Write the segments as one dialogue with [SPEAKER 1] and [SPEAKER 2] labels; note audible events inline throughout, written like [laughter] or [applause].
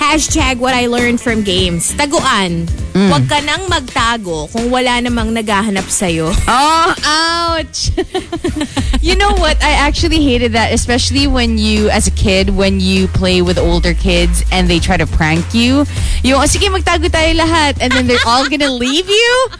[SPEAKER 1] hashtag what i learned from games taguan
[SPEAKER 2] Mm.
[SPEAKER 1] huwag ka nang magtago kung wala namang naghahanap
[SPEAKER 2] [laughs]
[SPEAKER 1] sa'yo
[SPEAKER 2] Oh, ouch. [laughs] you know what? I actually hated that, especially when you, as a kid, when you play with older kids and they try to prank you. You, oh, sige, magtago tayo lahat. And then they're all going to leave you. [laughs]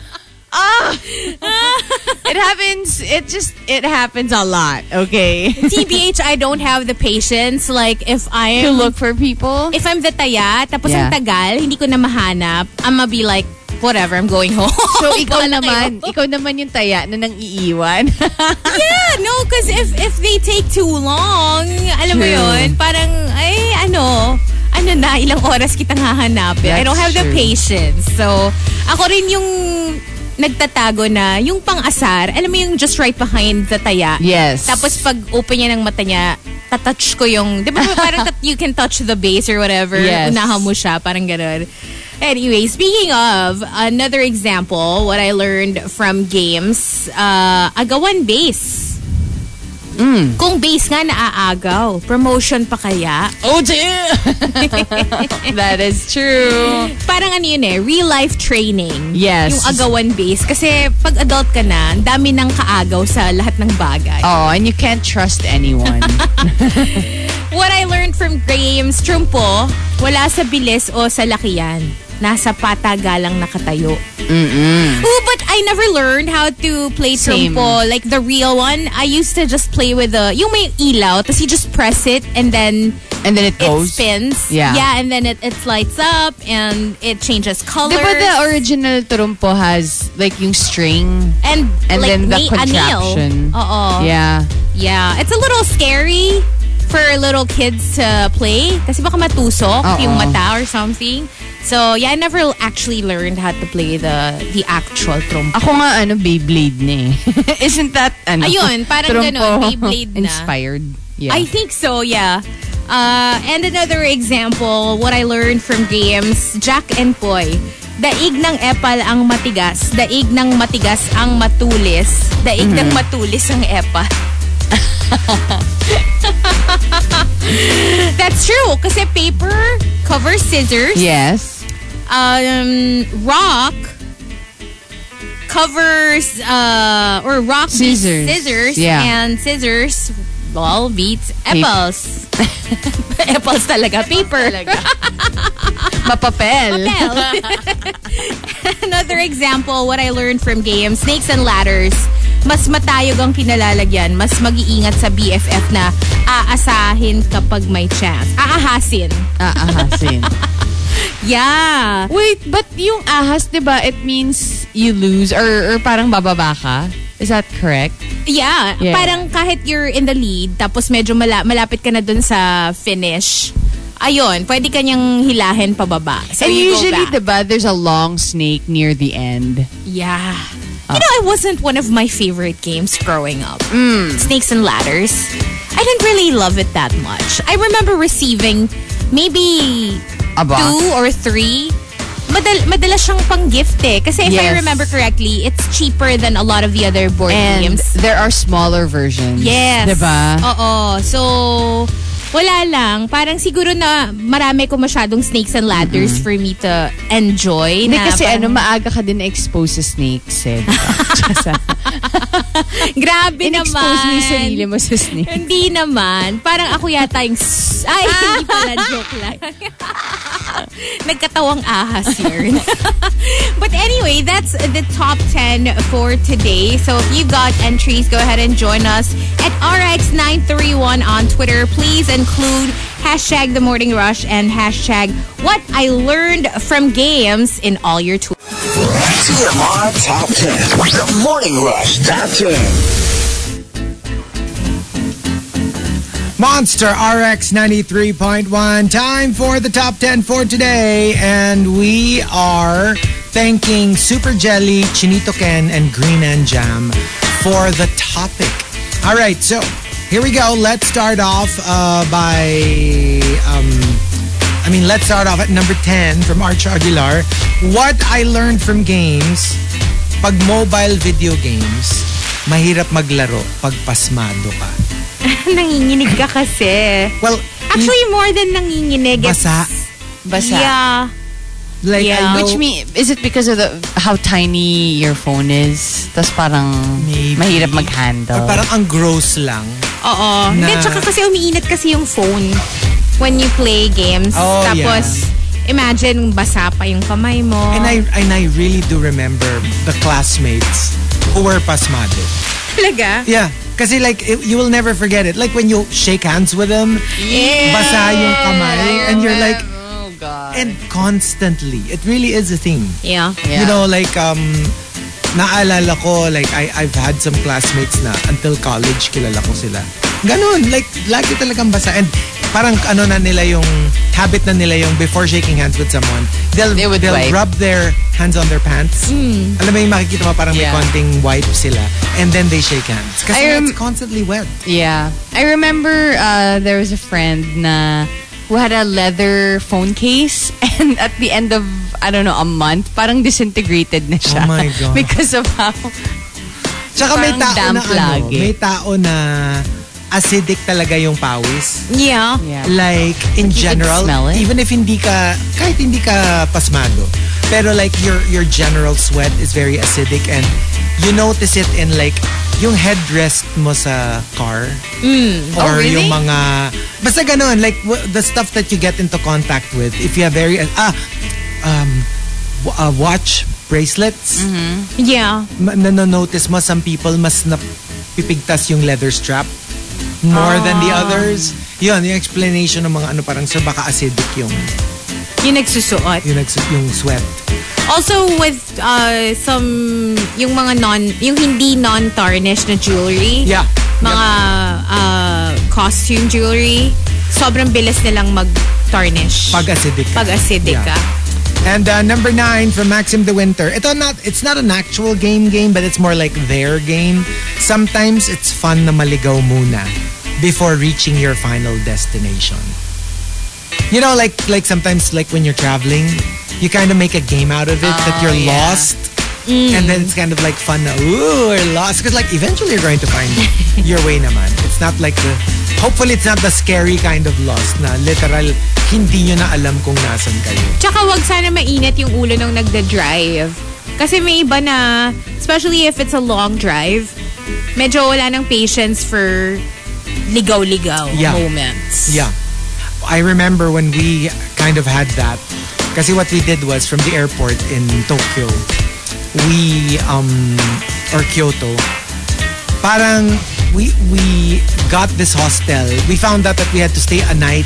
[SPEAKER 2] Ah, it happens. It just, it happens a lot, [laughs] okay?
[SPEAKER 1] tbh i don't have the patience like if i
[SPEAKER 2] to look for people.
[SPEAKER 1] if i'm the taya tapos
[SPEAKER 2] Yeah.
[SPEAKER 1] ang tagal hindi ko na mahanap i'ma be like whatever i'm going home [laughs]
[SPEAKER 2] So, ikaw
[SPEAKER 1] Bahala kayo.
[SPEAKER 2] naman, ikaw naman yung taya na nang iiwan.
[SPEAKER 1] Yeah, no, because if if they take too long, alam mo
[SPEAKER 2] True.
[SPEAKER 1] yun, parang, ay, ano, ano na, ilang oras kitang hahanapin. I
[SPEAKER 2] That's
[SPEAKER 1] don't have the
[SPEAKER 2] true.
[SPEAKER 1] patience. So, ako rin yung nagtatago na, yung pang-asar, alam mo yung just right behind the taya.
[SPEAKER 2] [laughs] Yes.
[SPEAKER 1] Tapos pag open niya ng mata niya, tatouch ko yung,
[SPEAKER 2] [laughs]
[SPEAKER 1] di ba parang tat- you can touch the base or whatever.
[SPEAKER 2] Yes.
[SPEAKER 1] Unahan mo siya, parang ganun. Anyway, speaking of, another example, what I learned from games, uh, agawan base.
[SPEAKER 2] Hmm.
[SPEAKER 1] Kung base nga naaagaw, promotion pa kaya?
[SPEAKER 2] oh, damn! [laughs] that is true.
[SPEAKER 1] Parang ano yun eh, real life training.
[SPEAKER 2] Yes.
[SPEAKER 1] Yung agawan base. Kasi pag adult ka na, ang dami ng kaagaw sa lahat ng bagay.
[SPEAKER 2] Oh, and you can't trust [laughs] anyone.
[SPEAKER 1] What I learned from James Trumpo, wala sa bilis o sa lakian. Nasa patagalang nakatayo. Oh, but I never learned how to play
[SPEAKER 2] Same.
[SPEAKER 1] trumpo. Like the real one, I used to just play with the, yung may ilaw, tapos you just press it and then
[SPEAKER 2] and then it
[SPEAKER 1] it
[SPEAKER 2] goes.
[SPEAKER 1] spins.
[SPEAKER 2] Yeah.
[SPEAKER 1] Yeah, and then it, it lights up and it changes colors.
[SPEAKER 2] Di ba Diba the original trumpo has like yung string
[SPEAKER 1] and
[SPEAKER 2] and
[SPEAKER 1] like,
[SPEAKER 2] then the
[SPEAKER 1] may
[SPEAKER 2] contraption?
[SPEAKER 1] anil. Oo.
[SPEAKER 2] Yeah.
[SPEAKER 1] Yeah, it's a little scary for little kids to play kasi baka matusok
[SPEAKER 2] Oo.
[SPEAKER 1] yung mata or something. So, yeah, I never actually learned how to play the the actual trumpo.
[SPEAKER 2] Ako nga ano Beyblade na eh. [laughs] Isn't that ano?
[SPEAKER 1] Ayun, parang
[SPEAKER 2] trumpo
[SPEAKER 1] ganun, Beyblade na.
[SPEAKER 2] inspired. Yeah.
[SPEAKER 1] I think so, yeah. Uh, and another example, what I learned from games, Jack and Poy. Daig ng epal ang matigas, daig ng matigas ang matulis, daig ng matulis ang epal. That's true, kasi paper covers scissors,
[SPEAKER 2] yes.
[SPEAKER 1] um, rock covers uh, or rock beats
[SPEAKER 2] Scissors.
[SPEAKER 1] scissors
[SPEAKER 2] Yeah.
[SPEAKER 1] and scissors ball beats
[SPEAKER 2] Pap-
[SPEAKER 1] apples. apples talaga, paper.
[SPEAKER 2] Mapapel.
[SPEAKER 1] Papel. [laughs] Another example, what I learned from games, snakes and ladders. Mas matayog ang pinalalagyan, mas mag-iingat sa BFF na aasahin kapag may chance. Aahasin.
[SPEAKER 2] Ah, ahasin.
[SPEAKER 1] Yeah.
[SPEAKER 2] [laughs] Wait, but yung ahas, di ba, it means you lose or, or parang bababa ka? Is that correct?
[SPEAKER 1] Yeah,
[SPEAKER 2] Yeah.
[SPEAKER 1] parang kahit you're in the lead, tapos medyo mala- malapit ka na dun sa finish, ayun, pwede ka niyang hilahin pababa. So
[SPEAKER 2] and
[SPEAKER 1] you go
[SPEAKER 2] usually,
[SPEAKER 1] back.
[SPEAKER 2] diba, there's a long snake near the end.
[SPEAKER 1] Yeah.
[SPEAKER 2] Ah.
[SPEAKER 1] You know, it wasn't one of my favorite games growing up.
[SPEAKER 2] Mm.
[SPEAKER 1] Snakes and Ladders. I didn't really love it that much. I remember receiving maybe
[SPEAKER 2] A box.
[SPEAKER 1] two or three. Madal madalas siyang pang-gift eh. Kasi if I
[SPEAKER 2] Yes.
[SPEAKER 1] remember correctly, it's cheaper than a lot of the other board
[SPEAKER 2] And
[SPEAKER 1] games.
[SPEAKER 2] there are smaller versions.
[SPEAKER 1] Yes.
[SPEAKER 2] Diba?
[SPEAKER 1] Oo. So, wala lang. Parang siguro na marami ko masyadong snakes and ladders for me to enjoy.
[SPEAKER 2] Mm-hmm. Hindi
[SPEAKER 1] na
[SPEAKER 2] kasi ano,
[SPEAKER 1] parang-
[SPEAKER 2] maaga ka din na-expose sa snakes eh. [laughs] Diba?
[SPEAKER 1] [laughs] Grabe naman.
[SPEAKER 2] expose mo yung sarili mo sa snakes.
[SPEAKER 1] Hindi naman. Parang ako yata yung... s- [laughs] Ay, hindi pala. Joke lang. [laughs] Nagkatawang ahas yun. [laughs] But anyway, that's the top 10 for today. So if you got entries, go ahead and join us at RX931 on Twitter. Please include hashtag The Morning Rush and hashtag What I Learned from Games in all your tweets.
[SPEAKER 3] TMR Top 10. The Morning Rush Top 10.
[SPEAKER 4] Monster RX 93.1. Time for the top 10 for today. And we are thanking Super Jelly, Chinito Ken, and Green and Jam for the topic. All right, so here we go. Let's start off uh, by. Um, I mean, let's start off at number 10 from Arch Aguilar. What I learned from games, pag mobile video games, mahirap maglaro pag pasmado ka.
[SPEAKER 1] [laughs] nanginginig ka kasi.
[SPEAKER 4] Well,
[SPEAKER 1] Actually, more than nanginginig. it's-
[SPEAKER 4] Basa.
[SPEAKER 2] Basa.
[SPEAKER 1] Yeah.
[SPEAKER 4] Like,
[SPEAKER 1] Yeah.
[SPEAKER 4] I know,
[SPEAKER 2] Which mean, is it because of the how tiny your phone is? Tapos parang
[SPEAKER 4] Maybe.
[SPEAKER 2] mahirap
[SPEAKER 4] or
[SPEAKER 2] mag-handle.
[SPEAKER 4] parang ang gross lang.
[SPEAKER 1] Oo. Hindi,
[SPEAKER 4] Na-
[SPEAKER 1] tsaka kasi umiinit kasi yung phone when you play games.
[SPEAKER 4] Oh,
[SPEAKER 1] Tapos, imagine basa pa yung kamay mo.
[SPEAKER 4] And I and I really do remember the classmates who were pasmado.
[SPEAKER 1] Talaga?
[SPEAKER 4] Yeah. Kasi like, it- you will never forget it. Like when you shake hands with them, basa yung kamay, and you're like,
[SPEAKER 2] oh God.
[SPEAKER 4] and constantly. It really is a thing.
[SPEAKER 1] Yeah.
[SPEAKER 4] You know, like, um, naalala ko, like, I, I've had some classmates na until college, kilala ko sila. Ganun, like, lagi talagang basa. And parang ano na nila yung, habit na nila yung before shaking hands with someone, they'll,
[SPEAKER 2] They
[SPEAKER 4] they
[SPEAKER 2] would
[SPEAKER 4] will
[SPEAKER 2] wipe. Hmm.
[SPEAKER 4] rub their hands on their pants. Alam mo yung makikita mo parang
[SPEAKER 2] Yeah.
[SPEAKER 4] may konting wipe sila. And then they shake hands. Kasi
[SPEAKER 2] I rem-
[SPEAKER 4] it's constantly wet.
[SPEAKER 2] Yeah. I remember uh, there was a friend na who had a leather phone case [laughs] and at the end of, I don't know, a month, parang disintegrated na siya.
[SPEAKER 4] Oh my God.
[SPEAKER 2] [laughs] Because of how...
[SPEAKER 4] Tsaka may
[SPEAKER 2] Parang
[SPEAKER 4] tao na
[SPEAKER 2] damp
[SPEAKER 4] ano,
[SPEAKER 2] lagi.
[SPEAKER 4] may tao na acidic talaga yung pawis.
[SPEAKER 1] Yeah.
[SPEAKER 4] Like, in
[SPEAKER 2] you could
[SPEAKER 4] general,
[SPEAKER 2] smell it?
[SPEAKER 4] even if hindi ka, kahit hindi ka pasmado, pero like your your general sweat is very acidic and you notice it in like yung headrest mo sa car or
[SPEAKER 2] Oh, really?
[SPEAKER 4] yung mga basta ganun like w- the stuff that you get into contact with if you have very ah um w- uh, watch bracelets
[SPEAKER 1] Yeah.
[SPEAKER 4] ma- nanonotice mo some people mas napipigtas yung leather strap more than the
[SPEAKER 1] Ah.
[SPEAKER 4] others. Yun, yung explanation ng mga ano parang sir baka acidic yung
[SPEAKER 1] Yung nagsusuot.
[SPEAKER 4] yung, nags- yung sweat.
[SPEAKER 1] Also with uh, some, yung mga non, yung hindi non-tarnished na jewelry.
[SPEAKER 4] Yeah.
[SPEAKER 1] Mga uh, costume jewelry. Sobrang bilis nilang mag-tarnish.
[SPEAKER 4] Pag acidic. ka.
[SPEAKER 1] Pag-acidic ah.
[SPEAKER 4] Yeah.
[SPEAKER 1] ka.
[SPEAKER 4] And uh, number nine from Maxim De Winter. Ito not, it's not an actual game game, but it's more like their game. Sometimes it's fun na maligaw muna before reaching your final destination. You know, like like sometimes like when you're traveling, you kind of make a game out of it that you're
[SPEAKER 2] yeah.
[SPEAKER 4] lost. And then it's kind of like fun na, ooh, we're lost. Because like eventually you're going to find your way naman. It's not like the, hopefully it's not the scary kind of lost na literal hindi nyo na alam kung nasan kayo.
[SPEAKER 1] Tsaka wag sana mainit yung ulo nung nagda-drive. Kasi may iba na, especially if it's a long drive, medyo wala ng patience for ligaw-ligaw
[SPEAKER 4] Yeah.
[SPEAKER 1] moments.
[SPEAKER 4] Yeah. I remember when we kind of had that. Kasi what we did was from the airport in Tokyo, we um or Kyoto, parang we we got this hostel. We found out that we had to stay a night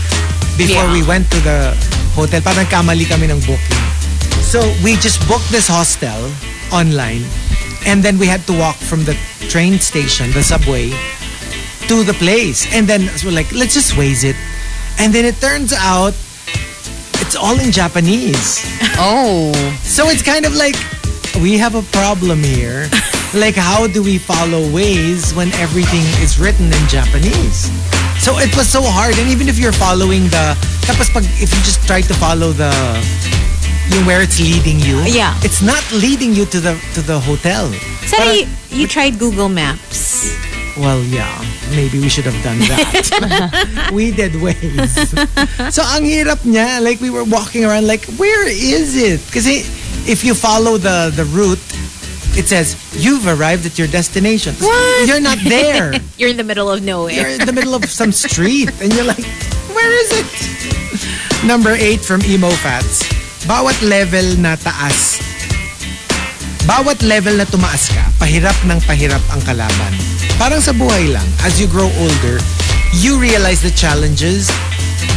[SPEAKER 4] before
[SPEAKER 1] Yeah.
[SPEAKER 4] we went to the hotel. Parang kamali kami ng booking. So we just booked this hostel online and then we had to walk from the train station, the subway, to the place. And then so we're like, let's just waze it. And then it turns out it's all in Japanese.
[SPEAKER 2] Oh.
[SPEAKER 4] So it's kind of like we have a problem here. like how do we follow ways when everything is written in Japanese? So it was so hard and even if you're following the tapos pag if you just try to follow the yung where it's leading you,
[SPEAKER 1] Yeah.
[SPEAKER 4] it's not leading you to the to the hotel.
[SPEAKER 1] Sana you, you tried Google Maps.
[SPEAKER 4] Well, yeah, maybe we should have done that. we did ways. so ang hirap niya, like we were walking around like where is it? Kasi if you follow the the route, it says you've arrived at your destination.
[SPEAKER 1] What?
[SPEAKER 4] You're not there.
[SPEAKER 1] You're in the middle of
[SPEAKER 4] you're
[SPEAKER 1] nowhere.
[SPEAKER 4] in the middle of some street and you're like, where is it? Number 8 from Emo Fats. Bawat level na taas. Bawat level na tumaas ka, pahirap ng pahirap ang kalaban. Parang sa buhay lang, as you grow older, you realize the challenges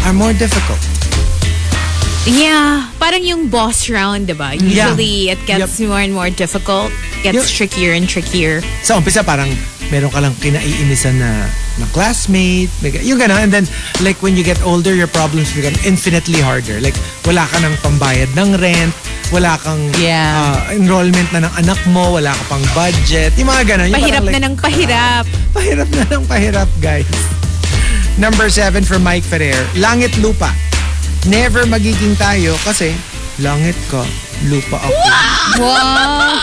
[SPEAKER 4] are more difficult.
[SPEAKER 1] Yeah. Parang yung boss round, diba?
[SPEAKER 4] Yeah.
[SPEAKER 1] Usually, it gets more and more difficult. Gets
[SPEAKER 4] Yep.
[SPEAKER 1] trickier and trickier.
[SPEAKER 4] Sa umpisa, parang meron ka lang kinaiinisan na, na classmate, may ga- yung gano'n. And then, like, when you get older, your problems become infinitely harder. Like, wala ka ng pambayad ng rent, wala kang
[SPEAKER 2] Yeah.
[SPEAKER 4] uh, enrollment na ng anak mo, wala ka pang budget, yung mga gano'n. Yung
[SPEAKER 1] Pahirap
[SPEAKER 4] parang,
[SPEAKER 1] na ng
[SPEAKER 4] [laughs]
[SPEAKER 1] pahirap.
[SPEAKER 4] Pahirap na ng pahirap, guys. Number seven for Mike Ferrer, Langit Lupa. Never magiging tayo kasi langit ka, lupa ako.
[SPEAKER 2] Wow.
[SPEAKER 1] Oh.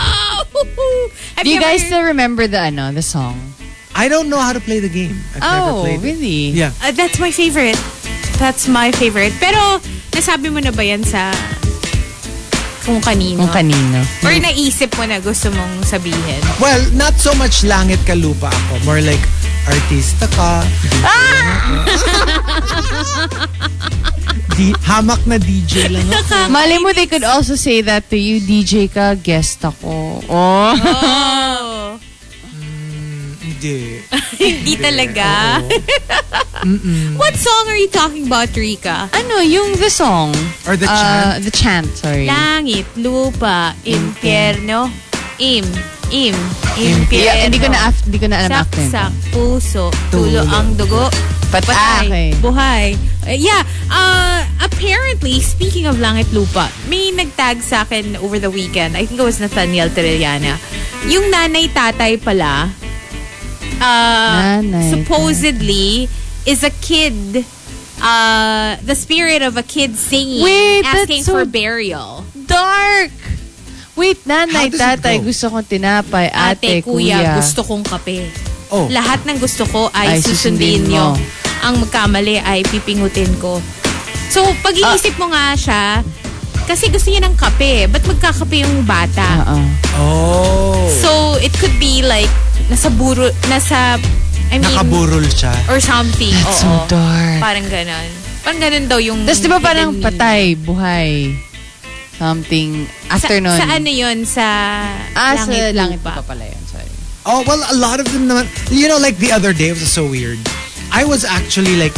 [SPEAKER 1] [laughs] Have
[SPEAKER 2] Do you guys
[SPEAKER 1] ever-
[SPEAKER 2] still remember the ano, the song?
[SPEAKER 4] I don't know how to play the game. I've never
[SPEAKER 2] Oh,
[SPEAKER 4] played it.
[SPEAKER 2] really?
[SPEAKER 4] Yeah.
[SPEAKER 1] Uh, that's my favorite. That's my favorite. Pero, nasabi mo na ba yan sa kung kanino?
[SPEAKER 2] Kung kanino.
[SPEAKER 1] Or naisip mo na gusto mong sabihin?
[SPEAKER 4] Well, not so much langit ka lupa ako. More like, artista ka. Di, hamak na DJ lang ako.
[SPEAKER 2] Malay mo, they could also say that to you, DJ ka, guest ako. Oh.
[SPEAKER 1] Oh.
[SPEAKER 4] Hindi.
[SPEAKER 1] Hindi talaga. What song are you talking about, Rika?
[SPEAKER 2] Ano, yung the song.
[SPEAKER 4] Or the
[SPEAKER 2] Uh,
[SPEAKER 4] chant.
[SPEAKER 2] The chant, sorry.
[SPEAKER 1] Langit, lupa, impyerno, im, im, impyerno.
[SPEAKER 2] Yeah, hindi ko na, af- hindi ko na alam after.
[SPEAKER 1] Saksak, puso, tulo ang dugo, patay,
[SPEAKER 2] Patake.
[SPEAKER 1] buhay. Uh, yeah, uh, apparently, speaking of langit lupa, may nagtag sa akin over the weekend. I think it was Nathaniel Terellana. Yung nanay-tatay pala, uh,
[SPEAKER 2] Nanay-tatay.
[SPEAKER 1] supposedly, is a kid, uh, the spirit of a kid singing,
[SPEAKER 2] Wait, that's
[SPEAKER 1] asking
[SPEAKER 2] so
[SPEAKER 1] for burial.
[SPEAKER 2] Dark! Wait, nanay,
[SPEAKER 4] How does it
[SPEAKER 2] tatay,
[SPEAKER 4] go?
[SPEAKER 2] gusto kong tinapay. Ate, kuya.
[SPEAKER 1] gusto kong kape.
[SPEAKER 4] Oh.
[SPEAKER 1] Lahat ng gusto ko
[SPEAKER 2] Ay,
[SPEAKER 1] ay,
[SPEAKER 2] susundin
[SPEAKER 1] susundin nyo.
[SPEAKER 2] mo.
[SPEAKER 1] Ang magkamali ay pipingutin ko. So,
[SPEAKER 2] Ah.
[SPEAKER 1] pag-iisip mo nga siya, kasi gusto niya ng kape. Ba't magkakape yung bata?
[SPEAKER 2] Oo.
[SPEAKER 1] [laughs]
[SPEAKER 4] Oh.
[SPEAKER 1] So, it could be like, nasa buro, nasa, I mean,
[SPEAKER 4] Nakaburol siya.
[SPEAKER 1] or something.
[SPEAKER 2] That's so
[SPEAKER 1] Oo.
[SPEAKER 2] dark.
[SPEAKER 1] Parang ganon. Parang ganon daw yung...
[SPEAKER 2] Tapos di ba parang
[SPEAKER 1] hidden meaning.
[SPEAKER 2] patay, buhay, something,
[SPEAKER 1] Sa,
[SPEAKER 2] after nun.
[SPEAKER 1] sa ano yun? Sa
[SPEAKER 2] Ah, sa
[SPEAKER 1] langit,
[SPEAKER 2] langit
[SPEAKER 1] lupa.
[SPEAKER 2] pa pala yun, sorry.
[SPEAKER 4] Oh, well, a lot of them naman. You know, like the other day, it was so weird. I was actually like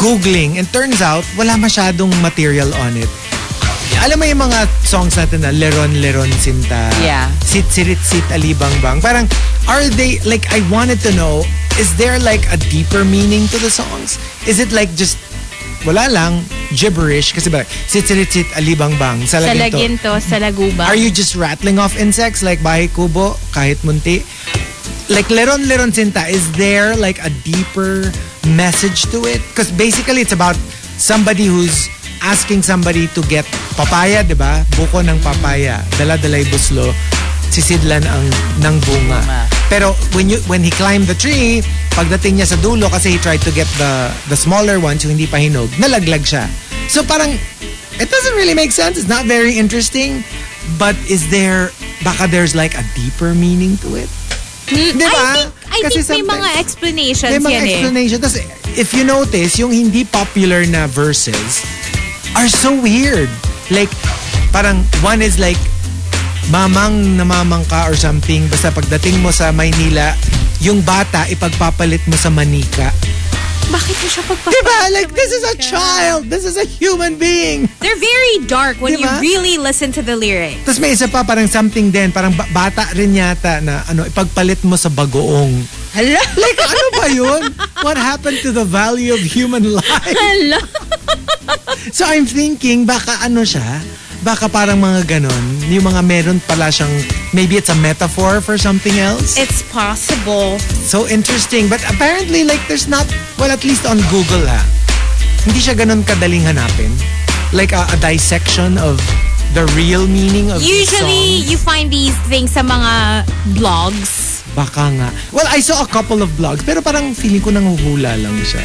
[SPEAKER 4] Googling and turns out wala masyadong material on it. Alam mo yung mga songs natin na Leron Leron Sinta,
[SPEAKER 2] Yeah.
[SPEAKER 4] Sit Sirit Sit Alibang Bang. Parang, are they, like, I wanted to know, is there like a deeper meaning to the songs? Is it like just, wala lang, gibberish? Kasi ba, Sit Sirit Sit Alibang Bang,
[SPEAKER 1] Sa
[SPEAKER 4] Salaginto.
[SPEAKER 1] laginto, sa lagubang.
[SPEAKER 4] Are you just rattling off insects like bahay kubo, kahit munti? Like Leron Leron Sinta, is there like a deeper message to it? Because basically it's about somebody who's asking somebody to get papaya, di ba? Buko ng papaya. Dala-dalay buslo, sisidlan ang ng bunga. Pero when you when he climbed the tree, pagdating niya sa dulo kasi he tried to get the the smaller ones yung hindi pa hinog, nalaglag siya. So parang it doesn't really make sense. It's not very interesting. But is there, baka there's like a deeper meaning to it? Di ba?
[SPEAKER 1] I think, I
[SPEAKER 4] Diba? Kasi
[SPEAKER 1] think may mga
[SPEAKER 4] sometimes-
[SPEAKER 1] explanations
[SPEAKER 4] May mga
[SPEAKER 1] yan eh.
[SPEAKER 4] explanation. Tapos, if you notice, yung hindi popular na verses are so weird. Like, parang one is like, mamang namamang ka or something. Basta pagdating mo sa Maynila, yung bata, ipagpapalit mo sa manika.
[SPEAKER 1] Bakit mo siya pagpapalagay?
[SPEAKER 4] Diba? Like, this is a child. This is a human being.
[SPEAKER 1] They're very dark when you
[SPEAKER 4] Diba?
[SPEAKER 1] really listen to the lyrics.
[SPEAKER 4] Tapos may isa pa, parang something din. Parang ba- bata rin yata na ano, ipagpalit mo sa bagoong.
[SPEAKER 2] Hala.
[SPEAKER 4] Like, ano ba yun? What happened to the value of human life?
[SPEAKER 2] Hala.
[SPEAKER 4] So I'm thinking, baka ano siya, baka parang mga ganon, yung mga meron pala siyang, maybe it's a metaphor for something else.
[SPEAKER 1] It's possible.
[SPEAKER 4] So interesting. But apparently, like, there's not, well, at least on Google, ha, hindi siya ganon kadaling hanapin. Like a, a dissection of the real meaning of each
[SPEAKER 1] Usually,
[SPEAKER 4] song.
[SPEAKER 1] you find these things sa mga blogs.
[SPEAKER 4] Baka nga. Well, I saw a couple of vlogs, pero parang feeling ko nanguhula lang siya.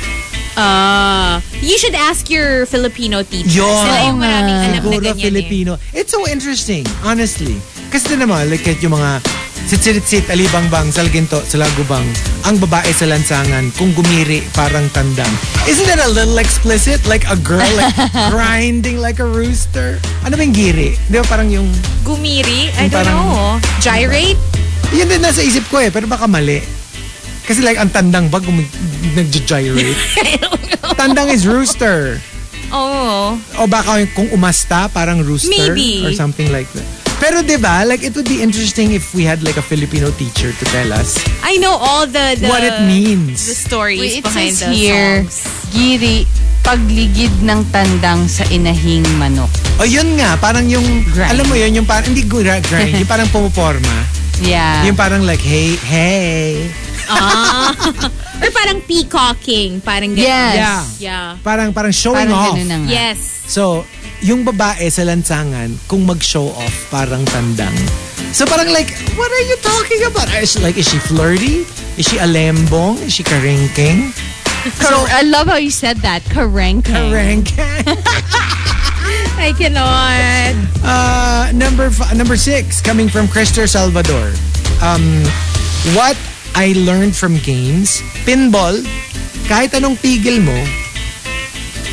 [SPEAKER 1] Uh, you should ask your Filipino teacher.
[SPEAKER 4] Yun.
[SPEAKER 1] Sila yung
[SPEAKER 4] Oo
[SPEAKER 1] maraming alam na
[SPEAKER 4] Siguro
[SPEAKER 1] ganyan eh.
[SPEAKER 4] Filipino. It's so interesting, honestly. Kasi din naman, like kahit yung mga sitsitsit, alibangbang, salginto, salagubang, ang babae sa lansangan, kung gumiri, parang tandang. Isn't that a little explicit? Like a girl like grinding like a rooster? Ano ba yung giri? Di ba parang yung...
[SPEAKER 1] eh. Gumiri? I
[SPEAKER 4] Yung
[SPEAKER 1] don't know.
[SPEAKER 4] parang-
[SPEAKER 1] Gyrate?
[SPEAKER 4] Yun din nasa isip ko eh, pero baka mali. Kasi like ang tandang ba gum- nag-gyrate? tandang is rooster.
[SPEAKER 1] Oh.
[SPEAKER 4] O baka yung- kung umasta, parang rooster
[SPEAKER 1] Maybe.
[SPEAKER 4] or something like that. Pero 'di ba, like it would be interesting if we had like a Filipino teacher to tell us
[SPEAKER 1] I know all the, the
[SPEAKER 4] what it means.
[SPEAKER 1] The stories
[SPEAKER 2] Wait, it
[SPEAKER 1] behind
[SPEAKER 2] says
[SPEAKER 1] the
[SPEAKER 2] here,
[SPEAKER 1] songs.
[SPEAKER 2] giri, pagligid ng tandang sa inahing manok.
[SPEAKER 4] O yun nga, parang yung
[SPEAKER 2] Grind.
[SPEAKER 4] alam mo yun, yung parang hindi gra- grind, yung parang pumuporma.
[SPEAKER 2] Yeah.
[SPEAKER 4] Yung parang like hey, hey.
[SPEAKER 1] Or parang peacocking. Parang ganyan.
[SPEAKER 2] Yes.
[SPEAKER 1] Yeah.
[SPEAKER 4] Parang parang showing
[SPEAKER 2] Parang
[SPEAKER 4] off.
[SPEAKER 2] ganun na nga.
[SPEAKER 1] Yes.
[SPEAKER 4] So, yung babae sa lansangan, kung mag-show off, parang tandang. So parang like, what are you talking about? Is, like, is she flirty? Is she alembong? Is she karingking?
[SPEAKER 2] So, I love how you said that. Karenka.
[SPEAKER 4] Karingking?
[SPEAKER 1] I cannot.
[SPEAKER 4] Uh, number f- number six coming from Christopher Salvador. Um, what I learned from games, pinball, kahit anong tigil mo,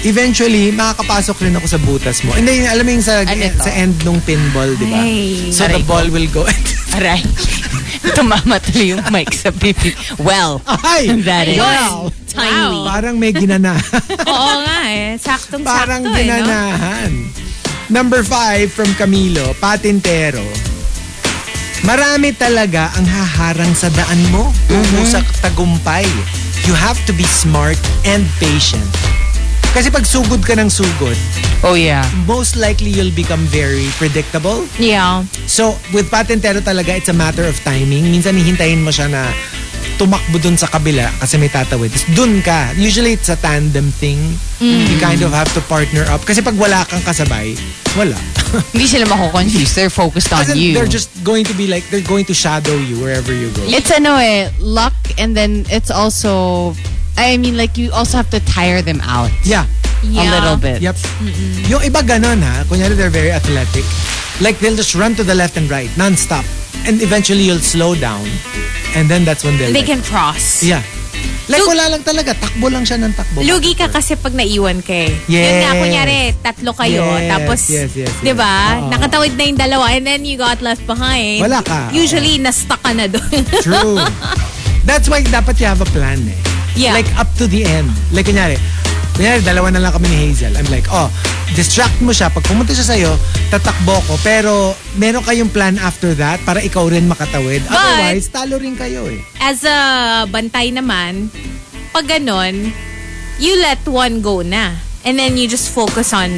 [SPEAKER 4] eventually makakapasok rin ako sa butas mo. And then, alam mo yung sa,
[SPEAKER 2] Ano to?
[SPEAKER 4] sa end ng pinball, di ba?
[SPEAKER 1] Ay.
[SPEAKER 4] So the
[SPEAKER 2] Aray ko.
[SPEAKER 4] ball will go. [laughs]
[SPEAKER 2] Aray. Tumama tuloy yung mic sa pipi. Well,
[SPEAKER 4] Ay!
[SPEAKER 2] that is.
[SPEAKER 4] Wow.
[SPEAKER 1] Tiny.
[SPEAKER 4] Parang may ginanahan.
[SPEAKER 1] Oo nga eh. Saktong-sakto
[SPEAKER 4] Parang
[SPEAKER 1] eh, no?
[SPEAKER 4] ginanahan. Number five from Camilo, Patintero. Marami talaga ang haharang sa daan mo.
[SPEAKER 1] Mm-hmm.
[SPEAKER 4] Umusak tagumpay. You have to be smart and patient. Kasi pag sugod ka ng sugod,
[SPEAKER 2] Oh, yeah.
[SPEAKER 4] most likely you'll become very predictable.
[SPEAKER 1] Yeah.
[SPEAKER 4] So, with patentero talaga, it's a matter of timing. Minsan, hihintayin mo siya na tumakbo dun sa kabila kasi may tatawid. Tapos dun ka. Usually, it's a tandem thing. You kind of have to partner up. Kasi pag wala kang kasabay, wala.
[SPEAKER 2] Hindi sila makukonfuse. They're focused
[SPEAKER 4] [laughs]
[SPEAKER 2] on
[SPEAKER 4] Kasi
[SPEAKER 2] you.
[SPEAKER 4] they're just going to be like, they're going to shadow you wherever you go.
[SPEAKER 2] It's ano eh, luck and then it's also, I mean like you also have to tire them out.
[SPEAKER 4] Yeah.
[SPEAKER 2] A
[SPEAKER 1] Yeah.
[SPEAKER 2] little bit.
[SPEAKER 4] Yep. Yung iba ganun ha. Kunyari, they're very athletic. Like, they'll just run to the left and right, non-stop. And eventually, you'll slow down. And then that's when they'll...
[SPEAKER 1] They
[SPEAKER 4] like-
[SPEAKER 1] can cross.
[SPEAKER 4] Yeah. Like,
[SPEAKER 1] Lu-
[SPEAKER 4] wala lang talaga. Takbo lang siya ng takbo.
[SPEAKER 1] Lugi ka kasi pag naiwan ka eh. Yun
[SPEAKER 4] Yes.
[SPEAKER 1] nga, kunyari, tatlo kayo.
[SPEAKER 4] Yes,
[SPEAKER 1] Tapos,
[SPEAKER 4] yes, yes, yes.
[SPEAKER 1] di ba?
[SPEAKER 4] Oo.
[SPEAKER 1] Nakatawid na yung dalawa and then you got left behind.
[SPEAKER 4] Wala ka.
[SPEAKER 1] Usually, na-stuck ka na doon.
[SPEAKER 4] [laughs] True. That's why dapat you have a plan eh.
[SPEAKER 1] Yeah.
[SPEAKER 4] Like up to the end. Like kunyari, kunyari dalawa na lang kami ni Hazel. I'm like, oh, distract mo siya. Pag pumunta siya sa'yo, tatakbo ko. Pero meron kayong plan after that para ikaw rin makatawid.
[SPEAKER 1] But-
[SPEAKER 4] Otherwise, talo rin kayo eh.
[SPEAKER 1] [laughs] As a bantay naman, pag ganon, you let one go na. And then you just focus on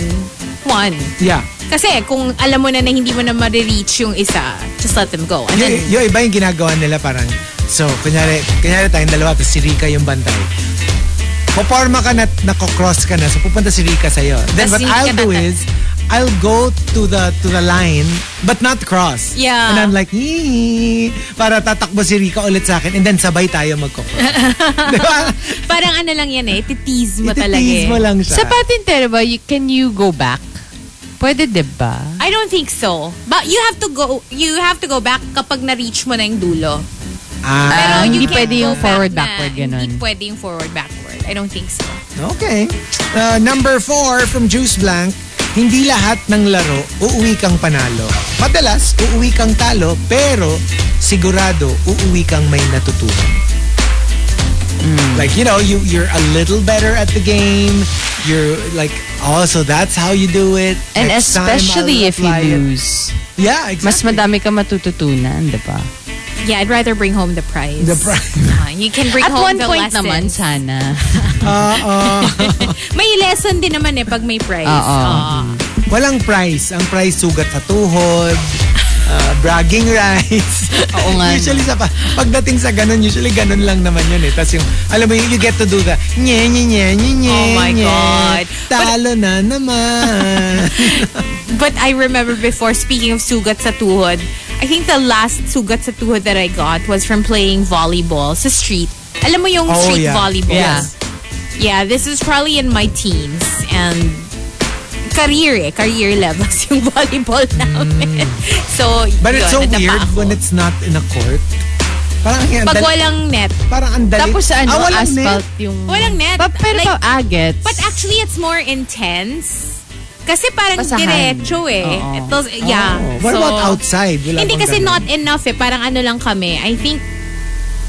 [SPEAKER 1] one.
[SPEAKER 4] Yeah.
[SPEAKER 1] Kasi kung alam mo na na hindi mo na marireach yung isa, just let them go. And then,
[SPEAKER 4] Yung, yung iba yung ginagawa nila parang, so, kunyari, kunyari tayong dalawa, tapos si Rika yung bantay. Poporma ka na, nako-cross ka na, so pupunta si Rika sa'yo. Then
[SPEAKER 1] Tas
[SPEAKER 4] what
[SPEAKER 1] si
[SPEAKER 4] I'll
[SPEAKER 1] Rika
[SPEAKER 4] do
[SPEAKER 1] tatay.
[SPEAKER 4] is, I'll go to the to the line, but not cross.
[SPEAKER 1] Yeah.
[SPEAKER 4] And I'm like, "Yee!" para tatakbo si Rika ulit sa akin, and then sabay tayo magko-cross.
[SPEAKER 1] [laughs]
[SPEAKER 4] Di ba?
[SPEAKER 1] parang ano lang yan eh, titease mo talaga eh.
[SPEAKER 4] Ititease mo lang siya.
[SPEAKER 2] Sa patintero ba, you, can you go back? Pwede, di ba?
[SPEAKER 1] I don't think so. But you have to go you have to go back kapag na-reach mo na yung dulo.
[SPEAKER 4] Ah,
[SPEAKER 2] Ah,
[SPEAKER 1] Pero
[SPEAKER 2] hindi
[SPEAKER 1] you can't
[SPEAKER 2] pwede
[SPEAKER 1] go
[SPEAKER 2] yung
[SPEAKER 1] back
[SPEAKER 2] forward,
[SPEAKER 1] na.
[SPEAKER 2] backward, ganun.
[SPEAKER 1] Hindi pwede yung forward, backward. I don't think so.
[SPEAKER 4] okay. Uh, number four from Juice Blank, hindi lahat ng laro uuwi kang panalo. Madalas, uuwi kang talo, pero sigurado uuwi kang may natutunan.
[SPEAKER 2] Hmm.
[SPEAKER 4] Like, you know, you, you're a little better at the game. You're like, oh, so that's how you do it.
[SPEAKER 2] And
[SPEAKER 4] Next time, I'll
[SPEAKER 2] especially if you
[SPEAKER 4] apply it."
[SPEAKER 2] lose.
[SPEAKER 4] Yeah,
[SPEAKER 2] Mas
[SPEAKER 4] exactly.
[SPEAKER 2] madami ka matututunan, di ba?
[SPEAKER 1] Yeah, I'd rather bring home the prize.
[SPEAKER 4] The prize.
[SPEAKER 1] Ah, you can bring
[SPEAKER 2] At
[SPEAKER 1] home
[SPEAKER 2] one
[SPEAKER 1] the
[SPEAKER 2] point
[SPEAKER 1] lesson.
[SPEAKER 2] naman, sana.
[SPEAKER 1] May lesson din naman eh pag may prize.
[SPEAKER 2] Oo.
[SPEAKER 1] Ah.
[SPEAKER 4] Walang price. Ang price, sugat sa
[SPEAKER 1] [laughs]
[SPEAKER 4] tuhod, uh, bragging rights.
[SPEAKER 2] Oo nga.
[SPEAKER 4] usually, sa, pa- pagdating sa ganun, usually ganun lang naman yun eh. Tapos yung, alam mo, yun, you get to do the, nye, nye, nye, nye, nye,
[SPEAKER 1] Oh my
[SPEAKER 4] nye.
[SPEAKER 1] God.
[SPEAKER 4] Talo na
[SPEAKER 1] [laughs]
[SPEAKER 4] naman.
[SPEAKER 1] But I remember before, speaking of sugat sa tuhod, I think the last sugat sa tuhod that I got was from playing volleyball sa street. Alam mo yung
[SPEAKER 4] Oh,
[SPEAKER 1] street
[SPEAKER 4] yeah.
[SPEAKER 1] volleyball?
[SPEAKER 2] Yeah.
[SPEAKER 1] Yeah, this is probably in my teens. And career eh, career levels [laughs] yung volleyball namin. So,
[SPEAKER 4] Mm. But it's so
[SPEAKER 1] yun, natapa
[SPEAKER 4] weird
[SPEAKER 1] ako.
[SPEAKER 4] when it's not in a court. Parang ang
[SPEAKER 1] Pag
[SPEAKER 4] dali-
[SPEAKER 1] walang net.
[SPEAKER 4] parang ang dali.
[SPEAKER 2] Tapos ano,
[SPEAKER 4] Ah, walang
[SPEAKER 2] asphalt
[SPEAKER 4] net.
[SPEAKER 2] yung...
[SPEAKER 1] Walang net.
[SPEAKER 2] Pa, pero
[SPEAKER 1] Like,
[SPEAKER 2] pa, agates.
[SPEAKER 1] But actually, it's more intense. Kasi parang
[SPEAKER 2] Basahan.
[SPEAKER 1] diretso eh.
[SPEAKER 2] Oo.
[SPEAKER 1] It does, yeah.
[SPEAKER 4] Oh. What
[SPEAKER 1] So-
[SPEAKER 4] about outside? Wala
[SPEAKER 1] Hindi
[SPEAKER 4] bang
[SPEAKER 1] kasi
[SPEAKER 4] ganun?
[SPEAKER 1] not enough eh. Parang ano lang kami. I think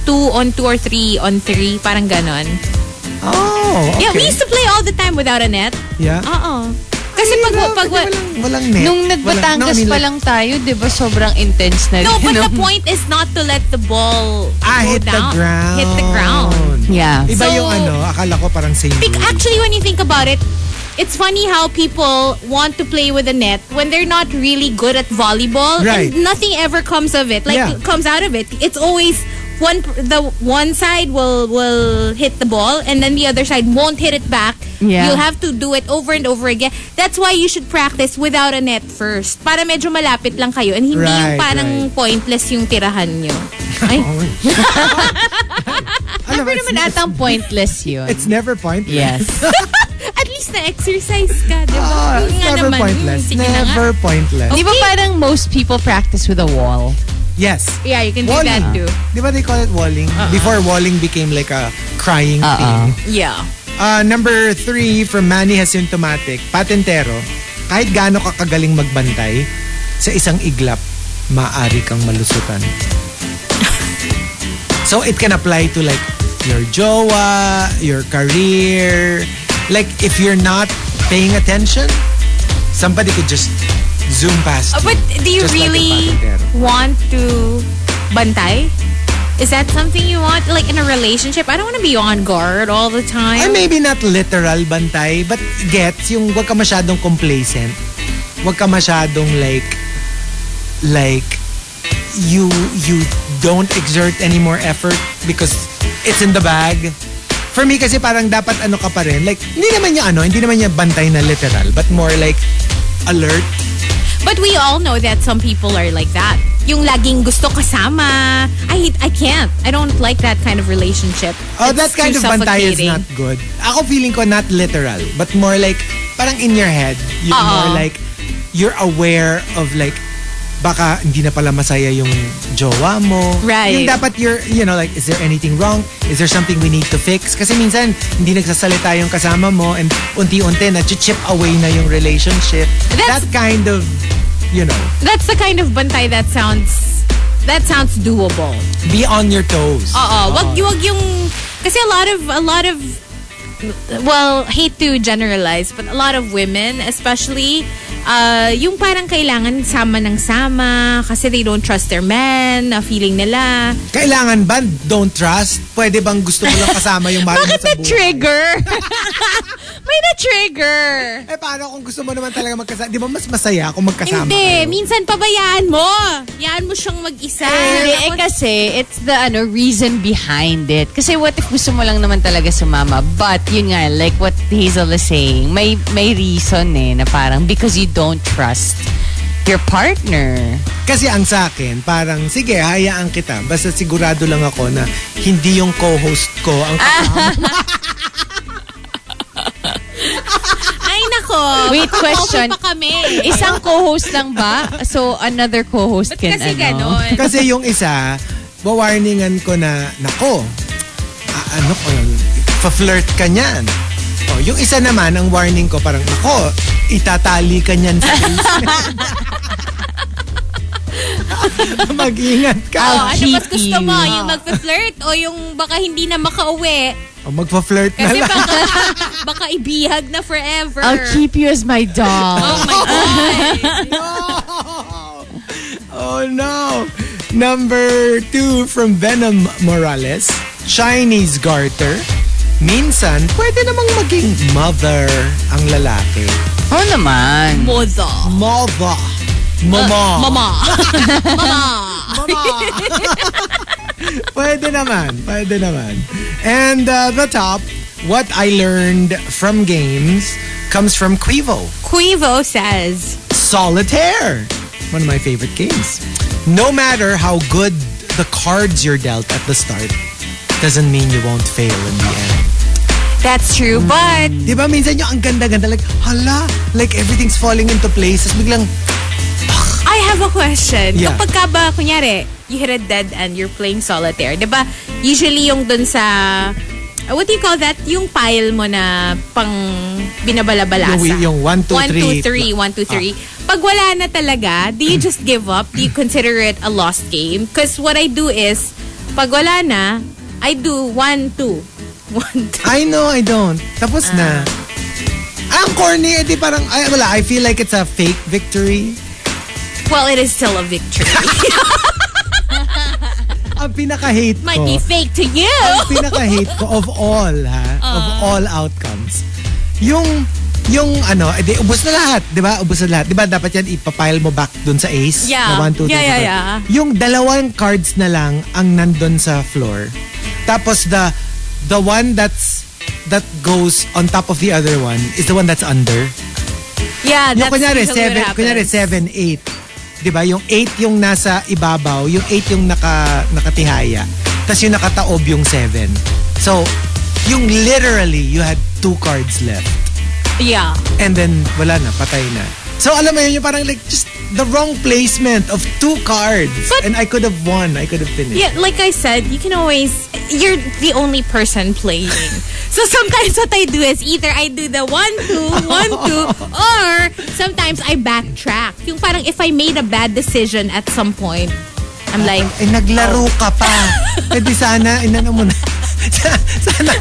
[SPEAKER 1] two on two or three on three. Parang ganon.
[SPEAKER 4] Oh, okay.
[SPEAKER 1] Yeah, we used to play all the time without a net.
[SPEAKER 4] Yeah.
[SPEAKER 1] Oo. Kasi pag,
[SPEAKER 4] Wala,
[SPEAKER 1] pag, pag,
[SPEAKER 4] pwede walang, walang net.
[SPEAKER 2] Nung
[SPEAKER 4] Walang- no, I
[SPEAKER 2] nagbatangas
[SPEAKER 4] mean,
[SPEAKER 2] pa
[SPEAKER 4] like-
[SPEAKER 2] lang tayo, di ba sobrang intense na rin.
[SPEAKER 4] [laughs]
[SPEAKER 1] No, but
[SPEAKER 2] no?
[SPEAKER 1] the point is not to let the ball
[SPEAKER 4] Ano? Ah,
[SPEAKER 1] go
[SPEAKER 4] hit the
[SPEAKER 1] down.
[SPEAKER 4] ground.
[SPEAKER 1] Hit the ground.
[SPEAKER 2] Yeah.
[SPEAKER 4] Iba
[SPEAKER 1] So-
[SPEAKER 4] yung ano, akala ko parang same
[SPEAKER 1] Bec-
[SPEAKER 4] rule.
[SPEAKER 1] Actually, when you think about it, it's funny how people want to play with a net when they're not really good at volleyball,
[SPEAKER 4] Right.
[SPEAKER 1] and nothing ever comes of it. Like
[SPEAKER 4] Yeah.
[SPEAKER 1] comes out of it. It's always one pr- the one side will will hit the ball, and then the other side won't hit it back.
[SPEAKER 2] Yeah.
[SPEAKER 1] You'll have to do it over and over again. That's why you should practice without a net first. Para medyo malapit lang kayo and hindi yung
[SPEAKER 4] Right,
[SPEAKER 1] parang pointless yung tirahan nyo. Ay, [laughs]
[SPEAKER 4] Alam
[SPEAKER 1] Ano
[SPEAKER 4] mo,
[SPEAKER 2] Pero
[SPEAKER 4] it's,
[SPEAKER 2] naman atang pointless yun.
[SPEAKER 4] it's never pointless.
[SPEAKER 2] yes.
[SPEAKER 1] [laughs]
[SPEAKER 4] [laughs]
[SPEAKER 1] at least na-exercise ka, di ba?
[SPEAKER 4] Ah,
[SPEAKER 1] Yun
[SPEAKER 4] it's
[SPEAKER 1] nga
[SPEAKER 4] never
[SPEAKER 1] naman. Hmm,
[SPEAKER 4] pointless.
[SPEAKER 1] sige na nga. Oh.
[SPEAKER 4] Never pointless.
[SPEAKER 2] Di ba parang most people practice with a wall?
[SPEAKER 4] Yes.
[SPEAKER 1] Yeah, you can do Uh-huh.
[SPEAKER 4] Walling.
[SPEAKER 1] that too.
[SPEAKER 4] Di ba they call it walling? Before walling became like a crying
[SPEAKER 2] Uh-uh.
[SPEAKER 4] thing.
[SPEAKER 1] Yeah.
[SPEAKER 4] Uh, number three from Manny Asymptomatic, patentero, kahit gaano ka kagaling magbantay, sa isang iglap, maaari kang malusutan. so it can apply to like your jowa, your career. Like if you're not paying attention, somebody could just zoom past
[SPEAKER 1] Uh,
[SPEAKER 4] you.
[SPEAKER 1] But do you
[SPEAKER 4] Just like
[SPEAKER 1] really
[SPEAKER 4] a patentero.
[SPEAKER 1] want to bantay? Is that something you want? Like in a relationship, I don't want to be on guard all the time.
[SPEAKER 4] Ay, maybe not literal bantay, but gets yung wag ka masyadong complacent. Wag ka masyadong like, like, you, you don't exert any more effort because it's in the bag. For me kasi parang dapat ano ka pa rin. Like, hindi naman niya ano, hindi naman niya bantay na literal, but more like alert.
[SPEAKER 1] But we all know that some people are like that. Yung laging gusto kasama. I I can't. I don't like that kind of relationship.
[SPEAKER 4] Oh,
[SPEAKER 1] It's
[SPEAKER 4] that kind
[SPEAKER 1] too
[SPEAKER 4] of bantay is
[SPEAKER 1] suffocating.
[SPEAKER 4] not good. Ako feeling ko not literal, but more like, parang in your head. You're
[SPEAKER 1] Oo.
[SPEAKER 4] more like, you're aware of like, baka hindi na pala masaya yung jowa mo.
[SPEAKER 1] Right.
[SPEAKER 4] Yung dapat you're, you know, like, is there anything wrong? Is there something we need to fix? Kasi minsan, hindi nagsasalita yung kasama mo and unti-unti na chip away na yung relationship.
[SPEAKER 1] That's-
[SPEAKER 4] that kind of, you know,
[SPEAKER 1] That's the kind of bantay that sounds that sounds doable.
[SPEAKER 4] be on your toes.
[SPEAKER 1] Oo,
[SPEAKER 2] Ah.
[SPEAKER 1] wag, wag yung kasi a lot of a lot of well, hate to generalize, but a lot of women, especially uh, yung parang kailangan sama ng sama kasi they don't trust their men, na feeling nila.
[SPEAKER 4] Kailangan ba don't trust? Pwede bang gusto mo lang kasama yung mahal mo
[SPEAKER 1] Bakit
[SPEAKER 4] sa
[SPEAKER 1] na
[SPEAKER 4] buhay?
[SPEAKER 2] [laughs]
[SPEAKER 1] trigger? May na trigger.
[SPEAKER 4] Eh, paano kung gusto mo naman talaga magkasama? Di ba mas masaya kung magkasama?
[SPEAKER 1] Hindi, minsan pabayaan mo. Yaan mo siyang mag-isa.
[SPEAKER 2] Hindi, eh,
[SPEAKER 1] Ako-
[SPEAKER 2] kasi it's the ano reason behind it. Kasi what if gusto mo lang naman talaga sumama? But yun nga, like what Hazel is saying, may may reason eh na parang because you don't trust your partner.
[SPEAKER 4] Kasi ang sa akin, parang, sige, hayaan kita. Basta sigurado lang ako na hindi yung co-host ko ang
[SPEAKER 1] Ah. Ay, nako.
[SPEAKER 2] Wait, question.
[SPEAKER 1] Pa kami.
[SPEAKER 2] Isang co-host lang ba? So another co-host
[SPEAKER 1] Ba't
[SPEAKER 2] can
[SPEAKER 1] kasi
[SPEAKER 2] ano.
[SPEAKER 1] ganon?
[SPEAKER 4] [laughs] Kasi yung isa, wawarningan ko na, nako, a- ano ko yun, fa-flirt ka niyan. O, yung isa naman, ang warning ko, parang,
[SPEAKER 1] [laughs]
[SPEAKER 4] nako, itatali ka niyan sa basement. [laughs] Mag-ingat
[SPEAKER 1] Oh,
[SPEAKER 4] ka.
[SPEAKER 2] I'll
[SPEAKER 1] ano
[SPEAKER 2] cheat
[SPEAKER 1] mas gusto mo?
[SPEAKER 2] you.
[SPEAKER 1] Yung magpa-flirt o yung baka hindi na makauwi?
[SPEAKER 4] O, Magpa-flirt Oh, na
[SPEAKER 1] Kasi
[SPEAKER 4] lang.
[SPEAKER 1] baka,
[SPEAKER 2] [laughs]
[SPEAKER 1] baka ibihag na forever.
[SPEAKER 2] I'll keep you as my doll.
[SPEAKER 1] Oh my God.
[SPEAKER 4] Oh no! Number two from Venom Morales, Chinese garter. Minsan, pwede namang maging mother ang lalaki.
[SPEAKER 2] Oh naman.
[SPEAKER 1] Moza.
[SPEAKER 4] Mother. Uh, [laughs] Mama.
[SPEAKER 1] Mama.
[SPEAKER 4] Pwede naman. Pwede naman. And uh, the top, what I learned from games comes from Quivo.
[SPEAKER 1] Quivo says,
[SPEAKER 4] Solitaire, one of my favorite games. No matter how good the cards you're dealt at the start, doesn't mean you won't fail in the end.
[SPEAKER 1] that's true, but
[SPEAKER 4] Di ba minsan yung ang ganda-ganda, like, hala, like everything's falling into place. Tapos biglang,
[SPEAKER 1] I have a question.
[SPEAKER 4] Yeah.
[SPEAKER 1] Kapag ka ba, kunyari, you hit a dead end, you're playing solitaire, di ba? Usually yung dun sa, uh, what do you call that? Yung pile mo na pang binabalabalasan.
[SPEAKER 4] Yung- yung one, two,
[SPEAKER 1] One, two,
[SPEAKER 4] three. Ah.
[SPEAKER 1] three, one, two, three. Pag wala na talaga, do you just give up? Do you consider it a lost game? Because what I do is, pag wala na, I do one, two. [laughs] One, two.
[SPEAKER 4] I know I don't. Tapos na.
[SPEAKER 1] Ah.
[SPEAKER 4] Ang corny, eh, di parang, ay, wala, I feel like it's a fake victory.
[SPEAKER 1] Well, it is still a victory.
[SPEAKER 4] Ang pinaka-hate
[SPEAKER 1] Might
[SPEAKER 4] ko.
[SPEAKER 1] be fake to you.
[SPEAKER 4] ang pinaka-hate ko of all, ha? Of
[SPEAKER 1] Ah.
[SPEAKER 4] all outcomes. Yung, yung ano, edi, ubos na lahat, di ba? Ubos na lahat. Di ba dapat yan ipapile mo back dun sa ace?
[SPEAKER 1] Yeah.
[SPEAKER 4] Na one, two,
[SPEAKER 1] Yeah,
[SPEAKER 4] three,
[SPEAKER 1] yeah,
[SPEAKER 4] four.
[SPEAKER 1] yeah.
[SPEAKER 4] Yung dalawang cards na lang ang nandun sa floor. Tapos the, the one that's, that goes on top of the other one is the one that's under.
[SPEAKER 1] Yeah,
[SPEAKER 4] Yung
[SPEAKER 1] that's
[SPEAKER 4] kunyari,
[SPEAKER 1] usually what
[SPEAKER 4] seven,
[SPEAKER 1] happens.
[SPEAKER 4] kunyari, seven, eight. Di ba? Yung eight yung nasa ibabaw, yung eight yung naka, nakatihaya. Tapos yung nakataob yung seven. So, yung literally, you had two cards left.
[SPEAKER 1] Yeah.
[SPEAKER 4] And then, wala na, patay na. So, alam mo yun, yung parang like, just the wrong placement of two cards.
[SPEAKER 1] But-
[SPEAKER 4] and I could have won. I could have finished.
[SPEAKER 1] Yeah, like I said, you can always you're the only person
[SPEAKER 4] [laughs]
[SPEAKER 1] playing. so sometimes what I do is either I do the one two, one
[SPEAKER 4] [laughs]
[SPEAKER 1] two, or sometimes I backtrack. Yung parang if I made a bad decision at some point, I'm like,
[SPEAKER 4] Eh, naglaro ka
[SPEAKER 1] [laughs]
[SPEAKER 4] pa. Eh, di sana, inano mo na. [laughs] sana,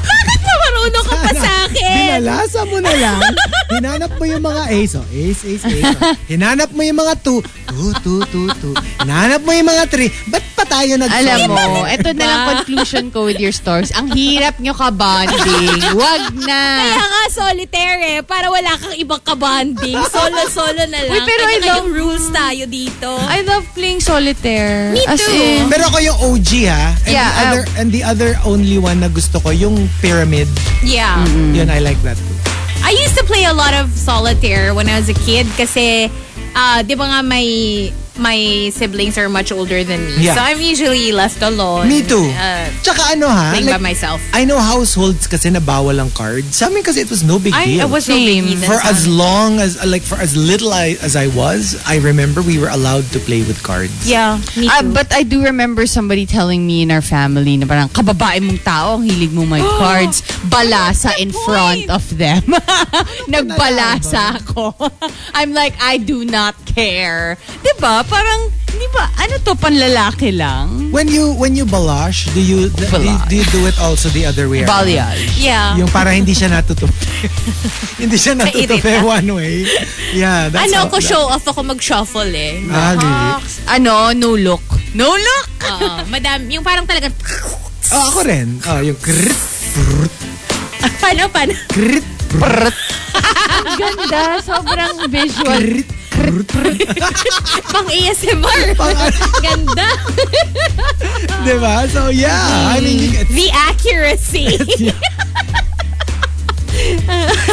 [SPEAKER 1] marunong ka
[SPEAKER 4] [laughs]
[SPEAKER 1] pa sa akin.
[SPEAKER 4] Binalasa mo na lang. Hinanap mo yung mga ace. Oh, ace, ace, ace. Oh. Hinanap mo yung mga two. Two, two, two, two. Hinanap mo yung mga three. Ba't pa tayo nag
[SPEAKER 2] Alam mo, ito na lang conclusion ko with your stories. Ang hirap nyo
[SPEAKER 1] [laughs]
[SPEAKER 2] ka-bonding. Wag na.
[SPEAKER 1] Kaya nga solitaire eh, para wala kang ibang
[SPEAKER 4] [laughs]
[SPEAKER 1] kabanding. Solo-solo na lang.
[SPEAKER 2] Uy, pero I
[SPEAKER 1] Kanya kayong
[SPEAKER 2] love-
[SPEAKER 1] rules tayo dito.
[SPEAKER 2] I love playing solitaire.
[SPEAKER 1] Me
[SPEAKER 2] As
[SPEAKER 1] too.
[SPEAKER 2] in-
[SPEAKER 4] Pero ako yung OG ha. And
[SPEAKER 2] Yeah, um,
[SPEAKER 4] the other, and the other only one na gusto ko, yung pyramid.
[SPEAKER 1] yeah.
[SPEAKER 2] Mm.
[SPEAKER 4] Yun, I like that too.
[SPEAKER 1] I used to play a lot of solitaire when I was a kid kasi uh, di ba nga my, my siblings are much older than me.
[SPEAKER 4] Yeah.
[SPEAKER 1] So I'm usually left alone.
[SPEAKER 4] Me too.
[SPEAKER 1] Uh,
[SPEAKER 4] Tsaka ano ha?
[SPEAKER 1] playing by
[SPEAKER 4] like,
[SPEAKER 1] myself.
[SPEAKER 4] I know households kasi na bawal ang card. Sa amin kasi it was no big
[SPEAKER 1] I,
[SPEAKER 4] deal.
[SPEAKER 1] I was no big
[SPEAKER 2] Same.
[SPEAKER 1] heathen
[SPEAKER 4] for
[SPEAKER 1] son.
[SPEAKER 4] as long as, like for as little I, as I was, I remember we were allowed to play with cards.
[SPEAKER 1] Yeah, me too.
[SPEAKER 2] Ah, but I do remember somebody telling me in our family na parang kababae mong tao, ang hilig mo my cards, balasa in front of them. [laughs] Nagbalasa ako. [laughs] I'm like, I do not care. 'Di ba? Parang, di ba, ano to, panlalaki lang?
[SPEAKER 4] When you when you balash, do you do, do you- do you do it also the other way? around?
[SPEAKER 2] Balayage.
[SPEAKER 1] yeah.
[SPEAKER 4] Yung para hindi
[SPEAKER 1] [laughs]
[SPEAKER 4] siya natutupi. hindi siya natutupi
[SPEAKER 1] Kairita.
[SPEAKER 4] one way. Yeah, that's
[SPEAKER 1] ano
[SPEAKER 4] how-
[SPEAKER 1] ko show off ako mag-shuffle eh.
[SPEAKER 4] Ah, really?
[SPEAKER 2] Ano, no look. No look! [laughs]
[SPEAKER 1] Oo, uh, madam, yung parang talaga
[SPEAKER 4] Oh, ako rin. Oh, yung krit,
[SPEAKER 1] [laughs] paano paano [laughs]
[SPEAKER 4] krit,
[SPEAKER 2] Ganda, sobrang visual.
[SPEAKER 4] krit, krit, krit.
[SPEAKER 1] pang
[SPEAKER 4] [laughs]
[SPEAKER 1] ASMR. Ganda.
[SPEAKER 4] diba? So, yeah. I mean, you-
[SPEAKER 1] The accuracy.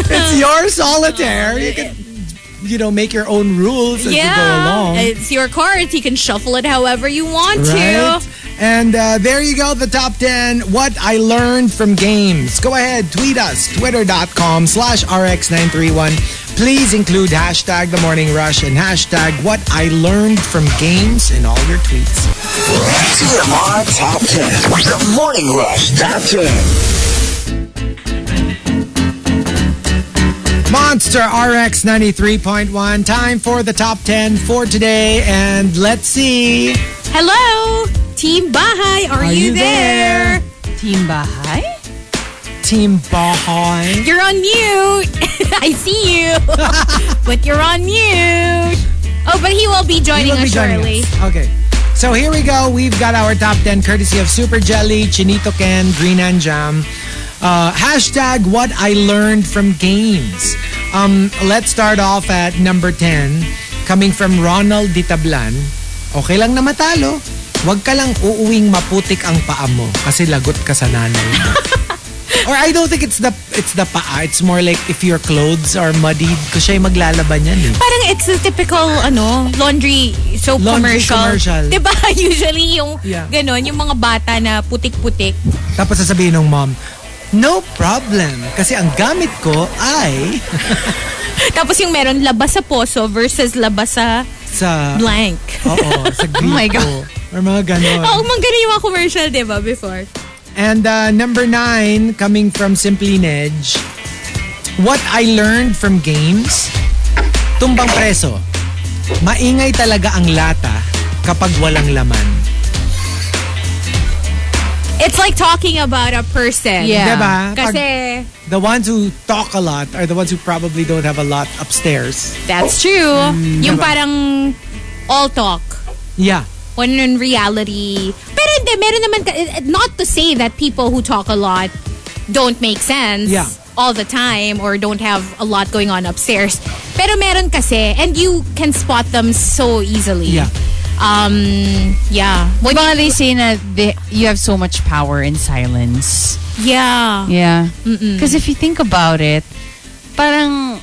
[SPEAKER 4] it's your solitaire. You can, you know, make your own rules as you go along.
[SPEAKER 1] It's your cards. You can shuffle it however you want
[SPEAKER 4] Right?
[SPEAKER 1] to.
[SPEAKER 4] And uh, there you go, the top 10 What I Learned from Games. Go ahead, tweet us, twitter.com slash rx931. Please include hashtag the morning rush and hashtag what I learned from games in all your tweets.
[SPEAKER 3] TMR Top 10. The Morning Rush Top 10.
[SPEAKER 4] Monster RX 93.1. Time for the top 10 for today. And let's see.
[SPEAKER 1] Hello, Team Bahay. Are, you, there?
[SPEAKER 2] Team Bahay?
[SPEAKER 4] Team Bahay.
[SPEAKER 1] You're on mute. [laughs] I see
[SPEAKER 4] [laughs]
[SPEAKER 1] you, but you're on mute. Oh, but he will be joining
[SPEAKER 4] will be
[SPEAKER 1] us
[SPEAKER 4] joining
[SPEAKER 1] shortly.
[SPEAKER 4] us. Okay. So here we go. We've got our top 10 courtesy of Super Jelly, Chinito Ken, Green and Jam. Uh, hashtag what I learned from games. Um, let's start off at number 10. Coming from Ronald Ditablan. Okay lang na matalo. Huwag ka lang uuwing maputik ang paa mo kasi lagot ka sa nanay mo.
[SPEAKER 1] [laughs]
[SPEAKER 4] Or I don't think it's the it's the paa. It's more like if your clothes are muddied kasi siya yung maglalaban yan eh.
[SPEAKER 1] Parang it's a typical ano, laundry soap
[SPEAKER 4] Laundry
[SPEAKER 1] commercial.
[SPEAKER 4] commercial.
[SPEAKER 1] [laughs] 'Di ba? Usually yung
[SPEAKER 4] Yeah.
[SPEAKER 1] ganun, yung mga bata na putik-putik.
[SPEAKER 4] Tapos sasabihin ng mom, no problem. Kasi ang gamit ko ay
[SPEAKER 1] Tapos yung meron labas sa poso versus labas sa
[SPEAKER 4] sa...
[SPEAKER 1] blank.
[SPEAKER 4] Oo, sa grito.
[SPEAKER 2] my God.
[SPEAKER 4] Or mga ganon.
[SPEAKER 1] Oo, oh, mga ganun yung mga commercial, 'di ba, before?
[SPEAKER 4] And uh, number nine, coming from Simply Nedge, what I learned from games, tumbang preso. Maingay talaga ang lata kapag walang laman.
[SPEAKER 1] It's like talking about a person.
[SPEAKER 2] Yeah.
[SPEAKER 4] Diba? Pag-
[SPEAKER 1] Kasi
[SPEAKER 4] the ones who talk a lot are the ones who probably don't have a lot upstairs.
[SPEAKER 1] that's true. yung parang all talk.
[SPEAKER 4] Yeah.
[SPEAKER 1] When in reality, pero hindi, meron naman, ka- not to say that people who talk a lot don't make sense
[SPEAKER 4] Yeah.
[SPEAKER 1] all the time or don't have a lot going on upstairs. Pero meron kasi, and you can spot them so easily.
[SPEAKER 4] Yeah.
[SPEAKER 1] Um, yeah.
[SPEAKER 2] What do they say na they, you have so much power in silence?
[SPEAKER 1] Yeah.
[SPEAKER 2] Yeah. Because if you think about it, parang,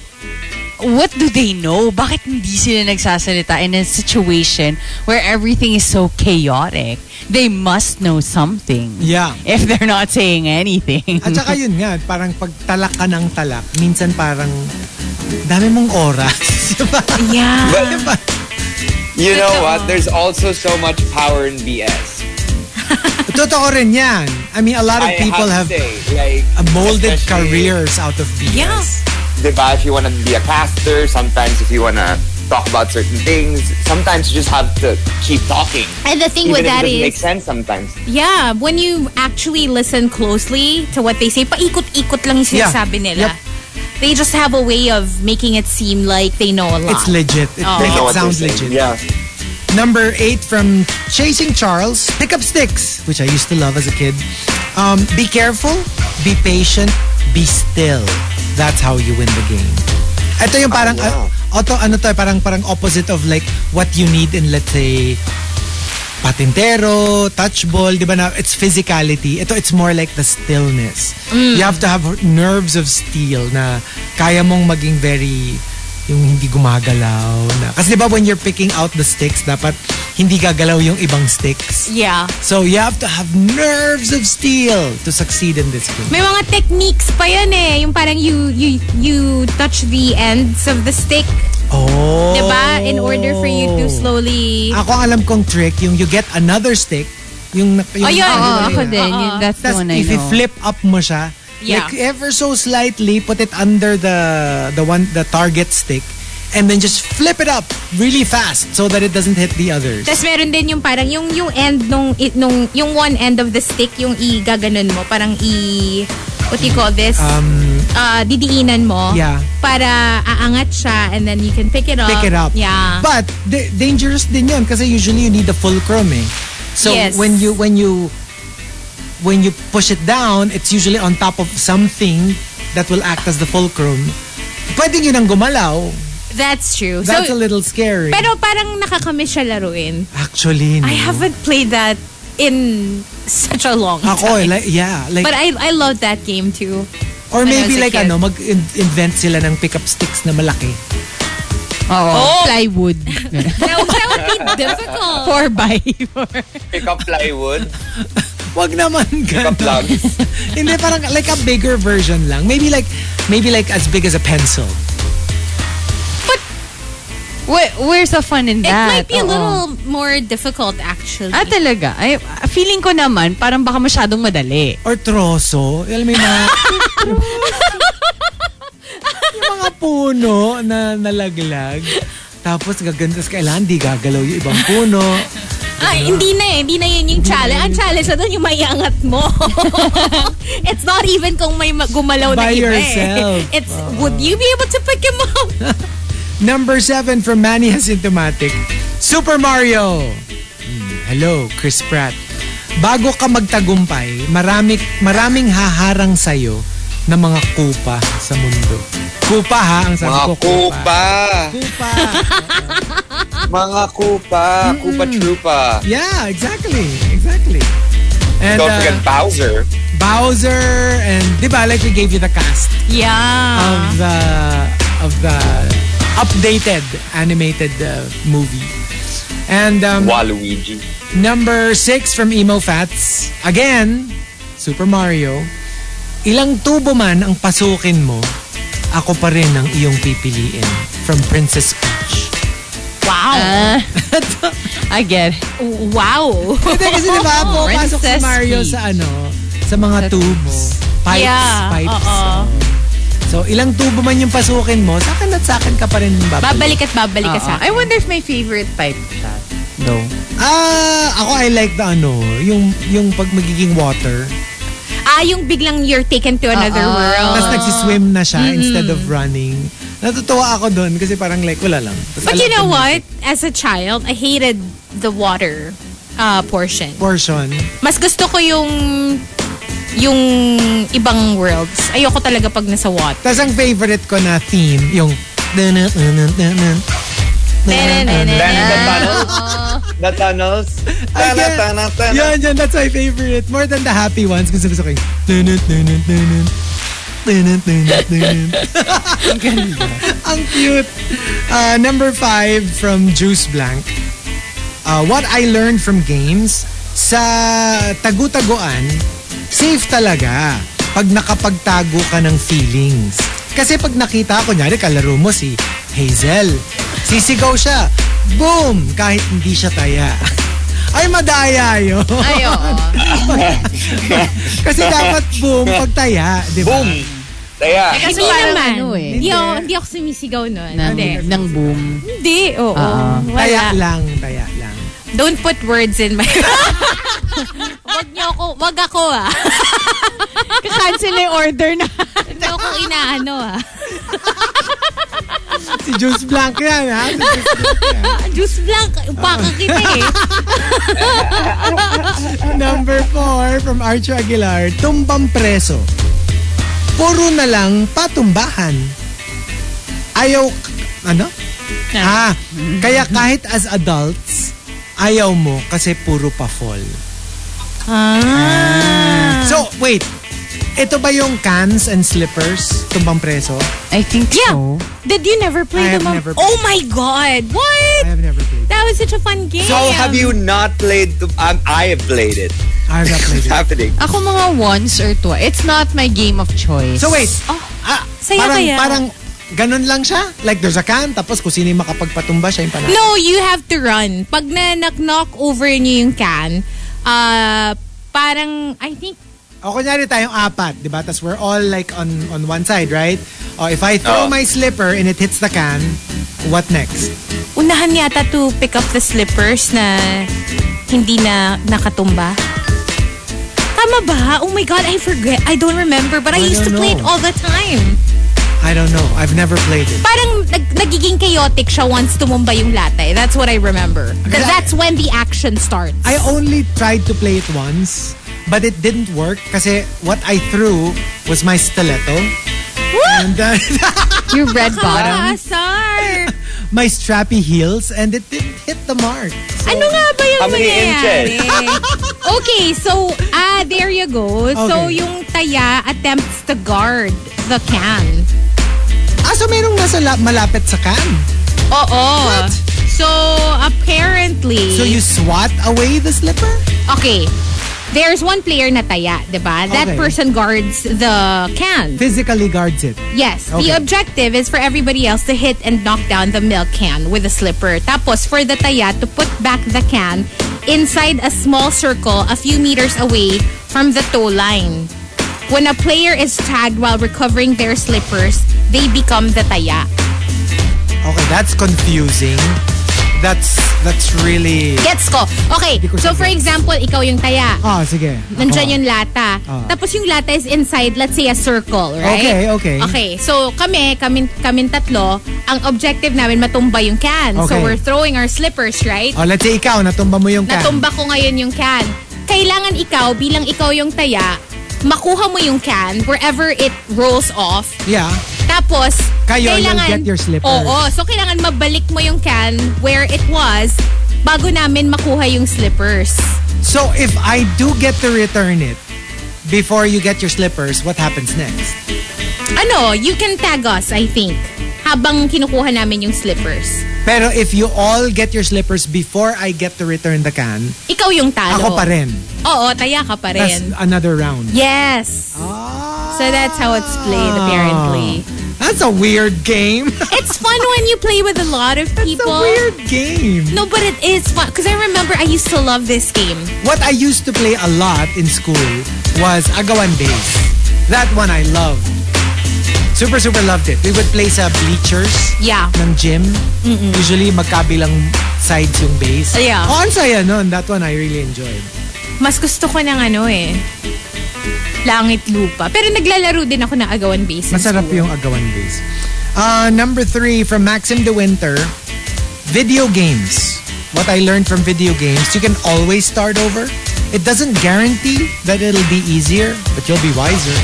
[SPEAKER 2] what do they know? Bakit hindi sila nagsasalita in a situation where everything is so chaotic? They must know something.
[SPEAKER 4] Yeah.
[SPEAKER 2] If they're not saying anything.
[SPEAKER 4] At
[SPEAKER 2] [laughs]
[SPEAKER 4] saka yun nga, parang pag talak ka ng talak, minsan parang dami mong oras. [laughs] Diba?
[SPEAKER 1] Yeah.
[SPEAKER 4] Diba?
[SPEAKER 5] You know what? There's also so much power in BS.
[SPEAKER 4] Totoo rin yan. I mean, a lot of
[SPEAKER 5] I
[SPEAKER 4] people have,
[SPEAKER 5] to say, like,
[SPEAKER 4] uh, molded
[SPEAKER 5] especially,
[SPEAKER 4] careers out of BS.
[SPEAKER 1] Yeah.
[SPEAKER 5] Diba, if you want to be a pastor, sometimes if you want to talk about certain things, sometimes you just have to keep talking.
[SPEAKER 1] And the thing
[SPEAKER 5] Even
[SPEAKER 1] with
[SPEAKER 5] if it
[SPEAKER 1] that
[SPEAKER 5] doesn't make
[SPEAKER 1] is,
[SPEAKER 5] sense sometimes.
[SPEAKER 1] yeah, when you actually listen closely to what they say, paikot-ikot lang yung
[SPEAKER 4] Yeah.
[SPEAKER 1] sinasabi nila.
[SPEAKER 4] Yep.
[SPEAKER 1] They just have a way of making it seem like they know a lot.
[SPEAKER 4] It's legit. It,
[SPEAKER 1] Oh.
[SPEAKER 4] make
[SPEAKER 5] You know
[SPEAKER 4] it
[SPEAKER 5] what
[SPEAKER 4] sounds
[SPEAKER 5] they're
[SPEAKER 4] legit.
[SPEAKER 5] saying. Yeah.
[SPEAKER 4] Number eight from Chasing Charles, Pick Up Sticks, which I used to love as a kid. Um, be careful, be patient, be still. That's how you win the game. Ito yung parang,
[SPEAKER 5] Oh, wow.
[SPEAKER 4] uh, auto, ano to, parang, parang opposite of like what you need in let's say patintero, touch ball, di ba na, it's physicality. Ito, it's more like the stillness.
[SPEAKER 1] Mm.
[SPEAKER 4] You have to have nerves of steel na kaya mong maging very, yung hindi gumagalaw na. Kasi di ba when you're picking out the sticks, dapat hindi gagalaw yung ibang sticks.
[SPEAKER 1] yeah.
[SPEAKER 4] So you have to have nerves of steel to succeed in this game.
[SPEAKER 1] May mga techniques pa yan eh. Yung parang you, you, you touch the ends of the stick,
[SPEAKER 4] Oh.
[SPEAKER 1] diba? In order for you to slowly...
[SPEAKER 4] Ako ang alam kong trick, yung you get another stick, yung,
[SPEAKER 1] Oh,
[SPEAKER 4] yung
[SPEAKER 1] yun.
[SPEAKER 2] Oo,
[SPEAKER 1] Oo,
[SPEAKER 2] ako
[SPEAKER 1] yun.
[SPEAKER 2] din.
[SPEAKER 1] Oo.
[SPEAKER 2] Yun, that's the one
[SPEAKER 4] Tapos
[SPEAKER 2] I
[SPEAKER 4] ano if you
[SPEAKER 2] know.
[SPEAKER 4] flip up mo siya,
[SPEAKER 1] Yeah.
[SPEAKER 4] like ever so slightly, put it under the the one the target stick, and then just flip it up really fast so that it doesn't hit the others.
[SPEAKER 1] Tapos meron din yung parang yung yung end nung, i- nung yung one end of the stick yung i-gaganon mo parang i what do you call this
[SPEAKER 4] Um,
[SPEAKER 1] uh, didiinan mo
[SPEAKER 4] Yeah.
[SPEAKER 1] para aangat siya and then you can pick it up
[SPEAKER 4] pick it up.
[SPEAKER 1] yeah
[SPEAKER 4] But da- dangerous din yan kasi usually you need the fulcrum eh. So
[SPEAKER 1] Yes.
[SPEAKER 4] when you when you when you push it down, it's usually on top of something that will act as the fulcrum. Pwede yun ang gumalaw.
[SPEAKER 1] that's true
[SPEAKER 4] That's
[SPEAKER 1] so
[SPEAKER 4] a little scary.
[SPEAKER 1] pero parang nakakamiss siya laruin
[SPEAKER 4] Actually,
[SPEAKER 1] I
[SPEAKER 4] no.
[SPEAKER 1] haven't played that in such a long time
[SPEAKER 4] Ako, eh, like, yeah. Like,
[SPEAKER 1] but I I love that game too
[SPEAKER 4] Or
[SPEAKER 1] When I was
[SPEAKER 4] maybe
[SPEAKER 1] a
[SPEAKER 4] like
[SPEAKER 1] kid.
[SPEAKER 4] ano, mag-invent sila ng pickup sticks na malaki.
[SPEAKER 2] Oo.
[SPEAKER 4] Oh!
[SPEAKER 2] Plywood.
[SPEAKER 4] [laughs]
[SPEAKER 1] that, would- that would be difficult [laughs]
[SPEAKER 2] Four by four.
[SPEAKER 5] Pick up plywood,
[SPEAKER 4] Wag naman
[SPEAKER 5] pick
[SPEAKER 4] [laughs]
[SPEAKER 5] up
[SPEAKER 4] ganun.
[SPEAKER 5] plugs.
[SPEAKER 4] Hindi, parang like a bigger version lang. Maybe like, maybe like as big as a pencil.
[SPEAKER 2] Where- where's the fun in
[SPEAKER 1] it
[SPEAKER 2] that?
[SPEAKER 1] might be
[SPEAKER 2] Oo.
[SPEAKER 1] a little more difficult actually
[SPEAKER 2] Ah, talaga? Ay, feeling ko naman, parang baka masyadong madali.
[SPEAKER 4] Or troso. Alam mo [laughs] yung mga... yung mga puno na nalaglag. Tapos gagantos kailangan, di gagalaw yung ibang puno.
[SPEAKER 1] Ay, hindi na eh. Hindi na yun yung challenge. Ang challenge na doon yung mayangat mo. [laughs] It's not even kung may ma- gumalaw na
[SPEAKER 4] By
[SPEAKER 1] iba eh.
[SPEAKER 4] yourself.
[SPEAKER 1] [laughs] It's, would you be able to pick him
[SPEAKER 4] [laughs]
[SPEAKER 1] up?
[SPEAKER 4] Number seven from Manny Asymptomatic, Super Mario. Hmm, Hello, Chris Pratt. Bago ka magtagumpay, marami, maraming haharang sa'yo na mga kupa sa mundo. Kupa ha, ang sabi
[SPEAKER 5] Mga
[SPEAKER 4] ko kupa.
[SPEAKER 5] kupa.
[SPEAKER 4] Kupa.
[SPEAKER 5] Mga kupa. Kupa trupa.
[SPEAKER 4] Yeah, exactly. Exactly. And
[SPEAKER 5] Don't
[SPEAKER 4] uh,
[SPEAKER 5] forget Bowser.
[SPEAKER 4] Bowser and di ba like we gave you the cast of
[SPEAKER 1] Yeah.
[SPEAKER 4] the of the updated animated uh, movie. And um,
[SPEAKER 5] Waluigi.
[SPEAKER 4] Number 6 from Emo Fats. Again, Super Mario. Ilang tubo man ang pasukin mo, ako pa rin ang iyong pipiliin. From Princess Peach.
[SPEAKER 1] Wow.
[SPEAKER 4] Uh.
[SPEAKER 2] Ah. I get it.
[SPEAKER 1] wow. [laughs]
[SPEAKER 4] Hindi kasi diba,
[SPEAKER 2] [laughs]
[SPEAKER 4] pumapasok si
[SPEAKER 2] Princess
[SPEAKER 4] Mario
[SPEAKER 2] Peach.
[SPEAKER 4] sa ano, sa mga
[SPEAKER 2] Sa
[SPEAKER 4] tubo. Pipes,
[SPEAKER 1] Yeah,
[SPEAKER 4] pipes.
[SPEAKER 1] oo.
[SPEAKER 4] So, ilang tubo man yung pasukin mo, sa akin at sa akin ka pa rin babalik.
[SPEAKER 1] Babalik at babalik ka sa
[SPEAKER 2] I wonder if my favorite pipe siya.
[SPEAKER 4] No. Ah, ako I like the ano, yung, yung pag magiging water.
[SPEAKER 1] Ah, yung biglang you're taken to another
[SPEAKER 2] Oo.
[SPEAKER 1] world.
[SPEAKER 4] Tapos nagsiswim na siya instead of running. Natutuwa ako doon kasi parang like, wala lang. Tas
[SPEAKER 1] But
[SPEAKER 4] alam
[SPEAKER 1] you know
[SPEAKER 4] ko na
[SPEAKER 1] what? As a child, I hated the water uh, portion.
[SPEAKER 4] yung Portion.
[SPEAKER 1] Mas gusto ko yung yung ibang worlds. Ayoko talaga pag nasa water.
[SPEAKER 4] Tapos ang favorite ko na theme, yung...
[SPEAKER 5] Then the tunnels. The tunnels.
[SPEAKER 4] Again,
[SPEAKER 5] Tana-tana-tana.
[SPEAKER 4] Yan, yan. That's my favorite. More than the happy ones. Gusto gusto ko yung... [laughs] Ang cute. Uh, number five from Juice Blank. Uh, what I learned from games, sa tagutaguan, safe talaga pag nakapagtago ka ng feelings. Kasi pag nakita ko, nyari kalaro mo si Hazel, sisigaw siya. Boom! Kahit hindi siya taya. [laughs] Ay, madaya yun.
[SPEAKER 2] Ay, oo.
[SPEAKER 4] [laughs] Kasi dapat boom pag taya, di ba?
[SPEAKER 5] Boom. Kaya,
[SPEAKER 1] Hindi
[SPEAKER 2] parang
[SPEAKER 1] naman.
[SPEAKER 2] ano eh.
[SPEAKER 1] Hindi, ako, hindi ako sumisigaw nun.
[SPEAKER 2] Ng,
[SPEAKER 1] Hindi.
[SPEAKER 2] ng boom.
[SPEAKER 1] Hindi, oo.
[SPEAKER 4] Taya
[SPEAKER 1] Wala.
[SPEAKER 4] lang, taya lang.
[SPEAKER 1] Don't put words in my [laughs] Wag niyo ako, wag ako ah.
[SPEAKER 2] Cancel na order na.
[SPEAKER 1] Hindi ako inaano ah.
[SPEAKER 4] Si Juice Blanc yan, ha? Si Juice Blanc yan.
[SPEAKER 1] [laughs] Juice blank, upaka kita eh.
[SPEAKER 4] Number four from Archer Aguilar, tumbang preso. Puro na lang patumbahan. Ayaw, ano? Ah, kaya kahit as adults, ayaw mo kasi puro pa fall. Ah. So, wait. Ito ba yung cans and slippers, tumbang preso?
[SPEAKER 2] I think
[SPEAKER 1] Yeah.
[SPEAKER 2] so.
[SPEAKER 1] [laughs] Did you never play
[SPEAKER 4] I
[SPEAKER 1] the
[SPEAKER 4] have
[SPEAKER 1] mom?
[SPEAKER 4] never played.
[SPEAKER 1] Oh my god. What?
[SPEAKER 4] I have never played.
[SPEAKER 1] That was such a fun game.
[SPEAKER 5] so have you not played? The, um, I have played it.
[SPEAKER 4] I have not
[SPEAKER 5] What's
[SPEAKER 4] played it.
[SPEAKER 5] happening?
[SPEAKER 2] Ako mga once or twice. It's not my game of choice.
[SPEAKER 4] So wait,
[SPEAKER 1] Oh,
[SPEAKER 4] ah,
[SPEAKER 1] saya
[SPEAKER 4] parang,
[SPEAKER 1] kaya?
[SPEAKER 4] parang ganun lang siya? Like there's a can, tapos kung sino yung makapagpatumba, siya yung panalo.
[SPEAKER 1] No, you have to run. Pag na knock over niyo yung can, ah parang I think
[SPEAKER 4] O kunyari tayong apat, di ba? Tapos we're all like on on one side, right? O if I throw
[SPEAKER 5] Oo.
[SPEAKER 4] my slipper and it hits the can, what next?
[SPEAKER 1] unahan yata to pick up the slippers na hindi na nakatumba. Tama ba? Oh my God, I forget. I don't remember, but I,
[SPEAKER 4] I
[SPEAKER 1] used to
[SPEAKER 4] don't
[SPEAKER 1] play it all
[SPEAKER 4] know.
[SPEAKER 1] the time.
[SPEAKER 4] I don't know. I've never played it.
[SPEAKER 1] Parang nag- nagiging chaotic siya once tumumba yung latay. That's what I remember. 'Cause
[SPEAKER 4] Because I-
[SPEAKER 1] that's when the action starts.
[SPEAKER 4] I only tried to play it once, but it didn't work kasi what I threw was my stiletto. And uh, [laughs]
[SPEAKER 2] Your red [laughs] bottom.
[SPEAKER 1] Kaasar!
[SPEAKER 4] my strappy heels and it didn't hit the mark.
[SPEAKER 1] Ano nga ba yung
[SPEAKER 5] How many
[SPEAKER 1] mangyayari? [laughs] okay, so, ah, there you go. So,
[SPEAKER 4] Okay.
[SPEAKER 1] yung taya attempts to guard the can.
[SPEAKER 4] Ah, so merong nasa la- malapit sa can.
[SPEAKER 1] Oo.
[SPEAKER 4] What?
[SPEAKER 1] So, apparently...
[SPEAKER 4] So you swat away the slipper?
[SPEAKER 1] okay. There's one player na taya, di ba? That
[SPEAKER 4] Okay.
[SPEAKER 1] person guards the can.
[SPEAKER 4] Physically guards it.
[SPEAKER 1] Yes.
[SPEAKER 4] Okay.
[SPEAKER 1] The objective is for everybody else to hit and knock down the milk can with a slipper. Tapos for the taya to put back the can inside a small circle a few meters away from the tow line. When a player is tagged while recovering their slippers, they become the taya.
[SPEAKER 4] Okay, that's confusing. That's that's really...
[SPEAKER 1] Gets ko. Okay,
[SPEAKER 4] ko
[SPEAKER 1] so for example, ikaw yung taya.
[SPEAKER 4] Ah, sige.
[SPEAKER 1] Nandyan
[SPEAKER 4] Ako.
[SPEAKER 1] yung lata.
[SPEAKER 4] Ah.
[SPEAKER 1] Tapos yung lata is inside, let's say, a circle,
[SPEAKER 4] Okay,
[SPEAKER 1] right?
[SPEAKER 4] okay.
[SPEAKER 1] Okay, so kami, kami, kami tatlo, ang objective namin matumba yung can. So
[SPEAKER 4] Okay.
[SPEAKER 1] we're throwing our slippers, right?
[SPEAKER 4] Oh, let's say ikaw, natumba mo yung can.
[SPEAKER 1] Natumba ko ngayon yung can. Kailangan ikaw, bilang ikaw yung taya, makuha mo yung can wherever it rolls off.
[SPEAKER 4] Yeah.
[SPEAKER 1] Tapos,
[SPEAKER 4] Kayo, you'll
[SPEAKER 1] kailangan...
[SPEAKER 4] get your slippers.
[SPEAKER 1] Oo, so kailangan mabalik mo yung can where it was bago namin makuha yung slippers.
[SPEAKER 4] So if I do get to return it before you get your slippers, what happens next?
[SPEAKER 1] Ano, you can tag us, I think, habang kinukuha namin yung slippers.
[SPEAKER 4] Pero if you all get your slippers before I get to return the can,
[SPEAKER 1] Ikaw yung talo.
[SPEAKER 4] ako pa rin.
[SPEAKER 1] Oo, taya ka pa
[SPEAKER 4] That's
[SPEAKER 1] rin.
[SPEAKER 4] another round.
[SPEAKER 1] Yes.
[SPEAKER 4] Ah.
[SPEAKER 1] So that's how it's played, apparently.
[SPEAKER 4] That's a weird game. [laughs]
[SPEAKER 1] It's fun when you play with a lot of
[SPEAKER 4] It's
[SPEAKER 1] people.
[SPEAKER 4] a weird game.
[SPEAKER 1] No, but it is fun. Because I remember I used to love this game.
[SPEAKER 4] What I used to play a lot in school was Agawan Days. That one I loved. Super, super loved it. We would play sa bleachers.
[SPEAKER 1] Yeah.
[SPEAKER 4] ng gym. Usually, magkabilang sides yung base.
[SPEAKER 1] Yeah.
[SPEAKER 4] Oh, ang saya nun. That one I really enjoyed.
[SPEAKER 1] Mas gusto ko ng ano eh. Langit lupa. Pero naglalaro din ako ng agawan base. in
[SPEAKER 4] Masarap
[SPEAKER 1] school.
[SPEAKER 4] yung agawan base. Uh, number three, from Maxim De Winter, video games. What I learned from video games, you can always start over. It doesn't guarantee that it'll be easier, but you'll be wiser.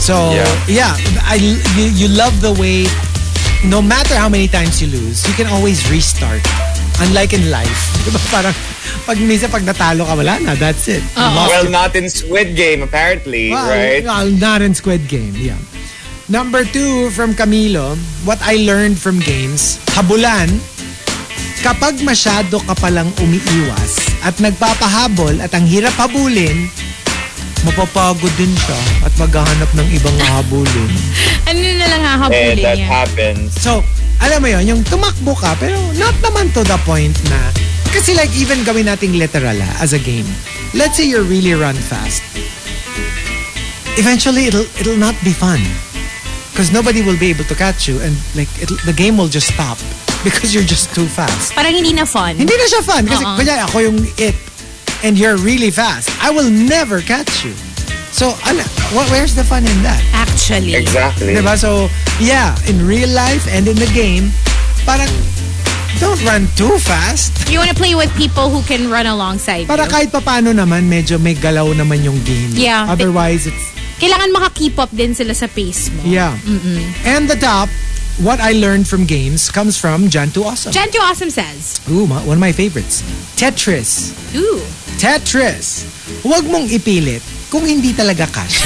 [SPEAKER 4] So, yeah, I, you, you love the way, no matter how many times you lose, you can always restart. Unlike in life, [laughs] di ba parang pag minsan pag natalo ka, wala na, that's it. You
[SPEAKER 2] Oh.
[SPEAKER 4] lost
[SPEAKER 5] Well, not in Squid Game, apparently,
[SPEAKER 4] well,
[SPEAKER 5] right?
[SPEAKER 4] well, not in Squid Game, yeah. Number two from Camilo, what I learned from games, habulan, kapag masyado ka palang umiiwas at nagpapahabol at ang hirap habulin, mapapagod din siya at maghahanap ng ibang habulin.
[SPEAKER 1] [laughs] Ano na lang hahabulin
[SPEAKER 5] Eh, that
[SPEAKER 1] niya.
[SPEAKER 5] happens.
[SPEAKER 4] So, alam mo yon yung tumakbo ka, pero not naman to the point na, kasi like even gawin nating literal ha, as a game. Let's say you really run fast. Eventually, it'll it'll not be fun. Because nobody will be able to catch you and like it'll, the game will just stop [laughs] because you're just too fast.
[SPEAKER 1] Parang hindi na fun.
[SPEAKER 4] Hindi na siya fun kasi
[SPEAKER 1] Oo.
[SPEAKER 4] kunyari ako yung it and you're really fast. I will never catch you. So, ano, wh- where's the fun in that?
[SPEAKER 1] Actually.
[SPEAKER 5] Exactly.
[SPEAKER 4] Diba? So, yeah, in real life and in the game, parang don't run too fast.
[SPEAKER 1] You wanna play with people who can run alongside
[SPEAKER 4] Para
[SPEAKER 1] you.
[SPEAKER 4] kahit papano naman, medyo may galaw naman yung game.
[SPEAKER 1] Yeah.
[SPEAKER 4] Otherwise, it's,
[SPEAKER 1] Kailangan maka-keep up din sila sa pace mo.
[SPEAKER 4] yeah. And the top, what I learned from games comes from Jan to Awesome.
[SPEAKER 1] Jan Tio Awesome says,
[SPEAKER 4] Ooh, ma- one of my favorites. Tetris.
[SPEAKER 1] Ooh,
[SPEAKER 4] Tetris. Huwag mong ipilit kung hindi talaga
[SPEAKER 1] [laughs]
[SPEAKER 4] kasha.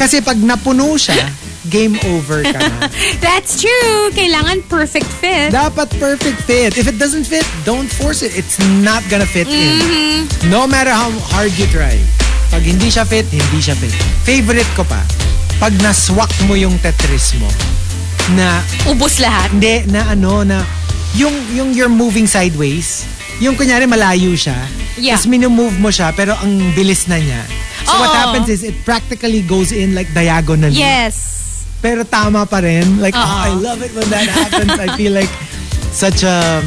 [SPEAKER 4] Kasi pag napuno siya, game over
[SPEAKER 1] [laughs]
[SPEAKER 4] ka na.
[SPEAKER 1] that's true. Kailangan perfect fit.
[SPEAKER 4] Dapat perfect fit. If it doesn't fit, don't force it. It's not gonna fit
[SPEAKER 1] Mm-hmm.
[SPEAKER 4] in. No matter how hard you try. Pag hindi siya fit, hindi siya fit. Favorite ko pa, pag naswak mo yung Tetris mo, na,
[SPEAKER 1] Ubus lahat.
[SPEAKER 4] hindi, na ano, na, yung, yung you're moving sideways, yung kunyari malayo siya,
[SPEAKER 1] Yeah.
[SPEAKER 4] tapos minumove mo siya, pero ang bilis na niya. So
[SPEAKER 1] Oo.
[SPEAKER 4] what happens is, it practically goes in like diagonally
[SPEAKER 1] Yes.
[SPEAKER 4] pero tama pa rin. Like,
[SPEAKER 1] Oo.
[SPEAKER 4] oh, I love it when that happens. I feel like such a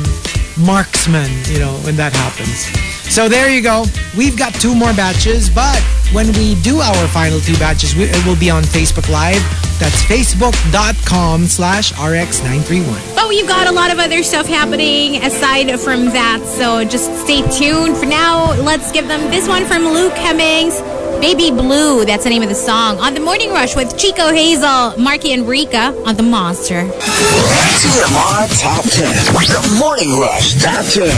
[SPEAKER 4] marksman, you know, when that happens. So there you go. We've got two more batches, but when we do our final two batches, we, it will be on Facebook Live. That's facebook.com slash rx931.
[SPEAKER 1] But you got a lot of other stuff happening aside from that, so just stay tuned. For now, let's give them this one from Luke Hemmings, Baby Blue. That's the name of the song. On the Morning Rush with Chico Hazel, Marky and Rika on The Monster.
[SPEAKER 3] TMR Top 10. The Morning Rush Top 10.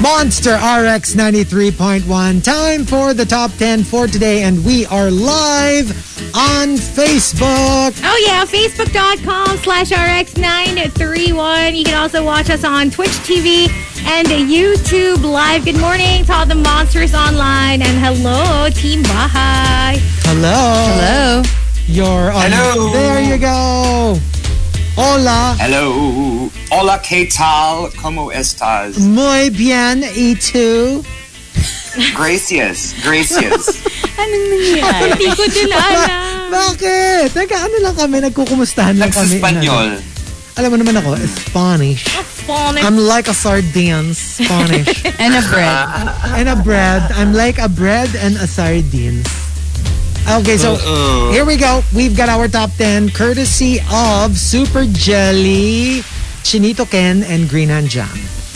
[SPEAKER 4] Monster RX 93.1. Time for the top 10 for today, and we are live on Facebook.
[SPEAKER 1] Oh yeah, facebook.com slash rx931. You can also watch us on Twitch TV and YouTube Live. Good morning to all the monsters online and hello, Team Bahay.
[SPEAKER 4] Hello.
[SPEAKER 2] Hello.
[SPEAKER 4] You're on.
[SPEAKER 5] Hello.
[SPEAKER 4] There you go. Hola.
[SPEAKER 5] Hello. Hola, ¿qué tal? ¿Cómo estás?
[SPEAKER 4] Muy bien. Y tú?
[SPEAKER 5] Gracious.
[SPEAKER 4] [laughs]
[SPEAKER 5] Gracious.
[SPEAKER 2] Anong nangyari?
[SPEAKER 1] Hindi ko din alam.
[SPEAKER 4] Bakit? Teka, ano lang kami? Nagkukumustahan lang kami.
[SPEAKER 5] Nagsespanyol.
[SPEAKER 4] Alam mo naman ako, Spanish.
[SPEAKER 1] Phonic.
[SPEAKER 4] I'm like a sardine, Spanish.
[SPEAKER 2] [laughs] And a bread.
[SPEAKER 4] and a bread. I'm like a bread and a sardines. Okay, so here we go. We've got our top 10 courtesy of Super Jelly, Chinito Ken, and Green Hand Jam.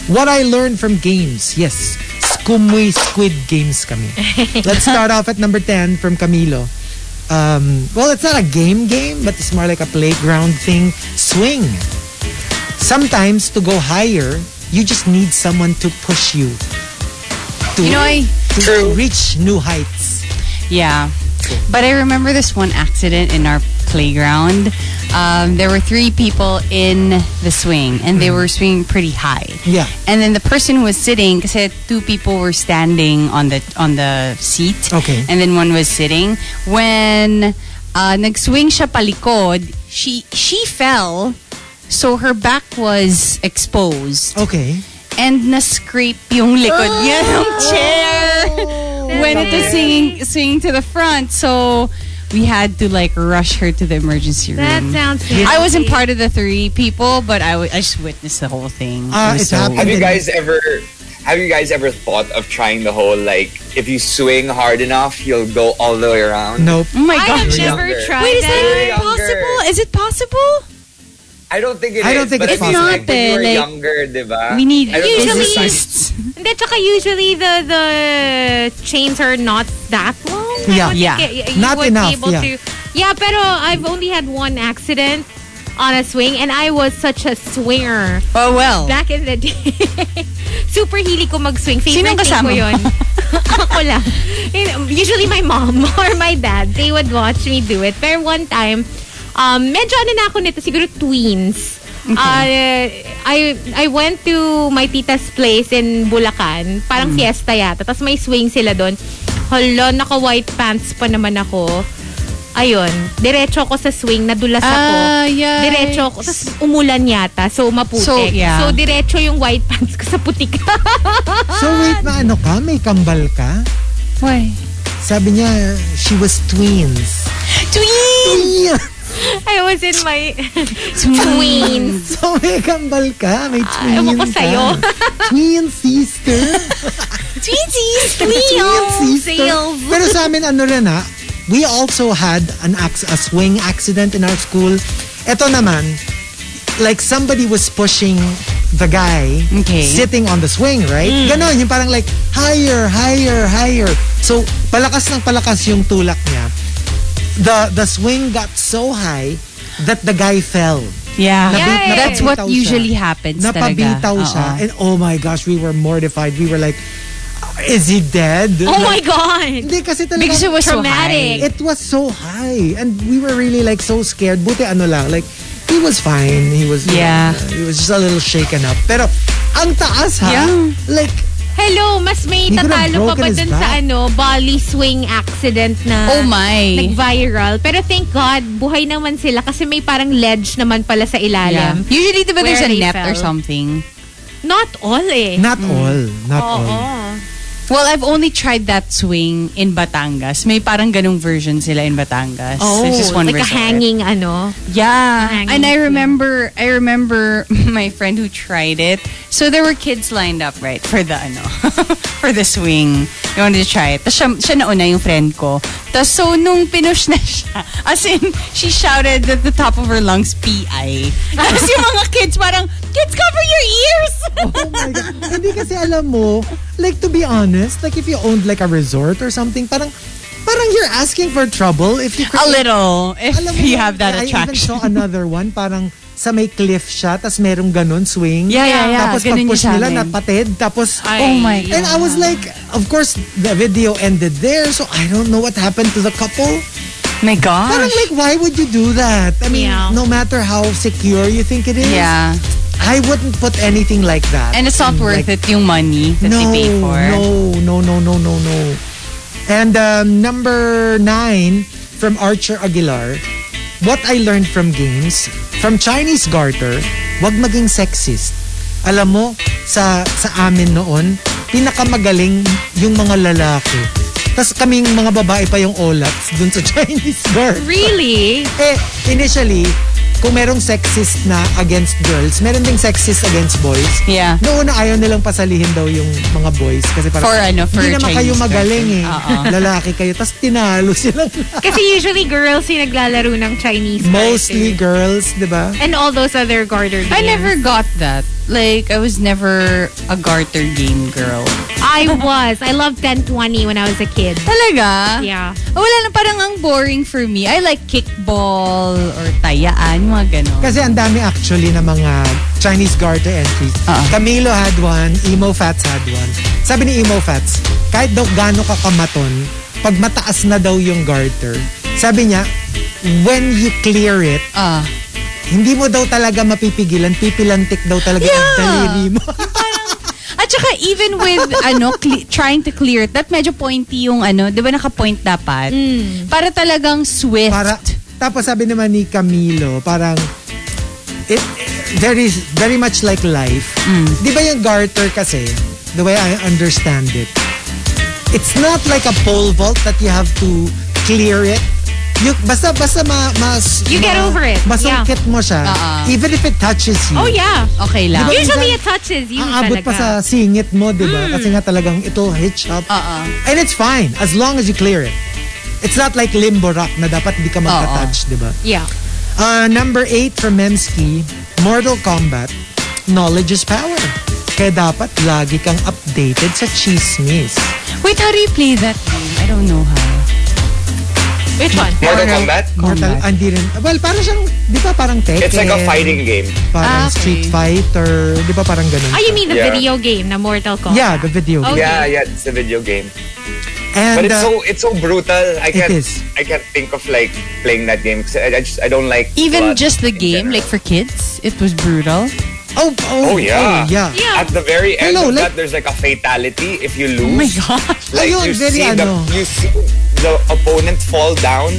[SPEAKER 4] What I learned from games. Yes, skumuy squid
[SPEAKER 2] [laughs]
[SPEAKER 4] games kami. Let's start off at number 10 from Camilo. Um, well, it's not a game game, but it's more like a playground thing. Swing. Sometimes to go higher, you just need someone to push you to
[SPEAKER 2] You know, I...
[SPEAKER 4] to reach new heights.
[SPEAKER 2] Yeah. But I remember this one accident in our playground. Um, there were three people in the swing, and they were swinging pretty high.
[SPEAKER 4] Mm. Yeah.
[SPEAKER 2] And then the person who was sitting, because two people were standing on the on the seat.
[SPEAKER 4] Okay.
[SPEAKER 2] And then one was sitting. When uh, nag-swing siya palikod, she she fell, so her back was exposed,
[SPEAKER 4] Okay.
[SPEAKER 2] and na-scrape yung likod
[SPEAKER 1] Oh!
[SPEAKER 2] niya ng chair went into singing singing to the front. So we had to like rush her to the emergency room.
[SPEAKER 1] That sounds
[SPEAKER 2] I wasn't
[SPEAKER 1] nasty.
[SPEAKER 2] part of the three people, but I wa- I just witnessed the whole thing.
[SPEAKER 4] Ah,
[SPEAKER 2] was
[SPEAKER 4] it happened.
[SPEAKER 5] Have you guys ever have you guys ever thought of trying the whole like if you swing hard enough you'll go all the way around?
[SPEAKER 4] Nope.
[SPEAKER 2] Oh my
[SPEAKER 1] I
[SPEAKER 2] god!
[SPEAKER 1] have
[SPEAKER 5] You're
[SPEAKER 1] never
[SPEAKER 5] younger.
[SPEAKER 1] tried
[SPEAKER 2] Wait, is
[SPEAKER 1] that.
[SPEAKER 2] that
[SPEAKER 5] You're
[SPEAKER 2] even
[SPEAKER 5] younger.
[SPEAKER 2] possible? Is it possible?
[SPEAKER 5] I don't think it
[SPEAKER 4] I
[SPEAKER 5] is,
[SPEAKER 4] don't think
[SPEAKER 5] but
[SPEAKER 4] it's
[SPEAKER 5] I mean,
[SPEAKER 4] possible.
[SPEAKER 5] like, when you
[SPEAKER 2] Not,
[SPEAKER 5] were
[SPEAKER 2] eh, like,
[SPEAKER 5] younger, diba?
[SPEAKER 2] We need
[SPEAKER 5] Uh, I don't think
[SPEAKER 1] Usually-
[SPEAKER 5] it's possible.
[SPEAKER 2] physicists. [laughs]
[SPEAKER 1] Hindi, tsaka usually the the chains are not that long. I
[SPEAKER 4] Yeah.
[SPEAKER 1] don't
[SPEAKER 2] Yeah.
[SPEAKER 1] think it- you
[SPEAKER 4] Not
[SPEAKER 1] would be
[SPEAKER 4] enough,
[SPEAKER 1] able
[SPEAKER 4] yeah.
[SPEAKER 1] To, yeah, pero I've only had one accident on a swing and I was such a swinger
[SPEAKER 2] Oh well.
[SPEAKER 1] back in the day. [laughs] Super hili ko mag-swing.
[SPEAKER 2] Sinong
[SPEAKER 1] Favorite thing ko
[SPEAKER 2] kasama
[SPEAKER 1] yun. [laughs] Ako lang. And Usually my mom [laughs] or my dad, they would watch me do it. Pero one time, um, medyo ano na ako nito, siguro tweens. Uh, I I went to my tita's place in Bulacan. Parang fiesta yata. Tapos may swing sila doon. Hala, naka-white pants pa naman ako. Ayun, diretso ako sa swing, nadulas ako.
[SPEAKER 2] yeah.
[SPEAKER 1] Diretso ako. Tapos umulan yata. So, maputik.
[SPEAKER 2] So, yeah.
[SPEAKER 1] So, diretso yung white pants ko sa putik.
[SPEAKER 2] [laughs]
[SPEAKER 4] So wait, na ano ka? May kambal ka?
[SPEAKER 2] Why?
[SPEAKER 4] Sabi niya, she was twins.
[SPEAKER 2] Tween.
[SPEAKER 4] Yeah.
[SPEAKER 1] I was in my
[SPEAKER 2] [laughs]
[SPEAKER 1] tweens.
[SPEAKER 4] [laughs] So may kambal ka? May twins
[SPEAKER 1] Ah, ewan ko
[SPEAKER 4] ka?
[SPEAKER 1] sa'yo.
[SPEAKER 4] Twin sister?
[SPEAKER 2] Tweensies.
[SPEAKER 4] twin sister?
[SPEAKER 1] sales.
[SPEAKER 4] Pero sa amin, ano rin ha? We also had an ac- a swing accident in our school. Ito naman, like somebody was pushing the guy
[SPEAKER 2] Okay. Mm.
[SPEAKER 4] sitting on the swing, right? Ganon, yung parang like, higher, higher, higher. So, palakas ng palakas yung tulak niya. The the swing got so high that the guy fell.
[SPEAKER 2] Yeah.
[SPEAKER 4] Nabit-
[SPEAKER 1] Yay!
[SPEAKER 2] That's
[SPEAKER 4] napabitaw
[SPEAKER 2] what
[SPEAKER 4] siya.
[SPEAKER 2] usually happens. talaga.
[SPEAKER 4] Napabitaw siya.
[SPEAKER 2] Oo.
[SPEAKER 4] And oh my gosh, we were mortified. We were like, is he dead?
[SPEAKER 1] Oh my God.
[SPEAKER 4] Hindi kasi talaga.
[SPEAKER 2] Because it was so
[SPEAKER 1] Traumatic.
[SPEAKER 2] high.
[SPEAKER 4] It was so high and we were really like so scared. Buti ano lang, like he was fine. He was
[SPEAKER 2] Yeah.
[SPEAKER 4] he was just a little shaken up. Pero ang taas ha.
[SPEAKER 2] Yeah.
[SPEAKER 4] Like
[SPEAKER 1] Hello, mas may
[SPEAKER 4] He could have
[SPEAKER 1] tatalo pa
[SPEAKER 4] broken
[SPEAKER 1] ba
[SPEAKER 4] his
[SPEAKER 1] dun
[SPEAKER 4] back.
[SPEAKER 1] sa ano, Bali swing accident na
[SPEAKER 2] Oh my.
[SPEAKER 1] nag-viral. Pero thank God, buhay naman sila kasi may parang ledge naman pala sa
[SPEAKER 2] Yeah.
[SPEAKER 1] ilalim.
[SPEAKER 2] Usually, diba, there's
[SPEAKER 1] Where
[SPEAKER 2] a
[SPEAKER 1] they
[SPEAKER 2] net
[SPEAKER 1] fell.
[SPEAKER 2] or something.
[SPEAKER 1] Not all eh.
[SPEAKER 4] not
[SPEAKER 2] Mm.
[SPEAKER 4] all, not all.
[SPEAKER 2] Well, I've only tried that swing in Batangas. May parang ganung version sila in Batangas. There's just one
[SPEAKER 1] Oh, like a
[SPEAKER 2] resort.
[SPEAKER 1] hanging ano.
[SPEAKER 2] Yeah.
[SPEAKER 1] hanging
[SPEAKER 2] and I remember I remember [laughs] my friend who tried it. So there were kids lined up, right, for the ano, [laughs] for the swing. They wanted to try it. Tapos siya, siya nauna yung friend ko. Tapos so nung pinush na siya, [laughs] as in, she shouted at the top of her lungs, P.I. Tapos yung mga kids parang, kids, cover your ears! [laughs]
[SPEAKER 4] Oh my God. Hindi kasi alam mo, like to be honest, like if you owned like a resort or something, parang parang you're asking for trouble if you
[SPEAKER 2] a little, if
[SPEAKER 4] Alam mo,
[SPEAKER 2] you have that
[SPEAKER 4] I even
[SPEAKER 2] attraction.
[SPEAKER 4] saw another one, parang sa may cliff siya, tapos merong ganun swing.
[SPEAKER 2] Yeah, yeah, yeah.
[SPEAKER 4] Tapos
[SPEAKER 2] Ganun
[SPEAKER 4] pag-push
[SPEAKER 2] yung sa
[SPEAKER 4] nila,
[SPEAKER 2] amin.
[SPEAKER 4] napatid. Tapos,
[SPEAKER 2] Oh my God.
[SPEAKER 4] And I was like, of course, the video ended there, so I don't know what happened to the couple.
[SPEAKER 2] My gosh.
[SPEAKER 4] Parang like, why would you do that? I mean,
[SPEAKER 1] Yeah.
[SPEAKER 4] no matter how secure you think it is,
[SPEAKER 2] yeah.
[SPEAKER 4] I wouldn't put anything like that.
[SPEAKER 2] And it's not worth it yung money that
[SPEAKER 4] no,
[SPEAKER 2] they pay for.
[SPEAKER 4] No, no, no, no, no, no. And um, number nine from Archer Aguilar. What I learned from games, from Chinese garter, wag maging sexist. Alam mo, sa sa amin noon, pinakamagaling yung mga lalaki. Tapos kaming mga babae pa yung olats dun sa [laughs] Chinese girl.
[SPEAKER 1] Really?
[SPEAKER 4] Eh, initially, kung merong sexist na against girls, meron ding sexist against boys.
[SPEAKER 2] Yeah.
[SPEAKER 4] Noon na ayaw nilang pasalihin daw yung mga boys. Kasi parang,
[SPEAKER 2] For ano, for
[SPEAKER 4] hindi naman
[SPEAKER 2] Chinese
[SPEAKER 4] kayo magaling
[SPEAKER 2] person."
[SPEAKER 4] eh.
[SPEAKER 2] Oo.
[SPEAKER 4] Lalaki kayo. Tapos tinalo
[SPEAKER 2] [laughs]
[SPEAKER 4] silang
[SPEAKER 1] Kasi usually girls yung naglalaro ng Chinese
[SPEAKER 4] mostly
[SPEAKER 1] girls.
[SPEAKER 4] girls, di ba?
[SPEAKER 1] And all those other garter games.
[SPEAKER 2] I never got that. Like, I was never a garter game girl.
[SPEAKER 1] I was. I loved 1020 when I was a kid.
[SPEAKER 2] Talaga?
[SPEAKER 1] Yeah.
[SPEAKER 2] Oh, wala na parang ang boring for me. I like kickball or tayaan, mga ganon.
[SPEAKER 4] Kasi ang dami actually na mga Chinese garter entries.
[SPEAKER 2] Ah.
[SPEAKER 4] Camilo had one, Emo Fats had one. Sabi ni Emo Fats, kahit daw gaano ka kamaton, pag mataas na daw yung garter, sabi niya, when you clear it,
[SPEAKER 2] Ah.
[SPEAKER 4] hindi mo daw talaga mapipigilan, pipilantik daw talaga ang
[SPEAKER 2] Yeah.
[SPEAKER 4] daliri mo.
[SPEAKER 2] At saka even with ano cle- trying to clear it, that medyo pointy yung ano, 'di ba naka-point dapat? Para talagang swift.
[SPEAKER 4] Para, tapos sabi naman ni Camilo, parang, it, there is very much like life.
[SPEAKER 1] Mm.
[SPEAKER 4] Di ba yung garter kasi, the way I understand it, it's not like a pole vault that you have to clear it. You, basta, basta ma, mas...
[SPEAKER 1] You get over it. Uh-uh.
[SPEAKER 4] Masungkit mo siya.
[SPEAKER 2] Oo.
[SPEAKER 4] Even if it touches you.
[SPEAKER 1] Oh, yeah.
[SPEAKER 2] okay lang.
[SPEAKER 4] Diba?
[SPEAKER 1] Usually it touches you
[SPEAKER 4] Aabot pa sa
[SPEAKER 1] talaga. Mm.
[SPEAKER 4] singit mo, di ba? Kasi nga talagang it'll hitch up.
[SPEAKER 1] Uh-uh.
[SPEAKER 2] Oo.
[SPEAKER 4] And it's fine, as long as you clear it. It's not like limbo rock na dapat di ka
[SPEAKER 1] Uh-uh.
[SPEAKER 4] magka-touch, di ba?
[SPEAKER 1] Yeah.
[SPEAKER 4] Uh, number 8 from Memski, Mortal Kombat, knowledge is power. Kaya dapat lagi kang updated sa chismis.
[SPEAKER 2] Wait, how do you play that game? I don't know how.
[SPEAKER 1] Which one?
[SPEAKER 5] Mortal Kombat?
[SPEAKER 4] Mortal, ah,
[SPEAKER 2] Kombat.
[SPEAKER 4] hindi rin. Well, parang siyang, di ba parang Tekken?
[SPEAKER 5] It's like a fighting game.
[SPEAKER 2] Ah,
[SPEAKER 4] Parang
[SPEAKER 2] okay.
[SPEAKER 4] Street Fighter. Di ba parang ganun?
[SPEAKER 1] Oh, you mean the
[SPEAKER 5] Yeah.
[SPEAKER 1] video game na Mortal Kombat?
[SPEAKER 4] Yeah, the video.
[SPEAKER 2] Oh.
[SPEAKER 1] Okay.
[SPEAKER 4] game.
[SPEAKER 5] Yeah, yeah, it's a video game.
[SPEAKER 4] And,
[SPEAKER 5] But it's
[SPEAKER 4] uh,
[SPEAKER 5] so it's so brutal. I can't
[SPEAKER 4] is.
[SPEAKER 5] I can't think of like playing that game because I, I just I don't like
[SPEAKER 2] Even
[SPEAKER 5] blood
[SPEAKER 2] just the
[SPEAKER 5] in
[SPEAKER 2] game,
[SPEAKER 5] general.
[SPEAKER 2] like for kids, it was brutal.
[SPEAKER 4] oh, oh,
[SPEAKER 5] Oh,
[SPEAKER 4] oh,
[SPEAKER 5] yeah.
[SPEAKER 4] yeah.
[SPEAKER 1] Yeah.
[SPEAKER 5] At the very end
[SPEAKER 4] Hello,
[SPEAKER 5] of
[SPEAKER 4] like-
[SPEAKER 5] that, there's like a fatality if you lose.
[SPEAKER 2] Oh my gosh.
[SPEAKER 5] Like
[SPEAKER 4] Ayun,
[SPEAKER 5] you
[SPEAKER 4] very
[SPEAKER 5] see
[SPEAKER 4] ano.
[SPEAKER 5] the you see the opponent fall down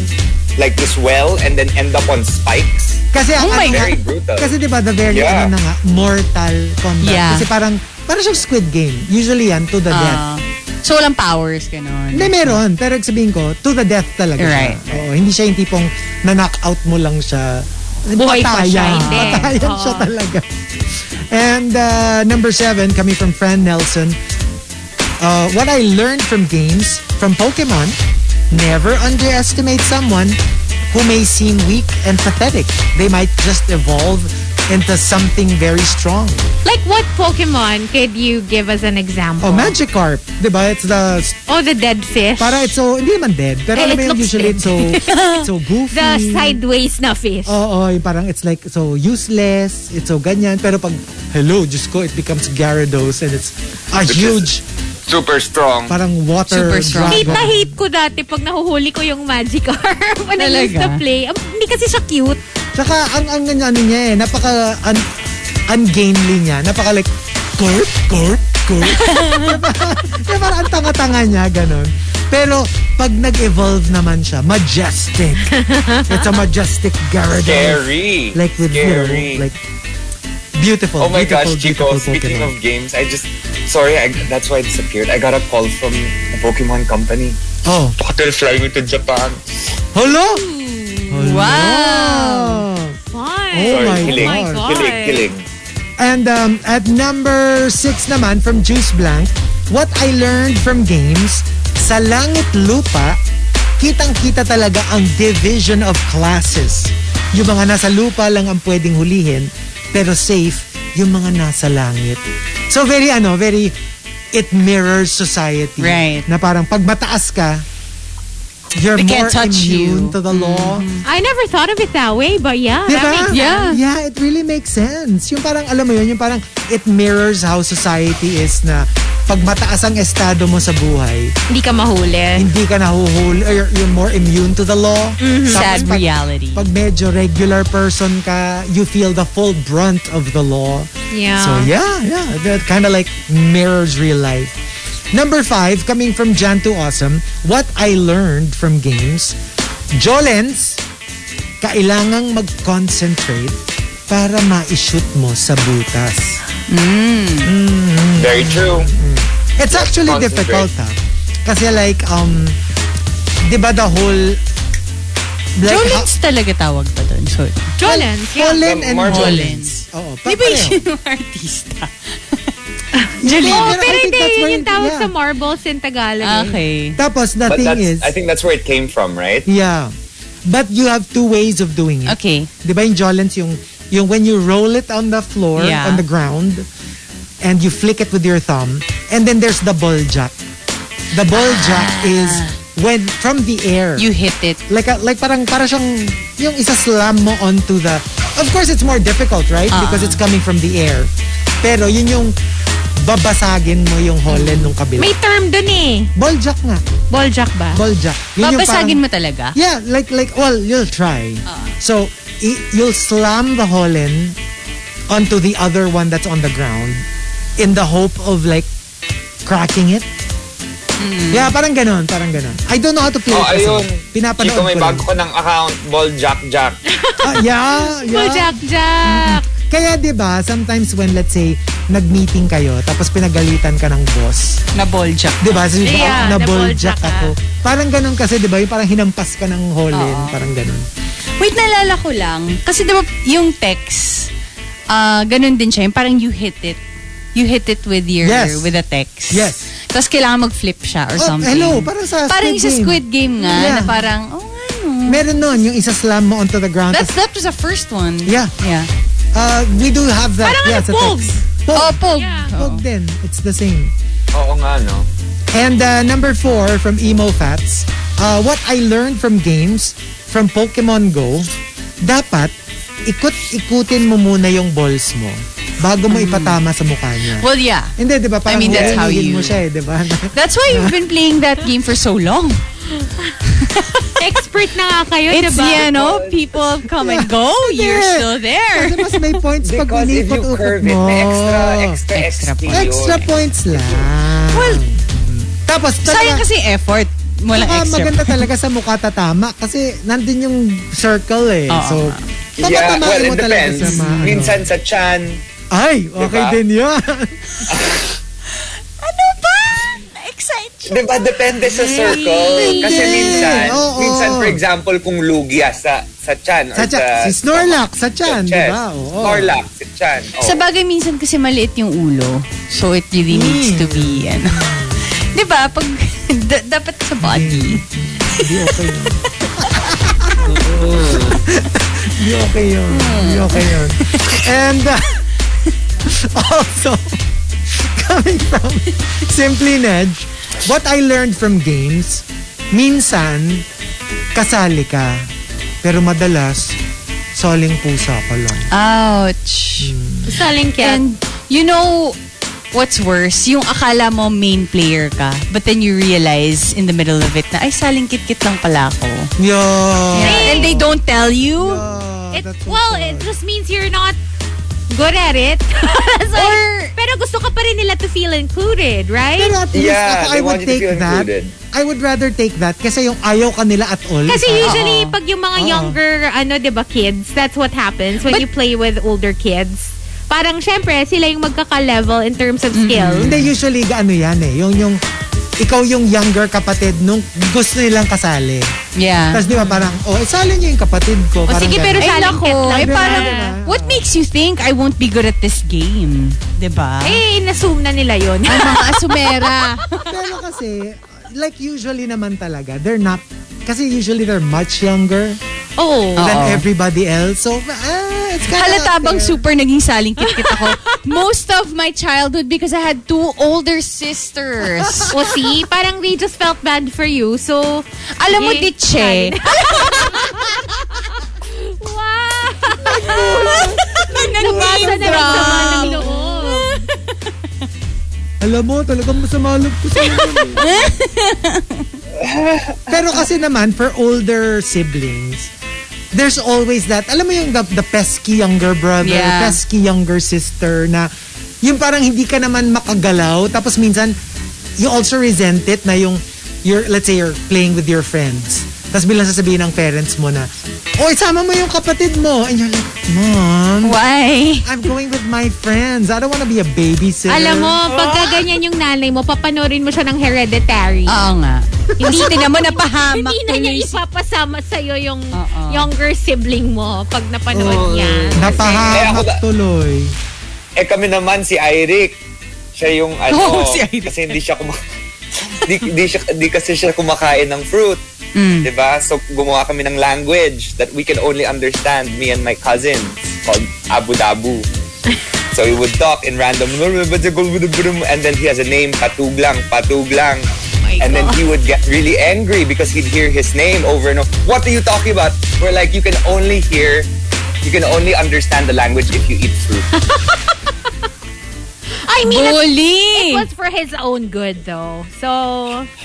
[SPEAKER 5] like this well and then end up on spikes.
[SPEAKER 4] Kasi ang
[SPEAKER 2] Oh my
[SPEAKER 4] ano nga-
[SPEAKER 5] Very brutal.
[SPEAKER 4] Kasi di ba the very
[SPEAKER 5] Yeah.
[SPEAKER 4] ano na nga, Mortal Kombat.
[SPEAKER 2] Yeah.
[SPEAKER 4] Kasi parang, parang siyang Squid Game. Usually yan, to the death.
[SPEAKER 2] Ah. so walang powers, ganon.
[SPEAKER 4] Hindi, meron. Pero ang sabihin ko, to the death talaga
[SPEAKER 2] Right,
[SPEAKER 4] siya. Oo, hindi siya yung tipong na-knock out mo lang siya.
[SPEAKER 1] Buhay pa siya,
[SPEAKER 4] Patayan.
[SPEAKER 1] hindi.
[SPEAKER 4] Patayan
[SPEAKER 1] Oo.
[SPEAKER 4] siya talaga. And uh, number seven, coming from Fran Nelson. Uh, what I learned from games, from Pokemon, never underestimate someone who may seem weak and pathetic. They might just evolve into something very strong.
[SPEAKER 1] Like what Pokemon could you give us an example?
[SPEAKER 4] Oh, Magikarp, di ba? It's the
[SPEAKER 1] Oh, the dead fish.
[SPEAKER 4] Para it's so, hindi naman dead. Pero
[SPEAKER 1] Eh,
[SPEAKER 4] alam mo
[SPEAKER 1] it
[SPEAKER 4] yun,
[SPEAKER 1] looks
[SPEAKER 4] usually
[SPEAKER 1] dead.
[SPEAKER 4] it's so, it's
[SPEAKER 1] [laughs]
[SPEAKER 4] so goofy.
[SPEAKER 1] the sideways na fish.
[SPEAKER 4] Oo, yung parang it's like so useless, it's so ganyan. Pero pag, hello, Diyos ko, it becomes Gyarados and it's a
[SPEAKER 5] Which is-
[SPEAKER 4] huge,
[SPEAKER 5] Super strong.
[SPEAKER 4] parang water
[SPEAKER 2] Super strong.
[SPEAKER 1] Hate
[SPEAKER 4] dragon.
[SPEAKER 1] na hate ko dati pag nahuhuli ko yung [laughs] Magikarp when I used to
[SPEAKER 2] Talaga?
[SPEAKER 1] play. Um, hindi kasi siya cute.
[SPEAKER 4] Tsaka, ang, ang ang ano niya eh, napaka un, ungainly niya. Napaka like, corp, corp,
[SPEAKER 1] [laughs]
[SPEAKER 4] corp. diba? Parang ang tanga-tanga niya, ganun. Pero, pag nag-evolve naman siya, majestic.
[SPEAKER 1] [laughs]
[SPEAKER 4] It's a majestic Gyarados.
[SPEAKER 5] Scary.
[SPEAKER 4] like with
[SPEAKER 5] Scary.
[SPEAKER 4] you know, like beautiful.
[SPEAKER 5] Oh my
[SPEAKER 4] beautiful,
[SPEAKER 5] gosh, Chico,
[SPEAKER 4] beautiful
[SPEAKER 5] speaking
[SPEAKER 4] Pokemon.
[SPEAKER 5] of games, I just sorry, I, that's why I disappeared. I got a call from the Pokemon company.
[SPEAKER 4] oh,
[SPEAKER 5] Hotel flying me to Japan.
[SPEAKER 4] hello.
[SPEAKER 2] Wow.
[SPEAKER 1] Fun.
[SPEAKER 4] Oh
[SPEAKER 5] Sorry,
[SPEAKER 4] my
[SPEAKER 5] killing.
[SPEAKER 1] Oh
[SPEAKER 4] God.
[SPEAKER 1] my
[SPEAKER 5] Killing,
[SPEAKER 1] God.
[SPEAKER 5] killing.
[SPEAKER 4] And um, at number six naman from Juice Blank, what I learned from games, sa langit lupa, kitang-kita talaga ang division of classes. Yung mga nasa lupa lang ang pwedeng hulihin, pero safe yung mga nasa langit. So very ano, very it mirrors society.
[SPEAKER 2] Right.
[SPEAKER 4] Na parang pag mataas ka, you're
[SPEAKER 2] They
[SPEAKER 4] more
[SPEAKER 2] can't touch
[SPEAKER 4] immune
[SPEAKER 2] you. Mm.
[SPEAKER 4] to the law.
[SPEAKER 1] I never thought of it that way, but yeah.
[SPEAKER 4] Diba?
[SPEAKER 1] That makes
[SPEAKER 2] Yeah.
[SPEAKER 4] Yeah, it really makes sense. Yung parang, alam mo yun, yung parang it mirrors how society is na pag mataas ang estado mo sa buhay,
[SPEAKER 1] hindi ka mahuli.
[SPEAKER 4] hindi ka nahuhuli, or you're, you're more immune to the law. Tapos
[SPEAKER 2] Mm-hmm. Sad
[SPEAKER 4] pag-
[SPEAKER 2] reality.
[SPEAKER 4] Pag medyo regular person ka, you feel the full brunt of the law.
[SPEAKER 1] Yeah.
[SPEAKER 4] So yeah, yeah, that kind of like mirrors real life. Number five, coming from Jan to Awesome, what I learned from games, Jolens, kailangang mag-concentrate para ma-shoot mo sa butas.
[SPEAKER 5] Very true.
[SPEAKER 4] It's actually
[SPEAKER 5] Concentrate.
[SPEAKER 4] difficult ha. Kasi like, um, di ba the whole... Like,
[SPEAKER 2] Jolens talaga tawag pa doon. Sorry.
[SPEAKER 1] Jolens,
[SPEAKER 4] ha-
[SPEAKER 1] yeah.
[SPEAKER 4] Holland and
[SPEAKER 5] More
[SPEAKER 4] Hollins. Oo,
[SPEAKER 2] Di
[SPEAKER 4] pa,
[SPEAKER 2] ba
[SPEAKER 4] pareho.
[SPEAKER 2] yun yung artista?
[SPEAKER 4] Jolene,
[SPEAKER 1] Oh,
[SPEAKER 4] pero I
[SPEAKER 1] pero
[SPEAKER 4] think
[SPEAKER 1] hindi,
[SPEAKER 4] that's
[SPEAKER 1] yun
[SPEAKER 4] where
[SPEAKER 1] yung
[SPEAKER 4] it-
[SPEAKER 1] tawag
[SPEAKER 4] yeah. Ah,
[SPEAKER 1] sa marbles in Tagalog. eh.
[SPEAKER 2] Okay.
[SPEAKER 4] Tapos the
[SPEAKER 5] But
[SPEAKER 4] thing
[SPEAKER 5] that's,
[SPEAKER 4] is,
[SPEAKER 5] I think that's where it came from, right?
[SPEAKER 4] yeah. But you have two ways of doing it.
[SPEAKER 2] Okay.
[SPEAKER 4] Di ba yung Jolens, yung, yung when you roll it on the floor,
[SPEAKER 2] Yeah.
[SPEAKER 4] on the ground, and you flick it with your thumb, and then there's the ball jack. The ball jack is when, from the air.
[SPEAKER 2] Ah. You hit it.
[SPEAKER 4] like, a- like parang, para siyang, yung isa slam mo onto the, of course it's more difficult, right?
[SPEAKER 2] Ah.
[SPEAKER 4] Because it's coming from the air. Pero yun yung, babasagin mo yung Holland nung kabila.
[SPEAKER 1] May term dun eh.
[SPEAKER 4] Ball jack nga.
[SPEAKER 1] Ball jack ba?
[SPEAKER 4] Ball jack. Yun yung
[SPEAKER 2] Babasagin
[SPEAKER 4] parang-
[SPEAKER 2] mo talaga?
[SPEAKER 4] Yeah, like like well, you'll try.
[SPEAKER 2] Uh.
[SPEAKER 4] So i- you'll slam the Holland onto the other one that's on the ground in the hope of like cracking it.
[SPEAKER 2] Hmm.
[SPEAKER 4] Yeah, parang ganon, parang ganon. I don't know how to play
[SPEAKER 5] Oh,
[SPEAKER 4] it. kasi.
[SPEAKER 5] ayun.
[SPEAKER 4] Pinapanood
[SPEAKER 5] Chico, may
[SPEAKER 4] ko lang.
[SPEAKER 5] bago ko ng account. Ball Jack Jack.
[SPEAKER 4] [laughs] Ah, yeah, yeah.
[SPEAKER 1] Ball jack jack.
[SPEAKER 4] Kaya 'di ba, sometimes when let's say nag-meeting kayo tapos pinagalitan ka ng boss,
[SPEAKER 2] Na ball jack.
[SPEAKER 4] 'di ba? Sabi
[SPEAKER 1] Yeah,
[SPEAKER 4] mo, "Ah,
[SPEAKER 1] naboljak
[SPEAKER 4] naboljak
[SPEAKER 1] ka."
[SPEAKER 4] ako. Parang ganon kasi 'di ba, yung parang hinampas ka ng Holland, parang ganon.
[SPEAKER 2] Wait, nalala ko lang. Kasi diba yung text, ah ganun din siya. Yung parang you hit it. You hit it with your,
[SPEAKER 4] Yes.
[SPEAKER 2] with a text.
[SPEAKER 4] Yes.
[SPEAKER 2] Tapos kailangan mag-flip siya or
[SPEAKER 4] Oh,
[SPEAKER 2] something.
[SPEAKER 4] hello, parang sa
[SPEAKER 2] Parang yung
[SPEAKER 4] Squid
[SPEAKER 2] sa
[SPEAKER 4] Game.
[SPEAKER 2] Squid Game nga,
[SPEAKER 4] Yeah.
[SPEAKER 2] na parang, oh, ano.
[SPEAKER 4] Meron nun, yung isa slam mo onto the ground.
[SPEAKER 2] That's, that was the first one.
[SPEAKER 4] Yeah.
[SPEAKER 2] Yeah.
[SPEAKER 4] Uh, we do have that.
[SPEAKER 1] Parang
[SPEAKER 4] yeah,
[SPEAKER 1] ano,
[SPEAKER 4] sa
[SPEAKER 1] Pogue.
[SPEAKER 4] text.
[SPEAKER 2] Oh, Pog. Oo.
[SPEAKER 1] Yeah.
[SPEAKER 4] Pogue din. It's the same.
[SPEAKER 5] Oo nga, no?
[SPEAKER 4] And uh, number four from Emo Fats. Uh, what I learned from games, from Pokemon Go, dapat ikut-ikutin mo muna yung balls mo bago mo ipatama sa mukha niya.
[SPEAKER 2] Hmm. Well, yeah.
[SPEAKER 4] Hindi, di ba? Parang
[SPEAKER 2] mean, that's how
[SPEAKER 4] huhulihin
[SPEAKER 2] you-
[SPEAKER 4] mo siya eh, di
[SPEAKER 2] [laughs]
[SPEAKER 4] ba?
[SPEAKER 2] That's why you've been playing that game for so long.
[SPEAKER 4] Mm-hmm.
[SPEAKER 1] Expert na nga kayo,
[SPEAKER 2] It's,
[SPEAKER 1] diba?
[SPEAKER 2] you know, people come and go. You're
[SPEAKER 4] Hindi.
[SPEAKER 2] still there.
[SPEAKER 4] Kasi mas may points pag
[SPEAKER 5] Because if you
[SPEAKER 4] unikot-ukot
[SPEAKER 5] curve it,
[SPEAKER 4] mo.
[SPEAKER 5] may extra,
[SPEAKER 2] Extra
[SPEAKER 5] extra, extra.
[SPEAKER 2] point.
[SPEAKER 4] Extra points lang. Hmm.
[SPEAKER 2] Well,
[SPEAKER 4] Tapos,
[SPEAKER 2] Sayang
[SPEAKER 4] talaga-
[SPEAKER 2] kasi effort. Walang
[SPEAKER 4] Saka
[SPEAKER 2] extra.
[SPEAKER 4] maganda talaga sa mukha tatama kasi nandun yung circle eh.
[SPEAKER 2] Oo.
[SPEAKER 4] So,
[SPEAKER 5] Yeah,
[SPEAKER 4] tamatamain
[SPEAKER 5] well,
[SPEAKER 4] mo
[SPEAKER 5] it
[SPEAKER 4] talaga
[SPEAKER 5] depends.
[SPEAKER 4] sa mga, ano.
[SPEAKER 5] Minsan sa chan.
[SPEAKER 4] Ay, okay
[SPEAKER 5] Diba?
[SPEAKER 4] din yun.
[SPEAKER 2] Ano ba? Na-excite siya.
[SPEAKER 5] Diba, depende sa circle. Kasi
[SPEAKER 4] Hindi.
[SPEAKER 5] minsan,
[SPEAKER 4] Oo.
[SPEAKER 5] minsan for example, kung lugya sa sa chan. Or
[SPEAKER 4] sa
[SPEAKER 5] sa,
[SPEAKER 4] tiyan. Si Snorlax, sa tiyan, di
[SPEAKER 5] chest.
[SPEAKER 4] ba? Oo.
[SPEAKER 5] Snorlax, sa chan. Oo.
[SPEAKER 2] Sa bagay, minsan kasi maliit yung ulo. So, it really needs to be, ano. [laughs] Di ba? Pag, [laughs] da- dapat sa body.
[SPEAKER 4] Hindi okay yun. Hindi okay yun. Hindi okay yun. And uh, [laughs] also, coming from Simply Nedge, what I learned from games, minsan, kasali ka. Pero madalas, saling pusa ka lang.
[SPEAKER 2] Ouch.
[SPEAKER 1] Saling
[SPEAKER 2] Mm.
[SPEAKER 1] cat.
[SPEAKER 2] And, you know, what's worse? Yung akala mo main player ka, but then you realize in the middle of it na, ay, saling kit-kit lang pala ako.
[SPEAKER 4] Yo!
[SPEAKER 2] And they don't tell you.
[SPEAKER 5] Oh,
[SPEAKER 1] It, well, it just means you're not good at it. [laughs] It's like, pero gusto ka pa rin nila to feel included, right?
[SPEAKER 4] Pero at least
[SPEAKER 5] Yeah,
[SPEAKER 4] ako,
[SPEAKER 5] they
[SPEAKER 4] I would
[SPEAKER 5] want you to
[SPEAKER 4] take
[SPEAKER 5] feel
[SPEAKER 4] that.
[SPEAKER 5] included.
[SPEAKER 4] I would rather take that kasi yung ayaw kanila at all.
[SPEAKER 2] Ah,
[SPEAKER 1] Kasi
[SPEAKER 4] parang-
[SPEAKER 1] usually, pag yung mga younger, ano, di ba, kids, that's what happens when
[SPEAKER 2] But-
[SPEAKER 1] you play with older kids. Parang, syempre, sila yung magkaka-level in terms
[SPEAKER 2] Mm-hmm.
[SPEAKER 1] of skill.
[SPEAKER 4] Ah, Hindi, usually, ano yan eh. Yung, yung, ikaw yung younger kapatid nung gusto nilang kasali.
[SPEAKER 2] Yeah.
[SPEAKER 4] Tapos di ba parang, oh, isali niyo yung kapatid
[SPEAKER 1] Ah. O
[SPEAKER 4] ko. parang
[SPEAKER 1] Oh, sige, pero
[SPEAKER 4] ganun.
[SPEAKER 2] Ay,
[SPEAKER 1] saling
[SPEAKER 2] nako.
[SPEAKER 1] cat lang.
[SPEAKER 2] Ay,
[SPEAKER 1] diba?
[SPEAKER 2] parang,
[SPEAKER 4] Diba?
[SPEAKER 2] what makes you think I won't be good at this game? Diba?
[SPEAKER 1] Eh, nasum na nila yun. [laughs]
[SPEAKER 2] Ang mga asumera.
[SPEAKER 4] Pero kasi, like usually naman talaga, they're not, kasi usually they're much younger
[SPEAKER 1] Oo.
[SPEAKER 4] than
[SPEAKER 2] Oo.
[SPEAKER 4] everybody else. So, ah, it's kind
[SPEAKER 2] Halata bang super naging saling kit-kit ako? Most of my childhood because I had two older sisters.
[SPEAKER 1] O see, parang they just felt bad for you. So,
[SPEAKER 2] Alam mo,
[SPEAKER 1] Yay,
[SPEAKER 2] Ditche.
[SPEAKER 1] wow!
[SPEAKER 2] Nagbasa
[SPEAKER 1] Nabasa na lang sama ng loob.
[SPEAKER 4] Alam mo, talagang masamalog ko sa eh. inyo. eh. [laughs] Pero kasi naman, for older siblings, there's always that, alam mo yung the, the pesky younger brother,
[SPEAKER 2] Yeah.
[SPEAKER 4] pesky younger sister na yung parang hindi ka naman makagalaw. Tapos minsan, you also resent it na yung, you're, let's say you're playing with your friends. Tapos bilang sasabihin ng parents mo na, Oy, sama mo yung kapatid mo. And you're like, Mom,
[SPEAKER 2] Why?
[SPEAKER 4] I'm going with my friends. I don't wanna be a babysitter.
[SPEAKER 1] Alam mo,
[SPEAKER 2] Ah.
[SPEAKER 1] pagka ganyan yung nanay mo, papanorin mo siya ng hereditary.
[SPEAKER 2] Oo nga.
[SPEAKER 1] Hindi
[SPEAKER 2] Tingnan mo, napahamak
[SPEAKER 1] Hindi na niya
[SPEAKER 2] tuloy si-
[SPEAKER 1] ipapasama sa'yo yung
[SPEAKER 2] Oo.
[SPEAKER 1] younger sibling mo pag napanood niya.
[SPEAKER 5] Eh, ako
[SPEAKER 4] Napahamak
[SPEAKER 5] ba-
[SPEAKER 4] tuloy.
[SPEAKER 5] Eh kami naman si Eric. Siya
[SPEAKER 4] [laughs]
[SPEAKER 5] yung ano,
[SPEAKER 4] Oo, si Eric.
[SPEAKER 5] kasi hindi siya kumakain. [laughs] di, di, siya, di kasi siya kumakain ng fruit.
[SPEAKER 4] Mm.
[SPEAKER 5] di ba? So gumawa kami ng language that we can only understand, me and my cousins, called Abu
[SPEAKER 4] [laughs]
[SPEAKER 5] Dabu. so we would talk in random, and then he has a name, Patuglang, Patuglang.
[SPEAKER 4] Oh
[SPEAKER 5] and then he would get really angry because he'd hear his name over and over. What are you talking about? We're like, you can only hear, you can only understand the language if you eat fruit.
[SPEAKER 1] I mean, it- it
[SPEAKER 2] Bully!
[SPEAKER 1] was for his own good though. So,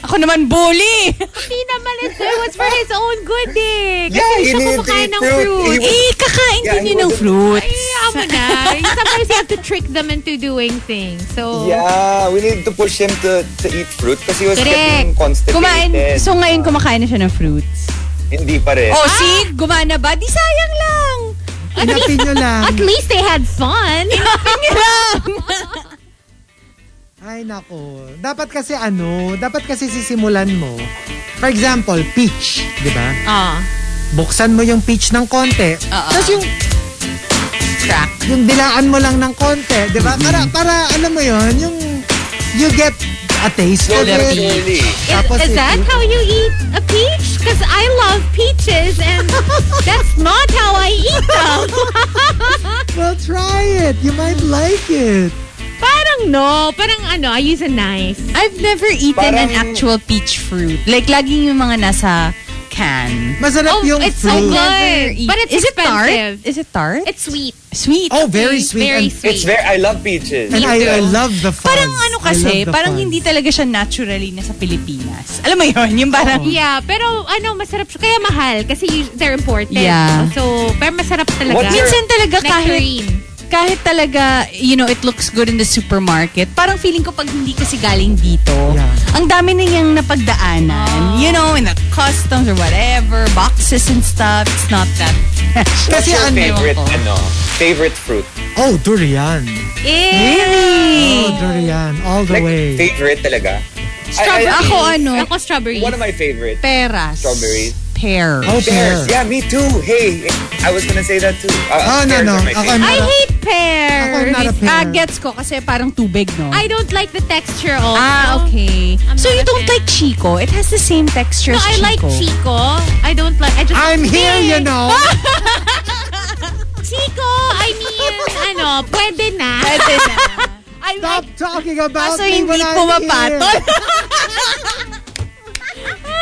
[SPEAKER 2] Ako naman, bully!
[SPEAKER 1] Hindi naman. It, it was for his own good eh. Kasi
[SPEAKER 5] Yeah, he
[SPEAKER 1] siya
[SPEAKER 5] needed to
[SPEAKER 1] kumakain
[SPEAKER 5] eat
[SPEAKER 1] ng
[SPEAKER 5] fruit.
[SPEAKER 1] fruit.
[SPEAKER 5] He-
[SPEAKER 2] eh, kakain
[SPEAKER 5] Yeah,
[SPEAKER 2] din
[SPEAKER 5] he
[SPEAKER 2] yun ng
[SPEAKER 5] wasn't-
[SPEAKER 2] fruit.
[SPEAKER 1] Ay, amo na. Sometimes you have to trick them into doing things. So,
[SPEAKER 5] Yeah, we need to push him to, to eat fruit kasi he was
[SPEAKER 1] Correct.
[SPEAKER 5] getting constipated.
[SPEAKER 2] Kumain, so ngayon kumakain na siya ng fruits.
[SPEAKER 5] Hindi pa rin.
[SPEAKER 2] Oh, see? Gumana ba? Di sayang lang!
[SPEAKER 4] Inapin nyo lang.
[SPEAKER 1] at least they had fun.
[SPEAKER 4] Ay, nako. Dapat kasi ano, dapat kasi sisimulan mo. For example, peach, di ba?
[SPEAKER 1] Ah.
[SPEAKER 4] Buksan mo yung peach ng konti. Tapos yung,
[SPEAKER 2] Crack.
[SPEAKER 4] yung dilaan mo lang ng konti, di ba? Para, para, alam mo yon yung, you get a taste of
[SPEAKER 5] Slowly,
[SPEAKER 4] it.
[SPEAKER 5] slowly.
[SPEAKER 4] Tapos
[SPEAKER 1] Is, is
[SPEAKER 4] if
[SPEAKER 1] that
[SPEAKER 4] you-
[SPEAKER 1] how you eat a peach? Because I love peaches
[SPEAKER 5] [laughs]
[SPEAKER 1] and that's not how I eat them. [laughs]
[SPEAKER 4] Well, try it. You might like it.
[SPEAKER 1] parang no. Parang ano, I use a knife.
[SPEAKER 2] I've never eaten an
[SPEAKER 5] Parang-
[SPEAKER 2] actual peach fruit. Like, laging yung mga nasa can.
[SPEAKER 4] Masarap
[SPEAKER 1] Oh,
[SPEAKER 4] yung
[SPEAKER 1] it's so
[SPEAKER 4] fruit.
[SPEAKER 1] good.
[SPEAKER 2] Never eat-
[SPEAKER 1] But it's
[SPEAKER 2] Is it
[SPEAKER 1] expensive.
[SPEAKER 2] tart? Is it tart?
[SPEAKER 1] It's sweet.
[SPEAKER 2] sweet.
[SPEAKER 4] Oh, very sweet.
[SPEAKER 1] Very
[SPEAKER 4] and
[SPEAKER 1] sweet.
[SPEAKER 5] It's very, I love peaches.
[SPEAKER 4] and I, I love the fuzz.
[SPEAKER 2] Parang ano
[SPEAKER 4] I love
[SPEAKER 2] kasi,
[SPEAKER 4] the
[SPEAKER 2] parang
[SPEAKER 4] fuzz.
[SPEAKER 2] hindi talaga siya naturally na sa Pilipinas. Alam mo yun, yung parang...
[SPEAKER 4] Oh.
[SPEAKER 1] Yeah, pero ano, masarap siya. Kaya mahal kasi us- they're important.
[SPEAKER 2] Yeah.
[SPEAKER 1] So, pero masarap talaga.
[SPEAKER 5] What's your-
[SPEAKER 2] Minsan talaga kahit,
[SPEAKER 1] Nectarine.
[SPEAKER 2] kahit talaga, you know, it looks good in the supermarket, parang feeling ko pag hindi kasi galing dito,
[SPEAKER 4] Yeah. Ah.
[SPEAKER 2] ang dami na yung napagdaanan. You know, in the customs or whatever, boxes and stuff, it's not
[SPEAKER 4] [laughs]
[SPEAKER 2] that fresh.
[SPEAKER 5] What's
[SPEAKER 4] Kasi
[SPEAKER 5] your
[SPEAKER 4] ano,
[SPEAKER 5] favorite,
[SPEAKER 2] ako.
[SPEAKER 5] ano, favorite fruit?
[SPEAKER 4] Oh, durian.
[SPEAKER 1] Really?
[SPEAKER 4] Oh, durian. All the
[SPEAKER 5] Like,
[SPEAKER 4] way.
[SPEAKER 5] favorite talaga?
[SPEAKER 1] Strawberry.
[SPEAKER 5] I,
[SPEAKER 2] Ako ano?
[SPEAKER 1] Ako strawberry.
[SPEAKER 5] I, one of my favorite.
[SPEAKER 2] Peras.
[SPEAKER 5] Strawberries.
[SPEAKER 2] Pear.
[SPEAKER 4] Oh, pear.
[SPEAKER 5] Pears. Yeah, me too. Hey, I was gonna say that too.
[SPEAKER 4] Ah,
[SPEAKER 5] Uh,
[SPEAKER 4] no,
[SPEAKER 5] pears
[SPEAKER 4] no.
[SPEAKER 5] are my
[SPEAKER 4] Ako,
[SPEAKER 5] favorite.
[SPEAKER 4] no.
[SPEAKER 1] I hate pears.
[SPEAKER 4] Ako, not a pear.
[SPEAKER 2] Ah, gets ko kasi parang tubig, no?
[SPEAKER 1] I don't like the texture also.
[SPEAKER 2] ah, okay.
[SPEAKER 1] I'm
[SPEAKER 2] so
[SPEAKER 1] not
[SPEAKER 2] you
[SPEAKER 1] a
[SPEAKER 2] don't
[SPEAKER 1] fan.
[SPEAKER 2] like Chico? It has the same texture
[SPEAKER 1] No,
[SPEAKER 2] as
[SPEAKER 1] I
[SPEAKER 2] Chico.
[SPEAKER 1] like Chico. I don't like... I just
[SPEAKER 4] I'm here, you know.
[SPEAKER 2] [laughs]
[SPEAKER 1] Chico, I
[SPEAKER 2] [laughs]
[SPEAKER 1] mean, ano, pwede na.
[SPEAKER 2] Pwede na.
[SPEAKER 1] I
[SPEAKER 4] Stop
[SPEAKER 1] like...
[SPEAKER 4] talking about
[SPEAKER 2] Kaso Ah,
[SPEAKER 4] me
[SPEAKER 2] hindi
[SPEAKER 4] when I'm
[SPEAKER 2] pumapatol.
[SPEAKER 4] here.
[SPEAKER 1] [laughs]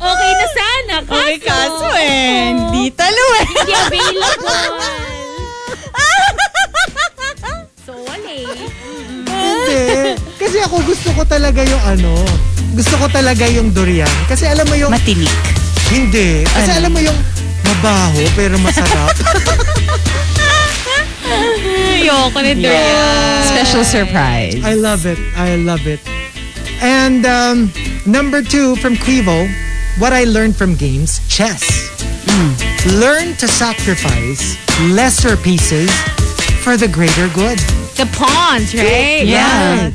[SPEAKER 1] Okay na sana. Kaso,
[SPEAKER 2] Uy, kaso eh, hindi talo eh.
[SPEAKER 1] Hindi available. so, wala eh.
[SPEAKER 2] [laughs]
[SPEAKER 4] Hindi. Kasi ako gusto ko talaga yung ano. Gusto ko talaga yung durian. Kasi alam mo yung...
[SPEAKER 2] [laughs] Matinik.
[SPEAKER 4] hindi. Kasi
[SPEAKER 2] Ano?
[SPEAKER 4] alam mo yung mabaho pero masarap.
[SPEAKER 2] [laughs]
[SPEAKER 1] Ayoko na
[SPEAKER 2] Special surprise.
[SPEAKER 4] I love it. I love it. And um, number two from Quivo, what I learned from games, chess.
[SPEAKER 2] Hmm.
[SPEAKER 4] Learn to sacrifice lesser pieces for the greater good.
[SPEAKER 1] The pawns, right?
[SPEAKER 4] Right.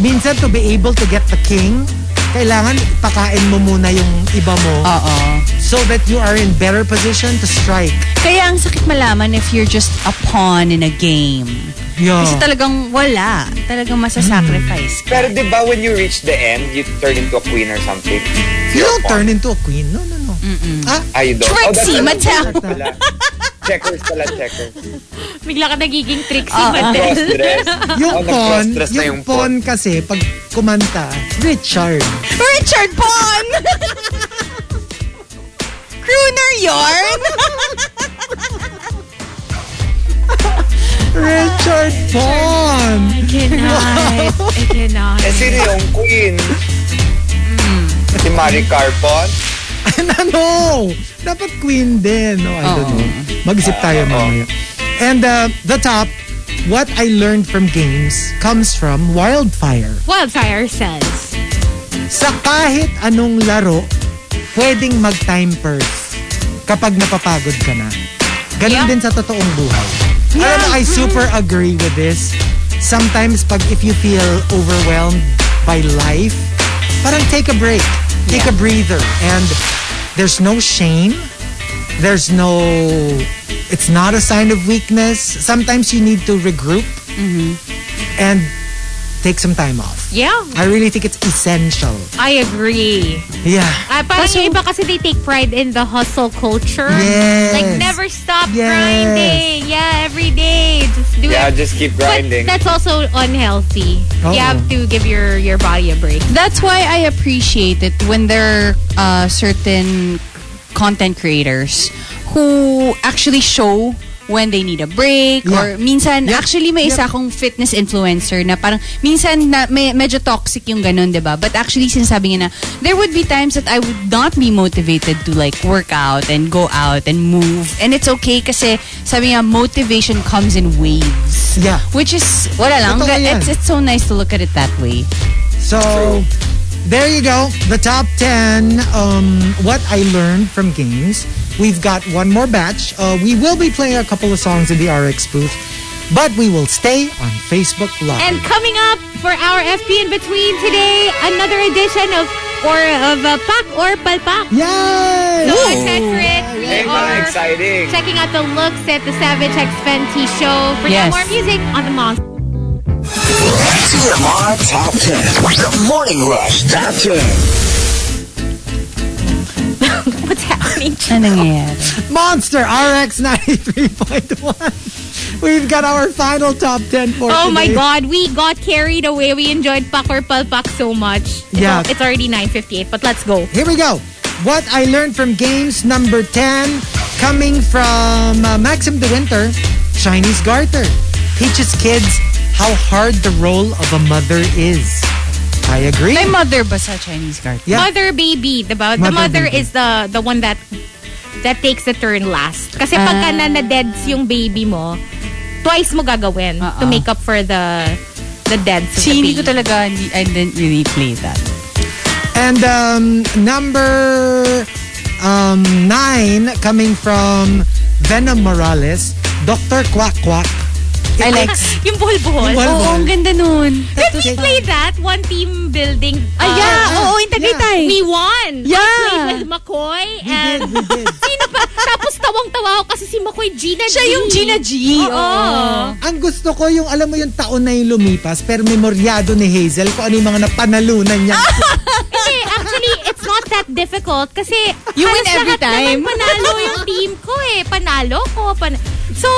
[SPEAKER 4] Minsan to be able to get the king, kailangan pakain mo muna yung iba mo
[SPEAKER 2] Oo.
[SPEAKER 4] so that you are in better position to strike.
[SPEAKER 2] Kaya ang sakit malaman if you're just a pawn in a game.
[SPEAKER 4] Yeah.
[SPEAKER 2] Kasi talagang wala. Talagang masasacrifice.
[SPEAKER 5] Pero di ba when you reach the end, you turn into a queen or something?
[SPEAKER 4] you
[SPEAKER 5] You're a
[SPEAKER 4] don't
[SPEAKER 5] pawn.
[SPEAKER 4] turn into a queen. No, no, no. Ah,
[SPEAKER 5] Ah, you don't.
[SPEAKER 2] Trixie,
[SPEAKER 5] that's-
[SPEAKER 2] Mattel.
[SPEAKER 5] Pala. Checkers pala, checkers.
[SPEAKER 1] Bigla ka nagiging tricksy
[SPEAKER 2] Ah, ah.
[SPEAKER 1] Mattel.
[SPEAKER 5] Cross-dress.
[SPEAKER 4] yung pawn,
[SPEAKER 5] Oh, nag-cross-dress na
[SPEAKER 4] yung pawn kasi pag kumanta, Richard.
[SPEAKER 2] Richard Pawn! [laughs] Crooner yarn! [laughs]
[SPEAKER 4] Richard Pawn. [laughs]
[SPEAKER 1] I cannot. I cannot.
[SPEAKER 5] Eh, sino yung queen? Si Marie Carpon?
[SPEAKER 4] ano? Dapat queen din. No, I don't know. Mag-isip tayo mamaya. And uh, the top, what I learned from games comes from Wildfire.
[SPEAKER 1] Wildfire says.
[SPEAKER 4] Sa kahit anong laro, pwedeng mag-time purse kapag napapagod ka na. Ganun
[SPEAKER 2] Yeah.
[SPEAKER 4] din sa totoong buhay. Alam mo, I super agree with this. Sometimes pag if you feel overwhelmed by life, parang take a break. Take a breather. And there's no shame. There's no... It's not a sign of weakness. Sometimes you need to regroup and take some time off.
[SPEAKER 1] Yeah,
[SPEAKER 4] I really think it's essential.
[SPEAKER 1] I agree.
[SPEAKER 4] Yeah.
[SPEAKER 1] Ah, parang yung iba kasi they take pride in the hustle culture.
[SPEAKER 4] Yes.
[SPEAKER 1] Like never stop
[SPEAKER 4] Yes.
[SPEAKER 1] grinding. Yeah, every day. Just do
[SPEAKER 5] Yeah,
[SPEAKER 1] it.
[SPEAKER 5] just keep grinding.
[SPEAKER 1] But that's also unhealthy.
[SPEAKER 4] Oo.
[SPEAKER 1] You have to give your, your body a break.
[SPEAKER 2] That's why I appreciate it when there are uh, certain content creators who actually show when they need a break
[SPEAKER 4] Yeah.
[SPEAKER 2] or minsan
[SPEAKER 4] Yeah.
[SPEAKER 2] actually may isa akong fitness influencer na parang minsan na may, medyo toxic yung ganun 'di ba but actually sinasabi niya na there would be times that I would not be motivated to like work out and go out and move and it's okay kasi sabi niya motivation comes in waves
[SPEAKER 4] Yeah.
[SPEAKER 2] which is wala lang
[SPEAKER 4] Totoo yan.
[SPEAKER 2] it's, it's so nice to look at it that way
[SPEAKER 4] So there you go. The top 10 um, what I learned from games. We've got one more batch. Uh, we will be playing a couple of songs in the RX booth, but we will stay on Facebook Live.
[SPEAKER 1] And coming up for our FP in between today, another edition of or of uh, Pak or Palpak.
[SPEAKER 4] Yay!
[SPEAKER 1] So excited for it. We
[SPEAKER 5] Hey, Eh, parang
[SPEAKER 1] are
[SPEAKER 5] exciting. [laughs]
[SPEAKER 1] checking out the looks at the Savage X Fenty show. For now,
[SPEAKER 2] Yes.
[SPEAKER 1] more music on the Monster.
[SPEAKER 3] TMR Top 10. The Morning Rush Top 10.
[SPEAKER 1] What's happening?
[SPEAKER 2] ano nangyayari
[SPEAKER 4] Monster RX 93.1. We've got our final top 10 for
[SPEAKER 1] [laughs] Oh my
[SPEAKER 4] today.
[SPEAKER 1] God, we got carried away. We enjoyed Pak or Palpak so much. It's
[SPEAKER 4] Yeah.
[SPEAKER 1] al- It's already 9.58, but let's go.
[SPEAKER 4] Here we go. What I learned from games number 10 coming from uh, Maxim De Winter, Chinese Garter. Teaches kids how hard the role of a mother is. I agree.
[SPEAKER 2] My mother ba sa Chinese garden?
[SPEAKER 4] Yeah.
[SPEAKER 1] Mother baby, diba? the
[SPEAKER 4] Mother
[SPEAKER 1] mother
[SPEAKER 4] baby.
[SPEAKER 1] is the the one that that takes the turn last. Kasi
[SPEAKER 4] Ah.
[SPEAKER 1] pagka na na-deads yung baby mo, twice mo gagawin
[SPEAKER 4] Uh-uh.
[SPEAKER 1] to make up for the the deads of
[SPEAKER 2] Si
[SPEAKER 1] the
[SPEAKER 2] hindi
[SPEAKER 1] baby.
[SPEAKER 2] ko talaga, hindi, I didn't really play that.
[SPEAKER 4] And um, number um, 9 coming from Venom Morales, Dr. Quack Quack.
[SPEAKER 2] I like... [laughs]
[SPEAKER 1] yung buhol-buhol.
[SPEAKER 4] Yung buhol-buhol.
[SPEAKER 2] Oo, ang ganda nun.
[SPEAKER 1] Did we play that? One team building.
[SPEAKER 2] Ah,
[SPEAKER 1] uh,
[SPEAKER 2] yeah.
[SPEAKER 4] ah,
[SPEAKER 2] Oo, yung Tagaytay.
[SPEAKER 1] We won.
[SPEAKER 2] Yeah.
[SPEAKER 1] I played with McCoy
[SPEAKER 4] We
[SPEAKER 1] and
[SPEAKER 4] did, we did.
[SPEAKER 1] sino pa? Tapos tawang-tawa ako kasi si McCoy Gina G.
[SPEAKER 2] Siya yung Gina G.
[SPEAKER 1] Oo.
[SPEAKER 4] Ang gusto ko yung, alam mo yung taon na yung lumipas, pero memoryado ni Hazel kung ano yung mga napanalunan niya.
[SPEAKER 2] Ah!
[SPEAKER 1] Hindi, actually, it's not that difficult kasi
[SPEAKER 2] You
[SPEAKER 1] halos
[SPEAKER 2] win every
[SPEAKER 1] lahat naman
[SPEAKER 2] time.
[SPEAKER 1] panalo yung team ko eh. Panalo ko. Pan- so,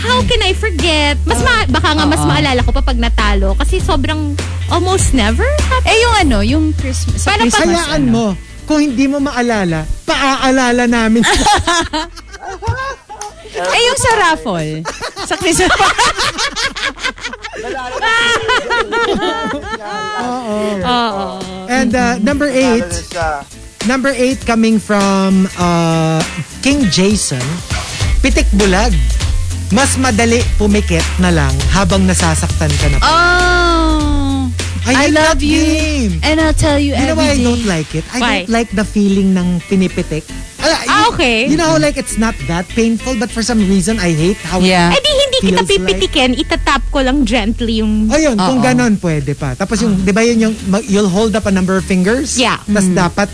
[SPEAKER 1] how can I forget? Mas ma- baka nga mas maalala ko pa pag natalo kasi sobrang almost never happened.
[SPEAKER 2] Eh, yung ano, yung Christmas. Sa
[SPEAKER 1] Paano pag-
[SPEAKER 2] Christmas,
[SPEAKER 4] Hayaan
[SPEAKER 2] ano.
[SPEAKER 4] mo. Kung hindi mo maalala, paaalala
[SPEAKER 2] [laughs]
[SPEAKER 4] namin.
[SPEAKER 2] Eh, yung sa [laughs] raffle. sa Christmas.
[SPEAKER 4] And uh, number eight, number eight coming from uh, King Jason, pitik bulag. Mas madali pumikit na lang habang nasasaktan ka na.
[SPEAKER 2] oh. I
[SPEAKER 4] like
[SPEAKER 2] love
[SPEAKER 4] that
[SPEAKER 2] you.
[SPEAKER 4] game.
[SPEAKER 2] And I'll tell you,
[SPEAKER 4] You know why I
[SPEAKER 2] every day.
[SPEAKER 4] don't like it? I
[SPEAKER 1] Why?
[SPEAKER 4] don't like the feeling ng pinipitik. Ah,
[SPEAKER 1] Ah,
[SPEAKER 4] you-
[SPEAKER 1] okay.
[SPEAKER 4] You know, like it's not that painful, but for some reason, I hate how
[SPEAKER 2] Yeah.
[SPEAKER 1] Eh di hindi kita
[SPEAKER 4] Feels like-
[SPEAKER 1] pipitikin, itatap ko lang gently yung...
[SPEAKER 4] O yun, kung
[SPEAKER 2] Oo.
[SPEAKER 4] ganon pwede pa. Tapos yung, di ba yun yung, mag- you'll hold up a number of fingers?
[SPEAKER 1] Yeah.
[SPEAKER 4] Tapos
[SPEAKER 5] Mm.
[SPEAKER 4] dapat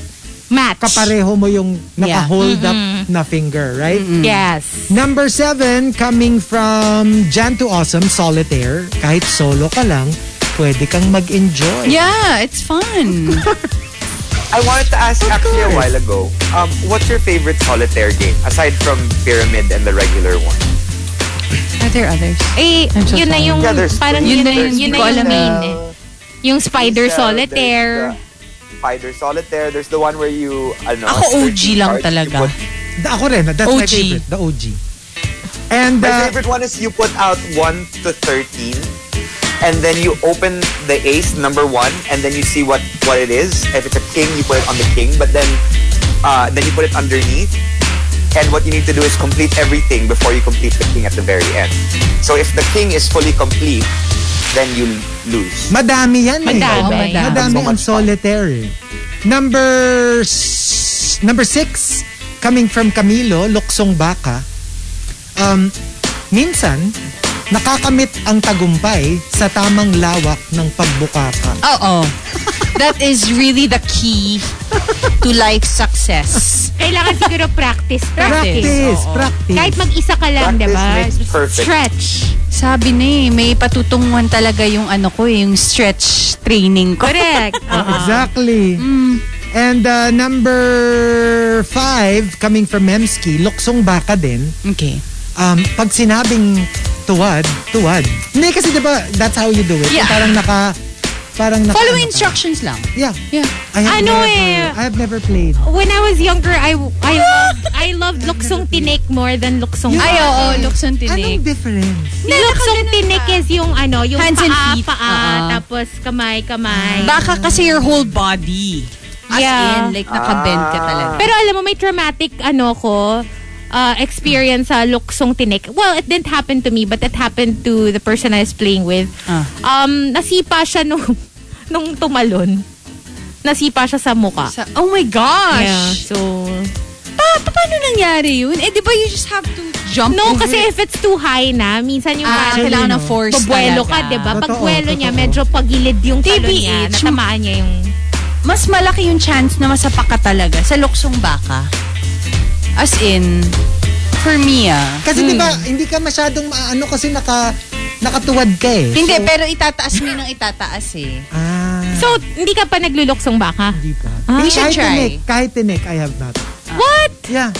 [SPEAKER 1] Match.
[SPEAKER 4] kapareho mo yung
[SPEAKER 2] Yeah.
[SPEAKER 4] naka-hold up na finger, right?
[SPEAKER 1] Mm-hmm. Yes.
[SPEAKER 4] Number seven, coming from Jan to Awesome, Solitaire. Kahit solo ka lang, pwede kang mag-enjoy.
[SPEAKER 2] Yeah, it's fun.
[SPEAKER 5] I wanted to ask actually a while ago, um, what's your favorite solitaire game aside from Pyramid and the regular one?
[SPEAKER 2] Are there others?
[SPEAKER 1] Eh,
[SPEAKER 2] I'm so
[SPEAKER 1] yun na
[SPEAKER 2] sorry.
[SPEAKER 1] yung
[SPEAKER 5] Yeah, there's-
[SPEAKER 1] parang
[SPEAKER 2] Yun
[SPEAKER 1] yun,
[SPEAKER 2] na
[SPEAKER 1] na
[SPEAKER 2] yung
[SPEAKER 1] yun,
[SPEAKER 2] hindi
[SPEAKER 1] na
[SPEAKER 2] ko
[SPEAKER 1] yung
[SPEAKER 2] alam eh.
[SPEAKER 1] main eh. Yung Spider
[SPEAKER 5] There's the-
[SPEAKER 1] Solitaire.
[SPEAKER 5] there's the Spider Solitaire. There's the one where you, ano,
[SPEAKER 2] Ako
[SPEAKER 5] search
[SPEAKER 2] OG lang
[SPEAKER 5] cards, you
[SPEAKER 2] talaga.
[SPEAKER 5] put-
[SPEAKER 4] Da- Ako rin, that's my
[SPEAKER 2] OG.
[SPEAKER 4] favorite, the OG. And,
[SPEAKER 5] my
[SPEAKER 4] uh,
[SPEAKER 5] favorite one is you put out 1 to 13 and then you open the ace number 1 and then you see what, what it is. If it's a king, you put it on the king, but then uh, then you put it underneath. And what you need to do is complete everything before you complete the king at the very end. So if the king is fully complete, then you lose.
[SPEAKER 4] madami yan eh.
[SPEAKER 1] Madami.
[SPEAKER 2] Madami.
[SPEAKER 4] Madami
[SPEAKER 5] So
[SPEAKER 4] ang
[SPEAKER 5] much fun.
[SPEAKER 4] solitaire eh. Number s- Yes. Number six, coming from Camilo, Luksong Baka. Um, minsan, nakakamit ang tagumpay sa tamang lawak ng pagbukaka.
[SPEAKER 2] Oo. That is really the key to life success.
[SPEAKER 1] Kailangan siguro practice. Practice.
[SPEAKER 4] Practice,
[SPEAKER 2] oo.
[SPEAKER 4] practice.
[SPEAKER 1] Kahit mag-isa ka lang, diba? di
[SPEAKER 5] Practice
[SPEAKER 1] ba?
[SPEAKER 5] makes perfect.
[SPEAKER 1] Stretch.
[SPEAKER 2] Sabi ni, may patutunguhan talaga yung ano ko, eh, yung stretch training ko.
[SPEAKER 1] Correct. Oo.
[SPEAKER 4] Exactly.
[SPEAKER 1] Mm.
[SPEAKER 4] And uh, number five, coming from Memski, Luksong Baka din.
[SPEAKER 2] [laughs] Okay.
[SPEAKER 4] um, pag sinabing tuwad, tuwad. Hindi kasi di ba, that's how you do it.
[SPEAKER 2] Yeah.
[SPEAKER 4] Parang naka, parang naka.
[SPEAKER 2] Follow
[SPEAKER 4] ano ka.
[SPEAKER 2] instructions lang.
[SPEAKER 4] Yeah.
[SPEAKER 2] Yeah.
[SPEAKER 4] I have
[SPEAKER 1] Ano
[SPEAKER 4] never,
[SPEAKER 1] eh.
[SPEAKER 4] I have never played.
[SPEAKER 1] When I was younger, I, I loved, I loved luksong tinik more than luksong
[SPEAKER 2] Ay,
[SPEAKER 1] baka.
[SPEAKER 2] oo, luksong
[SPEAKER 4] Anong
[SPEAKER 2] tinik.
[SPEAKER 4] difference?
[SPEAKER 1] Yung luksong tinik is yung ano, yung
[SPEAKER 2] Hands and
[SPEAKER 1] paa,
[SPEAKER 2] feet. Uh-huh.
[SPEAKER 1] paa,
[SPEAKER 2] Oo.
[SPEAKER 1] tapos kamay, kamay.
[SPEAKER 2] Baka kasi your whole body. As
[SPEAKER 1] Yeah.
[SPEAKER 2] in, like, nakabend ka talaga.
[SPEAKER 1] Pero alam mo, may traumatic ano ko, uh, experience sa luksong tinik. Well, it didn't happen to me, but it happened to the person I was playing with.
[SPEAKER 2] Ah.
[SPEAKER 1] Um, nasipa siya nung, [laughs] nung tumalon. Nasipa siya sa muka.
[SPEAKER 2] Sa- oh my gosh!
[SPEAKER 1] Yeah, so...
[SPEAKER 2] Pa, pa- paano nangyari yun? Eh, di ba you just have to jump
[SPEAKER 1] No,
[SPEAKER 2] over
[SPEAKER 1] kasi
[SPEAKER 2] it?
[SPEAKER 1] if it's too high na, minsan yung
[SPEAKER 2] Ah,
[SPEAKER 1] parang
[SPEAKER 2] kailangan ng force
[SPEAKER 1] pabuelo
[SPEAKER 2] talaga.
[SPEAKER 1] ka, di ba? Pag
[SPEAKER 4] Totoo,
[SPEAKER 1] buwelo niya,
[SPEAKER 4] totoo.
[SPEAKER 1] medyo pagilid yung talo niya.
[SPEAKER 2] TBH,
[SPEAKER 1] Natamaan niya yung...
[SPEAKER 2] mas malaki yung chance na masapak ka talaga sa luksong baka. As in, for me ah.
[SPEAKER 4] Kasi di ba, hindi ka masyadong ano kasi naka, nakatuwad ka eh.
[SPEAKER 2] Hindi, pero itataas mo ng itataas eh.
[SPEAKER 4] Ah,
[SPEAKER 1] So, hindi ka pa nagluloksong baka?
[SPEAKER 4] hindi pa.
[SPEAKER 1] Ah.
[SPEAKER 2] We should
[SPEAKER 4] kahit
[SPEAKER 2] try.
[SPEAKER 4] Tinik, kahit tinik, I have not.
[SPEAKER 1] What?
[SPEAKER 4] Yeah.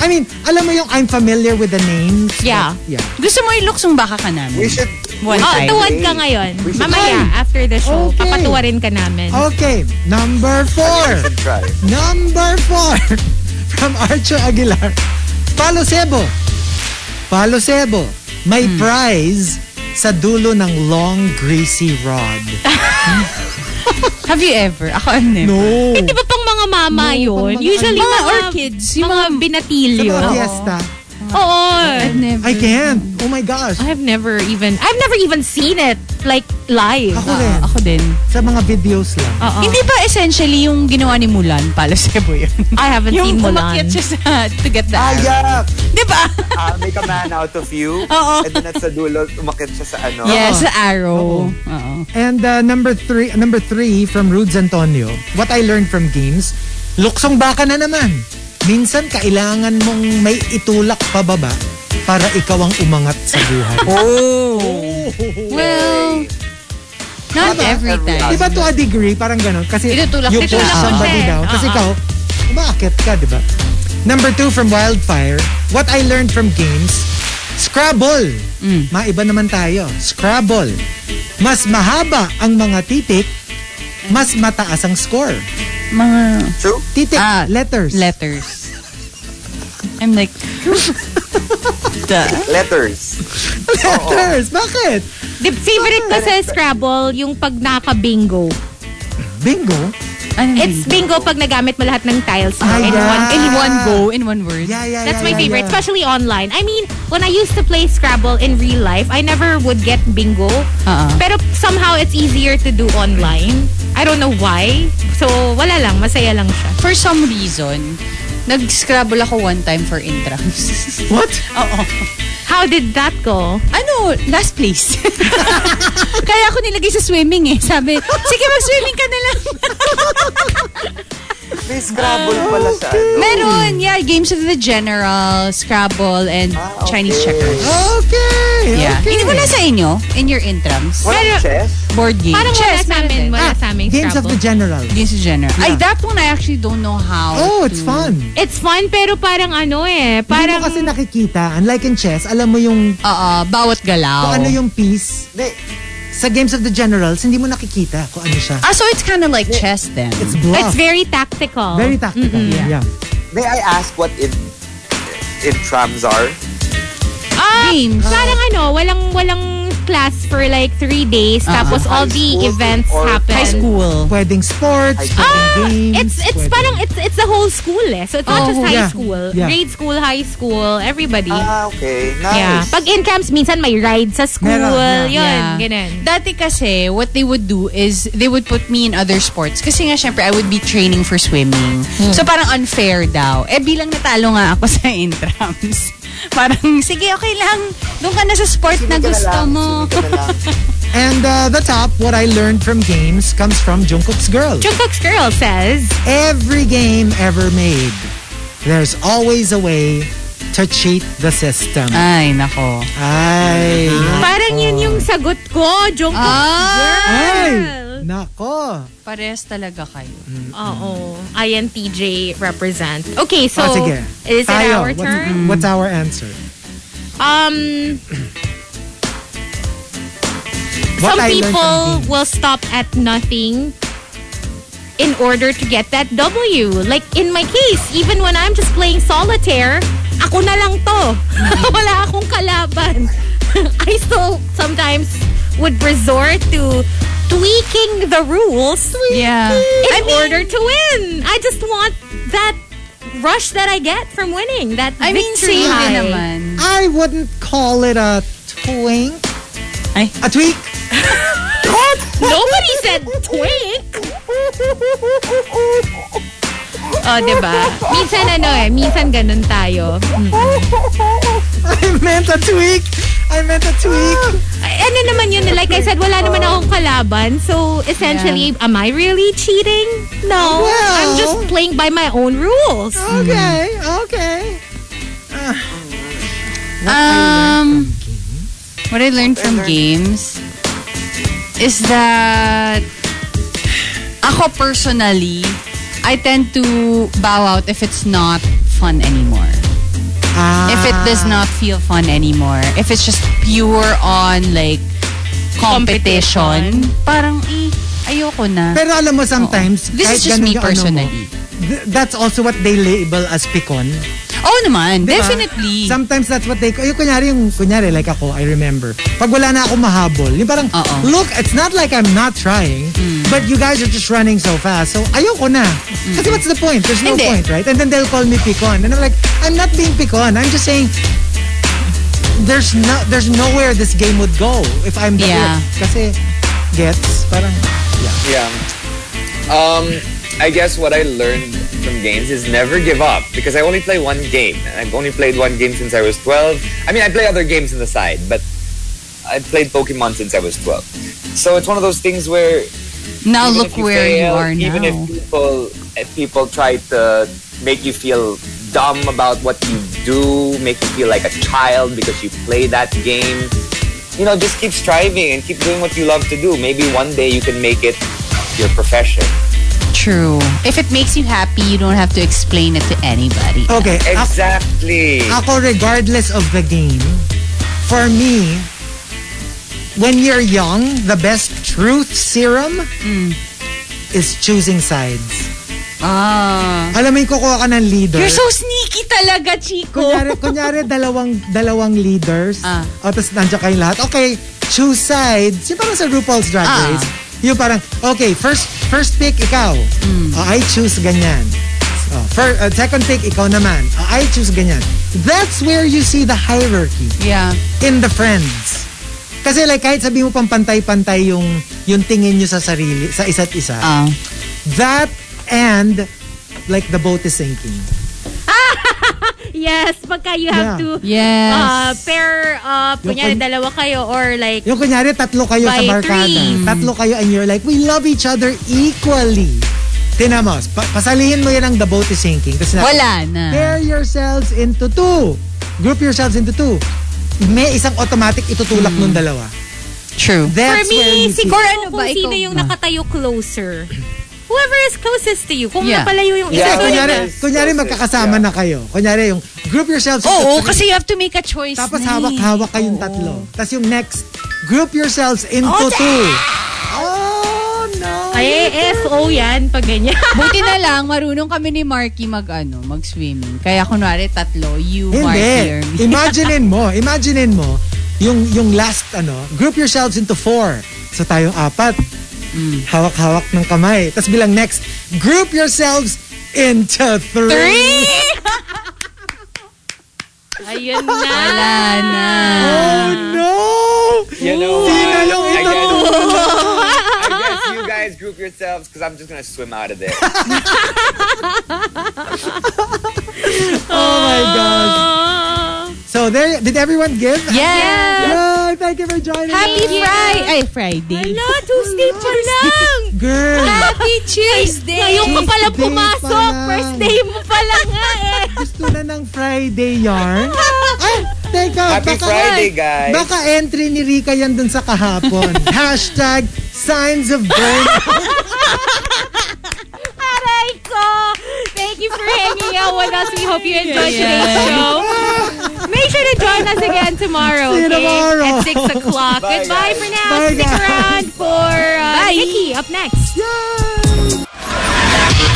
[SPEAKER 4] I mean, alam mo yung I'm familiar with the names. but
[SPEAKER 1] Yeah.
[SPEAKER 4] Yeah.
[SPEAKER 2] Gusto mo yung luksong baka ka namin?
[SPEAKER 5] We should...
[SPEAKER 2] One
[SPEAKER 1] Oh,
[SPEAKER 2] time.
[SPEAKER 1] tuwad ka ngayon.
[SPEAKER 5] We should
[SPEAKER 1] Mamaya, after the show,
[SPEAKER 4] Okay. Oh.
[SPEAKER 1] papatuwa rin ka namin.
[SPEAKER 4] Okay, number
[SPEAKER 2] [laughs]
[SPEAKER 4] four.
[SPEAKER 5] Try.
[SPEAKER 4] Number 4 [laughs] from Archo Aguilar. Palo Sebo. Palo Sebo. May prize sa dulo ng long greasy rod.
[SPEAKER 2] Have you ever? Ako never.
[SPEAKER 4] No.
[SPEAKER 1] Eh, Di ba pang mga mama
[SPEAKER 4] No,
[SPEAKER 1] yun?
[SPEAKER 4] pang mga-
[SPEAKER 1] Usually,
[SPEAKER 2] Mga
[SPEAKER 1] mga,
[SPEAKER 2] orchids, yung
[SPEAKER 1] mga
[SPEAKER 2] mga-
[SPEAKER 4] Sa
[SPEAKER 1] binatilyo.
[SPEAKER 4] mga fiesta.
[SPEAKER 1] Oo.
[SPEAKER 2] Never.
[SPEAKER 4] I can't. Oh my gosh.
[SPEAKER 1] I've never even, I've never even seen it, like, live.
[SPEAKER 4] Ako
[SPEAKER 2] Ah,
[SPEAKER 4] rin.
[SPEAKER 2] ako din.
[SPEAKER 4] Sa mga videos lang.
[SPEAKER 1] Oo.
[SPEAKER 2] Hindi ba essentially yung ginawa ni Mulan pala sa Cebu yun?
[SPEAKER 1] I haven't
[SPEAKER 2] [laughs]
[SPEAKER 1] seen
[SPEAKER 2] yung
[SPEAKER 1] Mulan.
[SPEAKER 2] umakyat siya sa to get the
[SPEAKER 5] Ah,
[SPEAKER 2] arrow.
[SPEAKER 5] yeah.
[SPEAKER 2] Di ba?
[SPEAKER 5] Ah, make a man out of [laughs] you.
[SPEAKER 2] Oo.
[SPEAKER 5] And then at sa dulo, umakit siya sa ano.
[SPEAKER 2] [laughs] Yes, the arrow. Oo.
[SPEAKER 4] And uh, number three, number three from Rudes Antonio. What I learned from games, luksong baka na naman. Minsan kailangan mong may itulak pababa para ikaw ang umangat sa buhay.
[SPEAKER 2] Oh. Well, not
[SPEAKER 4] Diba?
[SPEAKER 2] every
[SPEAKER 4] Di
[SPEAKER 2] time.
[SPEAKER 4] ba to a degree, parang gano'n? Kasi
[SPEAKER 2] Tinutulak-
[SPEAKER 4] you
[SPEAKER 2] tinutulak
[SPEAKER 4] push
[SPEAKER 2] mo
[SPEAKER 4] somebody
[SPEAKER 1] siya eh.
[SPEAKER 4] down. Kasi
[SPEAKER 1] Oo.
[SPEAKER 4] ikaw, umaakit ka, di ba? Number two from Wildfire, what I learned from games, Scrabble.
[SPEAKER 1] Mm.
[SPEAKER 4] Maiba naman tayo. Scrabble. Mas mahaba ang mga titik, mas mataas ang score.
[SPEAKER 2] Mga
[SPEAKER 5] True?
[SPEAKER 4] Titik,
[SPEAKER 2] Ah,
[SPEAKER 4] letters.
[SPEAKER 2] letters. I'm like, [laughs] duh.
[SPEAKER 5] Letters.
[SPEAKER 4] [laughs] letters. Bakit?
[SPEAKER 1] The favorite ko sa Scrabble, yung pag naka-bingo.
[SPEAKER 4] Bingo?
[SPEAKER 2] Ano
[SPEAKER 1] It's bingo pag nagamit mo lahat ng tiles mo
[SPEAKER 4] Ah,
[SPEAKER 1] in
[SPEAKER 4] yeah.
[SPEAKER 1] one.
[SPEAKER 2] in one go, in one word.
[SPEAKER 4] Yeah, yeah,
[SPEAKER 1] That's my
[SPEAKER 4] yeah, yeah,
[SPEAKER 1] favorite,
[SPEAKER 4] yeah.
[SPEAKER 1] especially online. I mean, when I used to play Scrabble in real life, I never would get bingo.
[SPEAKER 2] Uh-uh.
[SPEAKER 1] Pero somehow it's easier to do online. I don't know why. So, wala lang. Masaya lang siya.
[SPEAKER 2] For some reason, nag-scrabble ako one time for intrams.
[SPEAKER 4] What?
[SPEAKER 2] [laughs] Oo.
[SPEAKER 1] How did that go?
[SPEAKER 2] Ano, last place. [laughs] Kaya ako nilagay sa swimming eh. Sabi, sige mag-swimming ka na lang. [laughs]
[SPEAKER 5] May Scrabble
[SPEAKER 2] Ah.
[SPEAKER 5] pala sa ano.
[SPEAKER 2] Meron, yeah, Games of the General, Scrabble, and
[SPEAKER 5] Ah, okay.
[SPEAKER 2] Chinese checkers.
[SPEAKER 4] Okay.
[SPEAKER 2] Yeah.
[SPEAKER 4] okay.
[SPEAKER 2] Hindi wala sa inyo, in your intrams.
[SPEAKER 5] Walang chess?
[SPEAKER 2] Board game.
[SPEAKER 1] Parang wala
[SPEAKER 2] Chess,
[SPEAKER 1] sa
[SPEAKER 2] meron
[SPEAKER 1] amin.
[SPEAKER 2] din.
[SPEAKER 1] Wala sa amin
[SPEAKER 4] Games of
[SPEAKER 1] Scrabble.
[SPEAKER 4] the General.
[SPEAKER 2] Games of General. Ay, that one I actually don't know how
[SPEAKER 4] Oh, it's
[SPEAKER 2] to-
[SPEAKER 4] fun.
[SPEAKER 1] It's fun, pero parang ano eh. Parang...
[SPEAKER 4] Parang, Hindi mo kasi nakikita. Unlike in chess, alam mo yung
[SPEAKER 2] Oo, Uh-uh, bawat galaw.
[SPEAKER 4] kung ano yung piece.
[SPEAKER 5] Hindi.
[SPEAKER 4] Sa Games of the Generals, hindi mo nakikita kung ano siya.
[SPEAKER 2] Ah, so it's kind of like chess then.
[SPEAKER 4] It's bluff.
[SPEAKER 1] It's very tactical.
[SPEAKER 4] very tactical. Yeah.
[SPEAKER 5] May I ask what in in trams are?
[SPEAKER 1] Ah,
[SPEAKER 2] Games.
[SPEAKER 1] Parang ano, Ah, walang walang class for like three days. Tapos all the
[SPEAKER 5] High school
[SPEAKER 1] events
[SPEAKER 5] or-
[SPEAKER 1] happen.
[SPEAKER 2] High school.
[SPEAKER 4] Pwedeng sports,
[SPEAKER 1] Ah,
[SPEAKER 4] pwedeng games.
[SPEAKER 1] it's it's
[SPEAKER 4] pwedeng-
[SPEAKER 1] parang it's it's the whole school eh. So it's
[SPEAKER 2] Oh,
[SPEAKER 1] not just high
[SPEAKER 4] yeah.
[SPEAKER 1] school,
[SPEAKER 4] Yeah.
[SPEAKER 1] grade school, high school, everybody.
[SPEAKER 5] Ah, okay. Nice.
[SPEAKER 1] yeah. Pag in camps minsan may ride sa school,
[SPEAKER 4] Meron,
[SPEAKER 1] yun,
[SPEAKER 2] Yeah.
[SPEAKER 1] ganun.
[SPEAKER 2] Dati kasi, what they would do is they would put me in other sports. Kasi nga, syempre, I would be training for swimming.
[SPEAKER 1] Hmm.
[SPEAKER 2] So, parang unfair daw. Eh, bilang natalo nga ako [laughs] sa intrams. Parang, sige, okay lang. Doon ka na sa sport na gusto mo.
[SPEAKER 4] And uh, the top, what I learned from games comes from Jungkook's girl.
[SPEAKER 1] Jungkook's girl says,
[SPEAKER 4] Every game ever made, there's always a way to cheat the system.
[SPEAKER 1] Ah.
[SPEAKER 2] Ay, nako.
[SPEAKER 4] Ay.
[SPEAKER 1] parang yun yung sagot ko, Jungkook's girl.
[SPEAKER 4] Ah. Ay. Nako.
[SPEAKER 2] Pares talaga kayo.
[SPEAKER 1] Oo. INTJ represent. Okay, so
[SPEAKER 4] Ah, sige.
[SPEAKER 1] is it
[SPEAKER 4] Tayo,
[SPEAKER 1] our
[SPEAKER 4] what's-
[SPEAKER 1] turn?
[SPEAKER 4] What's, our answer?
[SPEAKER 1] Um,
[SPEAKER 4] What
[SPEAKER 1] some
[SPEAKER 4] I learned from
[SPEAKER 1] people
[SPEAKER 4] games.
[SPEAKER 1] will stop at nothing in order to get that W. Like in my case, even when I'm just playing solitaire, ako na lang to. [laughs] Wala akong kalaban. [laughs] I still sometimes would resort to tweaking the rules
[SPEAKER 2] Yeah.
[SPEAKER 1] in
[SPEAKER 2] I mean-
[SPEAKER 1] order to win. I just want that rush that I get from winning. That
[SPEAKER 2] I mean,
[SPEAKER 1] victory
[SPEAKER 2] same
[SPEAKER 1] high.
[SPEAKER 2] din naman.
[SPEAKER 4] I wouldn't call it a twink.
[SPEAKER 2] Ay.
[SPEAKER 4] A tweak?
[SPEAKER 1] Nobody said [laughs] twink. Oh, diba?
[SPEAKER 2] [laughs]
[SPEAKER 1] Minsan ano eh, minsan ganun tayo. Mm.
[SPEAKER 4] I meant a tweak. I meant a tweak.
[SPEAKER 1] Ay, Ano naman yun, like I said, wala naman akong kalaban. So, essentially, am I really cheating? No.
[SPEAKER 4] Well-
[SPEAKER 1] I'm just playing by my own rules.
[SPEAKER 4] Okay, okay.
[SPEAKER 2] Um, what I learned from games is that ako personally, I tend to bow out if it's not fun anymore.
[SPEAKER 4] Ah,
[SPEAKER 2] If it does not feel fun anymore. If it's just pure on like competition, parang eh, ayoko na.
[SPEAKER 4] Pero alam mo, sometimes,
[SPEAKER 2] This
[SPEAKER 4] kahit
[SPEAKER 2] is just
[SPEAKER 4] ganun
[SPEAKER 2] me
[SPEAKER 4] yung ano mo,
[SPEAKER 2] personally.
[SPEAKER 4] th- that's also what they label as pikon.
[SPEAKER 2] Oh naman,
[SPEAKER 4] Diba?
[SPEAKER 2] definitely.
[SPEAKER 4] Sometimes that's what they, yung kunyari, yung kunyari, like ako, I remember, pag wala na ako mahabol, yung parang,
[SPEAKER 2] Oo. Mm.
[SPEAKER 4] look, it's not like I'm not trying, but you guys are just running so fast, so ayoko na. Kasi what's the point? There's no
[SPEAKER 2] Hindi.
[SPEAKER 4] point, right? And then they'll call me pikon. And I'm like, I'm not being pikon. I'm just saying, there's no, there's nowhere this game would go if I'm the
[SPEAKER 2] Yeah.
[SPEAKER 4] hook. Kasi, gets, parang,
[SPEAKER 5] [laughs] Yeah. Um, I guess what I learned from games is never give up because I only play one game. And I've only played one game since I was 12. I mean, I play other games on the side, but I played Pokemon since I was 12. So it's one of those things where
[SPEAKER 2] now
[SPEAKER 5] even
[SPEAKER 2] look
[SPEAKER 5] if you
[SPEAKER 2] where you
[SPEAKER 5] fail,
[SPEAKER 2] are now.
[SPEAKER 5] even if people if people try to make you feel dumb about what you do, make you feel like a child because you play that game. You know, just keep striving and keep doing what you love to do. Maybe one day you can make it your profession.
[SPEAKER 2] True. If it makes you happy, you don't have to explain it to anybody.
[SPEAKER 4] okay, ako-
[SPEAKER 5] Exactly.
[SPEAKER 4] Ako, regardless of the game, for me, when you're young, the best truth serum is choosing sides.
[SPEAKER 2] Ah.
[SPEAKER 4] Alam mo yung kukuha ka ng leader.
[SPEAKER 2] You're so sneaky talaga, Chico.
[SPEAKER 4] kunyari, kunyari, dalawang, dalawang leaders.
[SPEAKER 2] Ah.
[SPEAKER 4] O, tapos nandiyan kayong lahat. Okay, choose sides. Yung parang sa RuPaul's Drag
[SPEAKER 2] Ah.
[SPEAKER 4] Race. Yung parang, okay, first first pick, ikaw.
[SPEAKER 2] Hmm.
[SPEAKER 4] O, I choose ganyan. Oh, fir- uh, second pick, ikaw naman. O, I choose ganyan. That's where you see the hierarchy.
[SPEAKER 2] Yeah.
[SPEAKER 4] in the friends. Kasi like kahit sabi mo pang pantay-pantay yung yung tingin nyo sa sarili, sa isa't isa.
[SPEAKER 2] Ah.
[SPEAKER 4] That and like the boat is sinking.
[SPEAKER 1] Yes, pagka you have
[SPEAKER 4] Yeah.
[SPEAKER 1] to
[SPEAKER 2] Yes.
[SPEAKER 1] uh, pair up,
[SPEAKER 4] Yung
[SPEAKER 1] kunyari
[SPEAKER 4] kun-
[SPEAKER 1] dalawa kayo or like,
[SPEAKER 4] Yung kunyari tatlo kayo sa
[SPEAKER 1] By
[SPEAKER 4] barkada.
[SPEAKER 1] three.
[SPEAKER 4] Tatlo kayo and you're like, we love each other equally. Tinamos, pa- pasalihin mo yan ang the boat is sinking. Tapos sinabi,
[SPEAKER 2] Wala na.
[SPEAKER 4] Pair yourselves into two. Group yourselves into two. May isang automatic itutulak nung dalawa.
[SPEAKER 2] True.
[SPEAKER 1] Hmm. for
[SPEAKER 4] That's where
[SPEAKER 1] me,
[SPEAKER 4] you see-
[SPEAKER 1] siguro
[SPEAKER 2] Or ano ba,
[SPEAKER 1] kung sino
[SPEAKER 2] ikaw
[SPEAKER 1] yung
[SPEAKER 2] ba?
[SPEAKER 1] nakatayo closer. Whoever is closest to you. Kung
[SPEAKER 2] Yeah.
[SPEAKER 1] napalayo yung isa
[SPEAKER 5] Yeah.
[SPEAKER 1] doon,
[SPEAKER 4] kunyari,
[SPEAKER 5] Yes.
[SPEAKER 4] kunyari
[SPEAKER 5] Yes,
[SPEAKER 4] magkakasama
[SPEAKER 5] yeah.
[SPEAKER 4] na kayo. Kunyari yung group
[SPEAKER 1] Oh,
[SPEAKER 4] yourselves into
[SPEAKER 2] Oo,
[SPEAKER 4] three.
[SPEAKER 2] kasi you have to make a choice.
[SPEAKER 4] Tapos
[SPEAKER 2] na eh.
[SPEAKER 4] hawak-hawak kayong tatlo. Tapos yung next, group yourselves into two. Oh, no.
[SPEAKER 1] Ay, eh, FO yan, pag ganyan.
[SPEAKER 2] Buti na lang, marunong kami ni Marky mag, ano, mag-swimming. Kaya kunwari tatlo, you, [laughs]
[SPEAKER 4] Hindi.
[SPEAKER 2] Marky, or me.
[SPEAKER 4] Imaginein mo, imaginein mo, yung, yung last, ano, group yourselves into four. So tayong apat. Hawak-hawak ng kamay. Tapos bilang next, group yourselves into three.
[SPEAKER 1] Three! Ayun na. Wala na.
[SPEAKER 4] Oh no!
[SPEAKER 5] You know
[SPEAKER 4] Sino
[SPEAKER 5] what?
[SPEAKER 4] yung
[SPEAKER 5] I
[SPEAKER 4] ito?
[SPEAKER 5] guess, I guess you guys group yourselves because I'm just gonna swim out
[SPEAKER 2] [laughs]
[SPEAKER 5] of there.
[SPEAKER 4] Oh my gosh. So there, did everyone give?
[SPEAKER 2] Yes!
[SPEAKER 4] Yay! Thank you for joining
[SPEAKER 2] Happy
[SPEAKER 4] us.
[SPEAKER 2] Friday! Ay, Friday.
[SPEAKER 1] Wala, Ano? Tuesday pa lang.
[SPEAKER 4] Girl!
[SPEAKER 1] Happy Tuesday. Ngayon ka pala
[SPEAKER 4] Tuesday
[SPEAKER 1] pumasok.
[SPEAKER 4] pa lang.
[SPEAKER 1] First day mo pala nga eh.
[SPEAKER 4] Gusto na ng Friday yarn? Ay, teka.
[SPEAKER 5] Happy
[SPEAKER 4] baka,
[SPEAKER 5] Friday, guys.
[SPEAKER 4] Baka entry ni Rika yan dun sa kahapon.
[SPEAKER 5] [laughs]
[SPEAKER 4] Hashtag signs of burnout.
[SPEAKER 1] Aray ko. Thank you for hanging out with us. We hope you enjoyed today's show. Make sure to join us again tomorrow.
[SPEAKER 4] See you
[SPEAKER 1] okay?
[SPEAKER 4] tomorrow.
[SPEAKER 1] At 6 o'clock.
[SPEAKER 5] Bye,
[SPEAKER 1] Goodbye
[SPEAKER 5] guys.
[SPEAKER 1] for now.
[SPEAKER 4] Bye,
[SPEAKER 1] Stick
[SPEAKER 4] guys.
[SPEAKER 1] around for uh, Nikki up next.
[SPEAKER 4] Yay!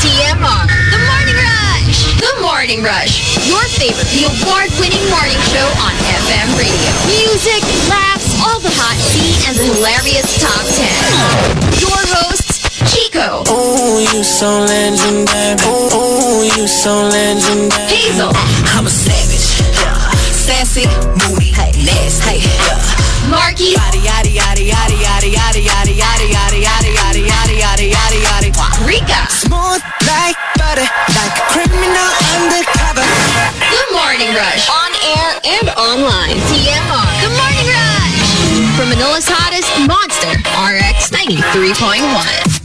[SPEAKER 6] TMR, The Morning Rush. The Morning Rush. Your favorite, the award-winning morning show on FM radio. Music, laughs, all the hot tea, and the hilarious top 10. Your hosts, Chico,
[SPEAKER 7] Ooh, you so legendary. Ooh, you so legendary.
[SPEAKER 6] Hazel,
[SPEAKER 8] I'm a savage. Yeah. Sassy, moody, hey, nasty. Hey, yeah.
[SPEAKER 6] Marky,
[SPEAKER 8] Yadi yadi yadi yadi yadi yadi yadi yadi yadi yadi yadi yadi yadi yadi yadi.
[SPEAKER 6] Rika.
[SPEAKER 7] Smooth like butter, like a criminal undercover.
[SPEAKER 6] The Morning Rush. On air and online. TMR. The Morning Rush. From Manila's hottest monster, RX 93.1.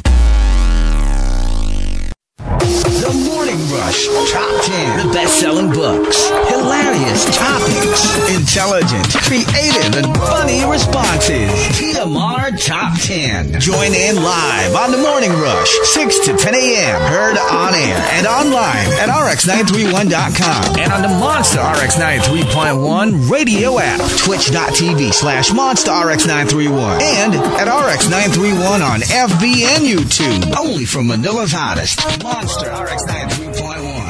[SPEAKER 9] The Morning Rush Top 10. The best-selling books, hilarious topics, intelligent, creative, and funny responses. TMR Top 10. Join in live on The Morning Rush, 6 to 10 a.m. Heard on air and online at rx931.com and on the Monster RX 931 radio app, twitch.tv slash Monster RX 931 and at RX 931 on FB and YouTube. Only from Manila's hottest. Monster RX 93.1.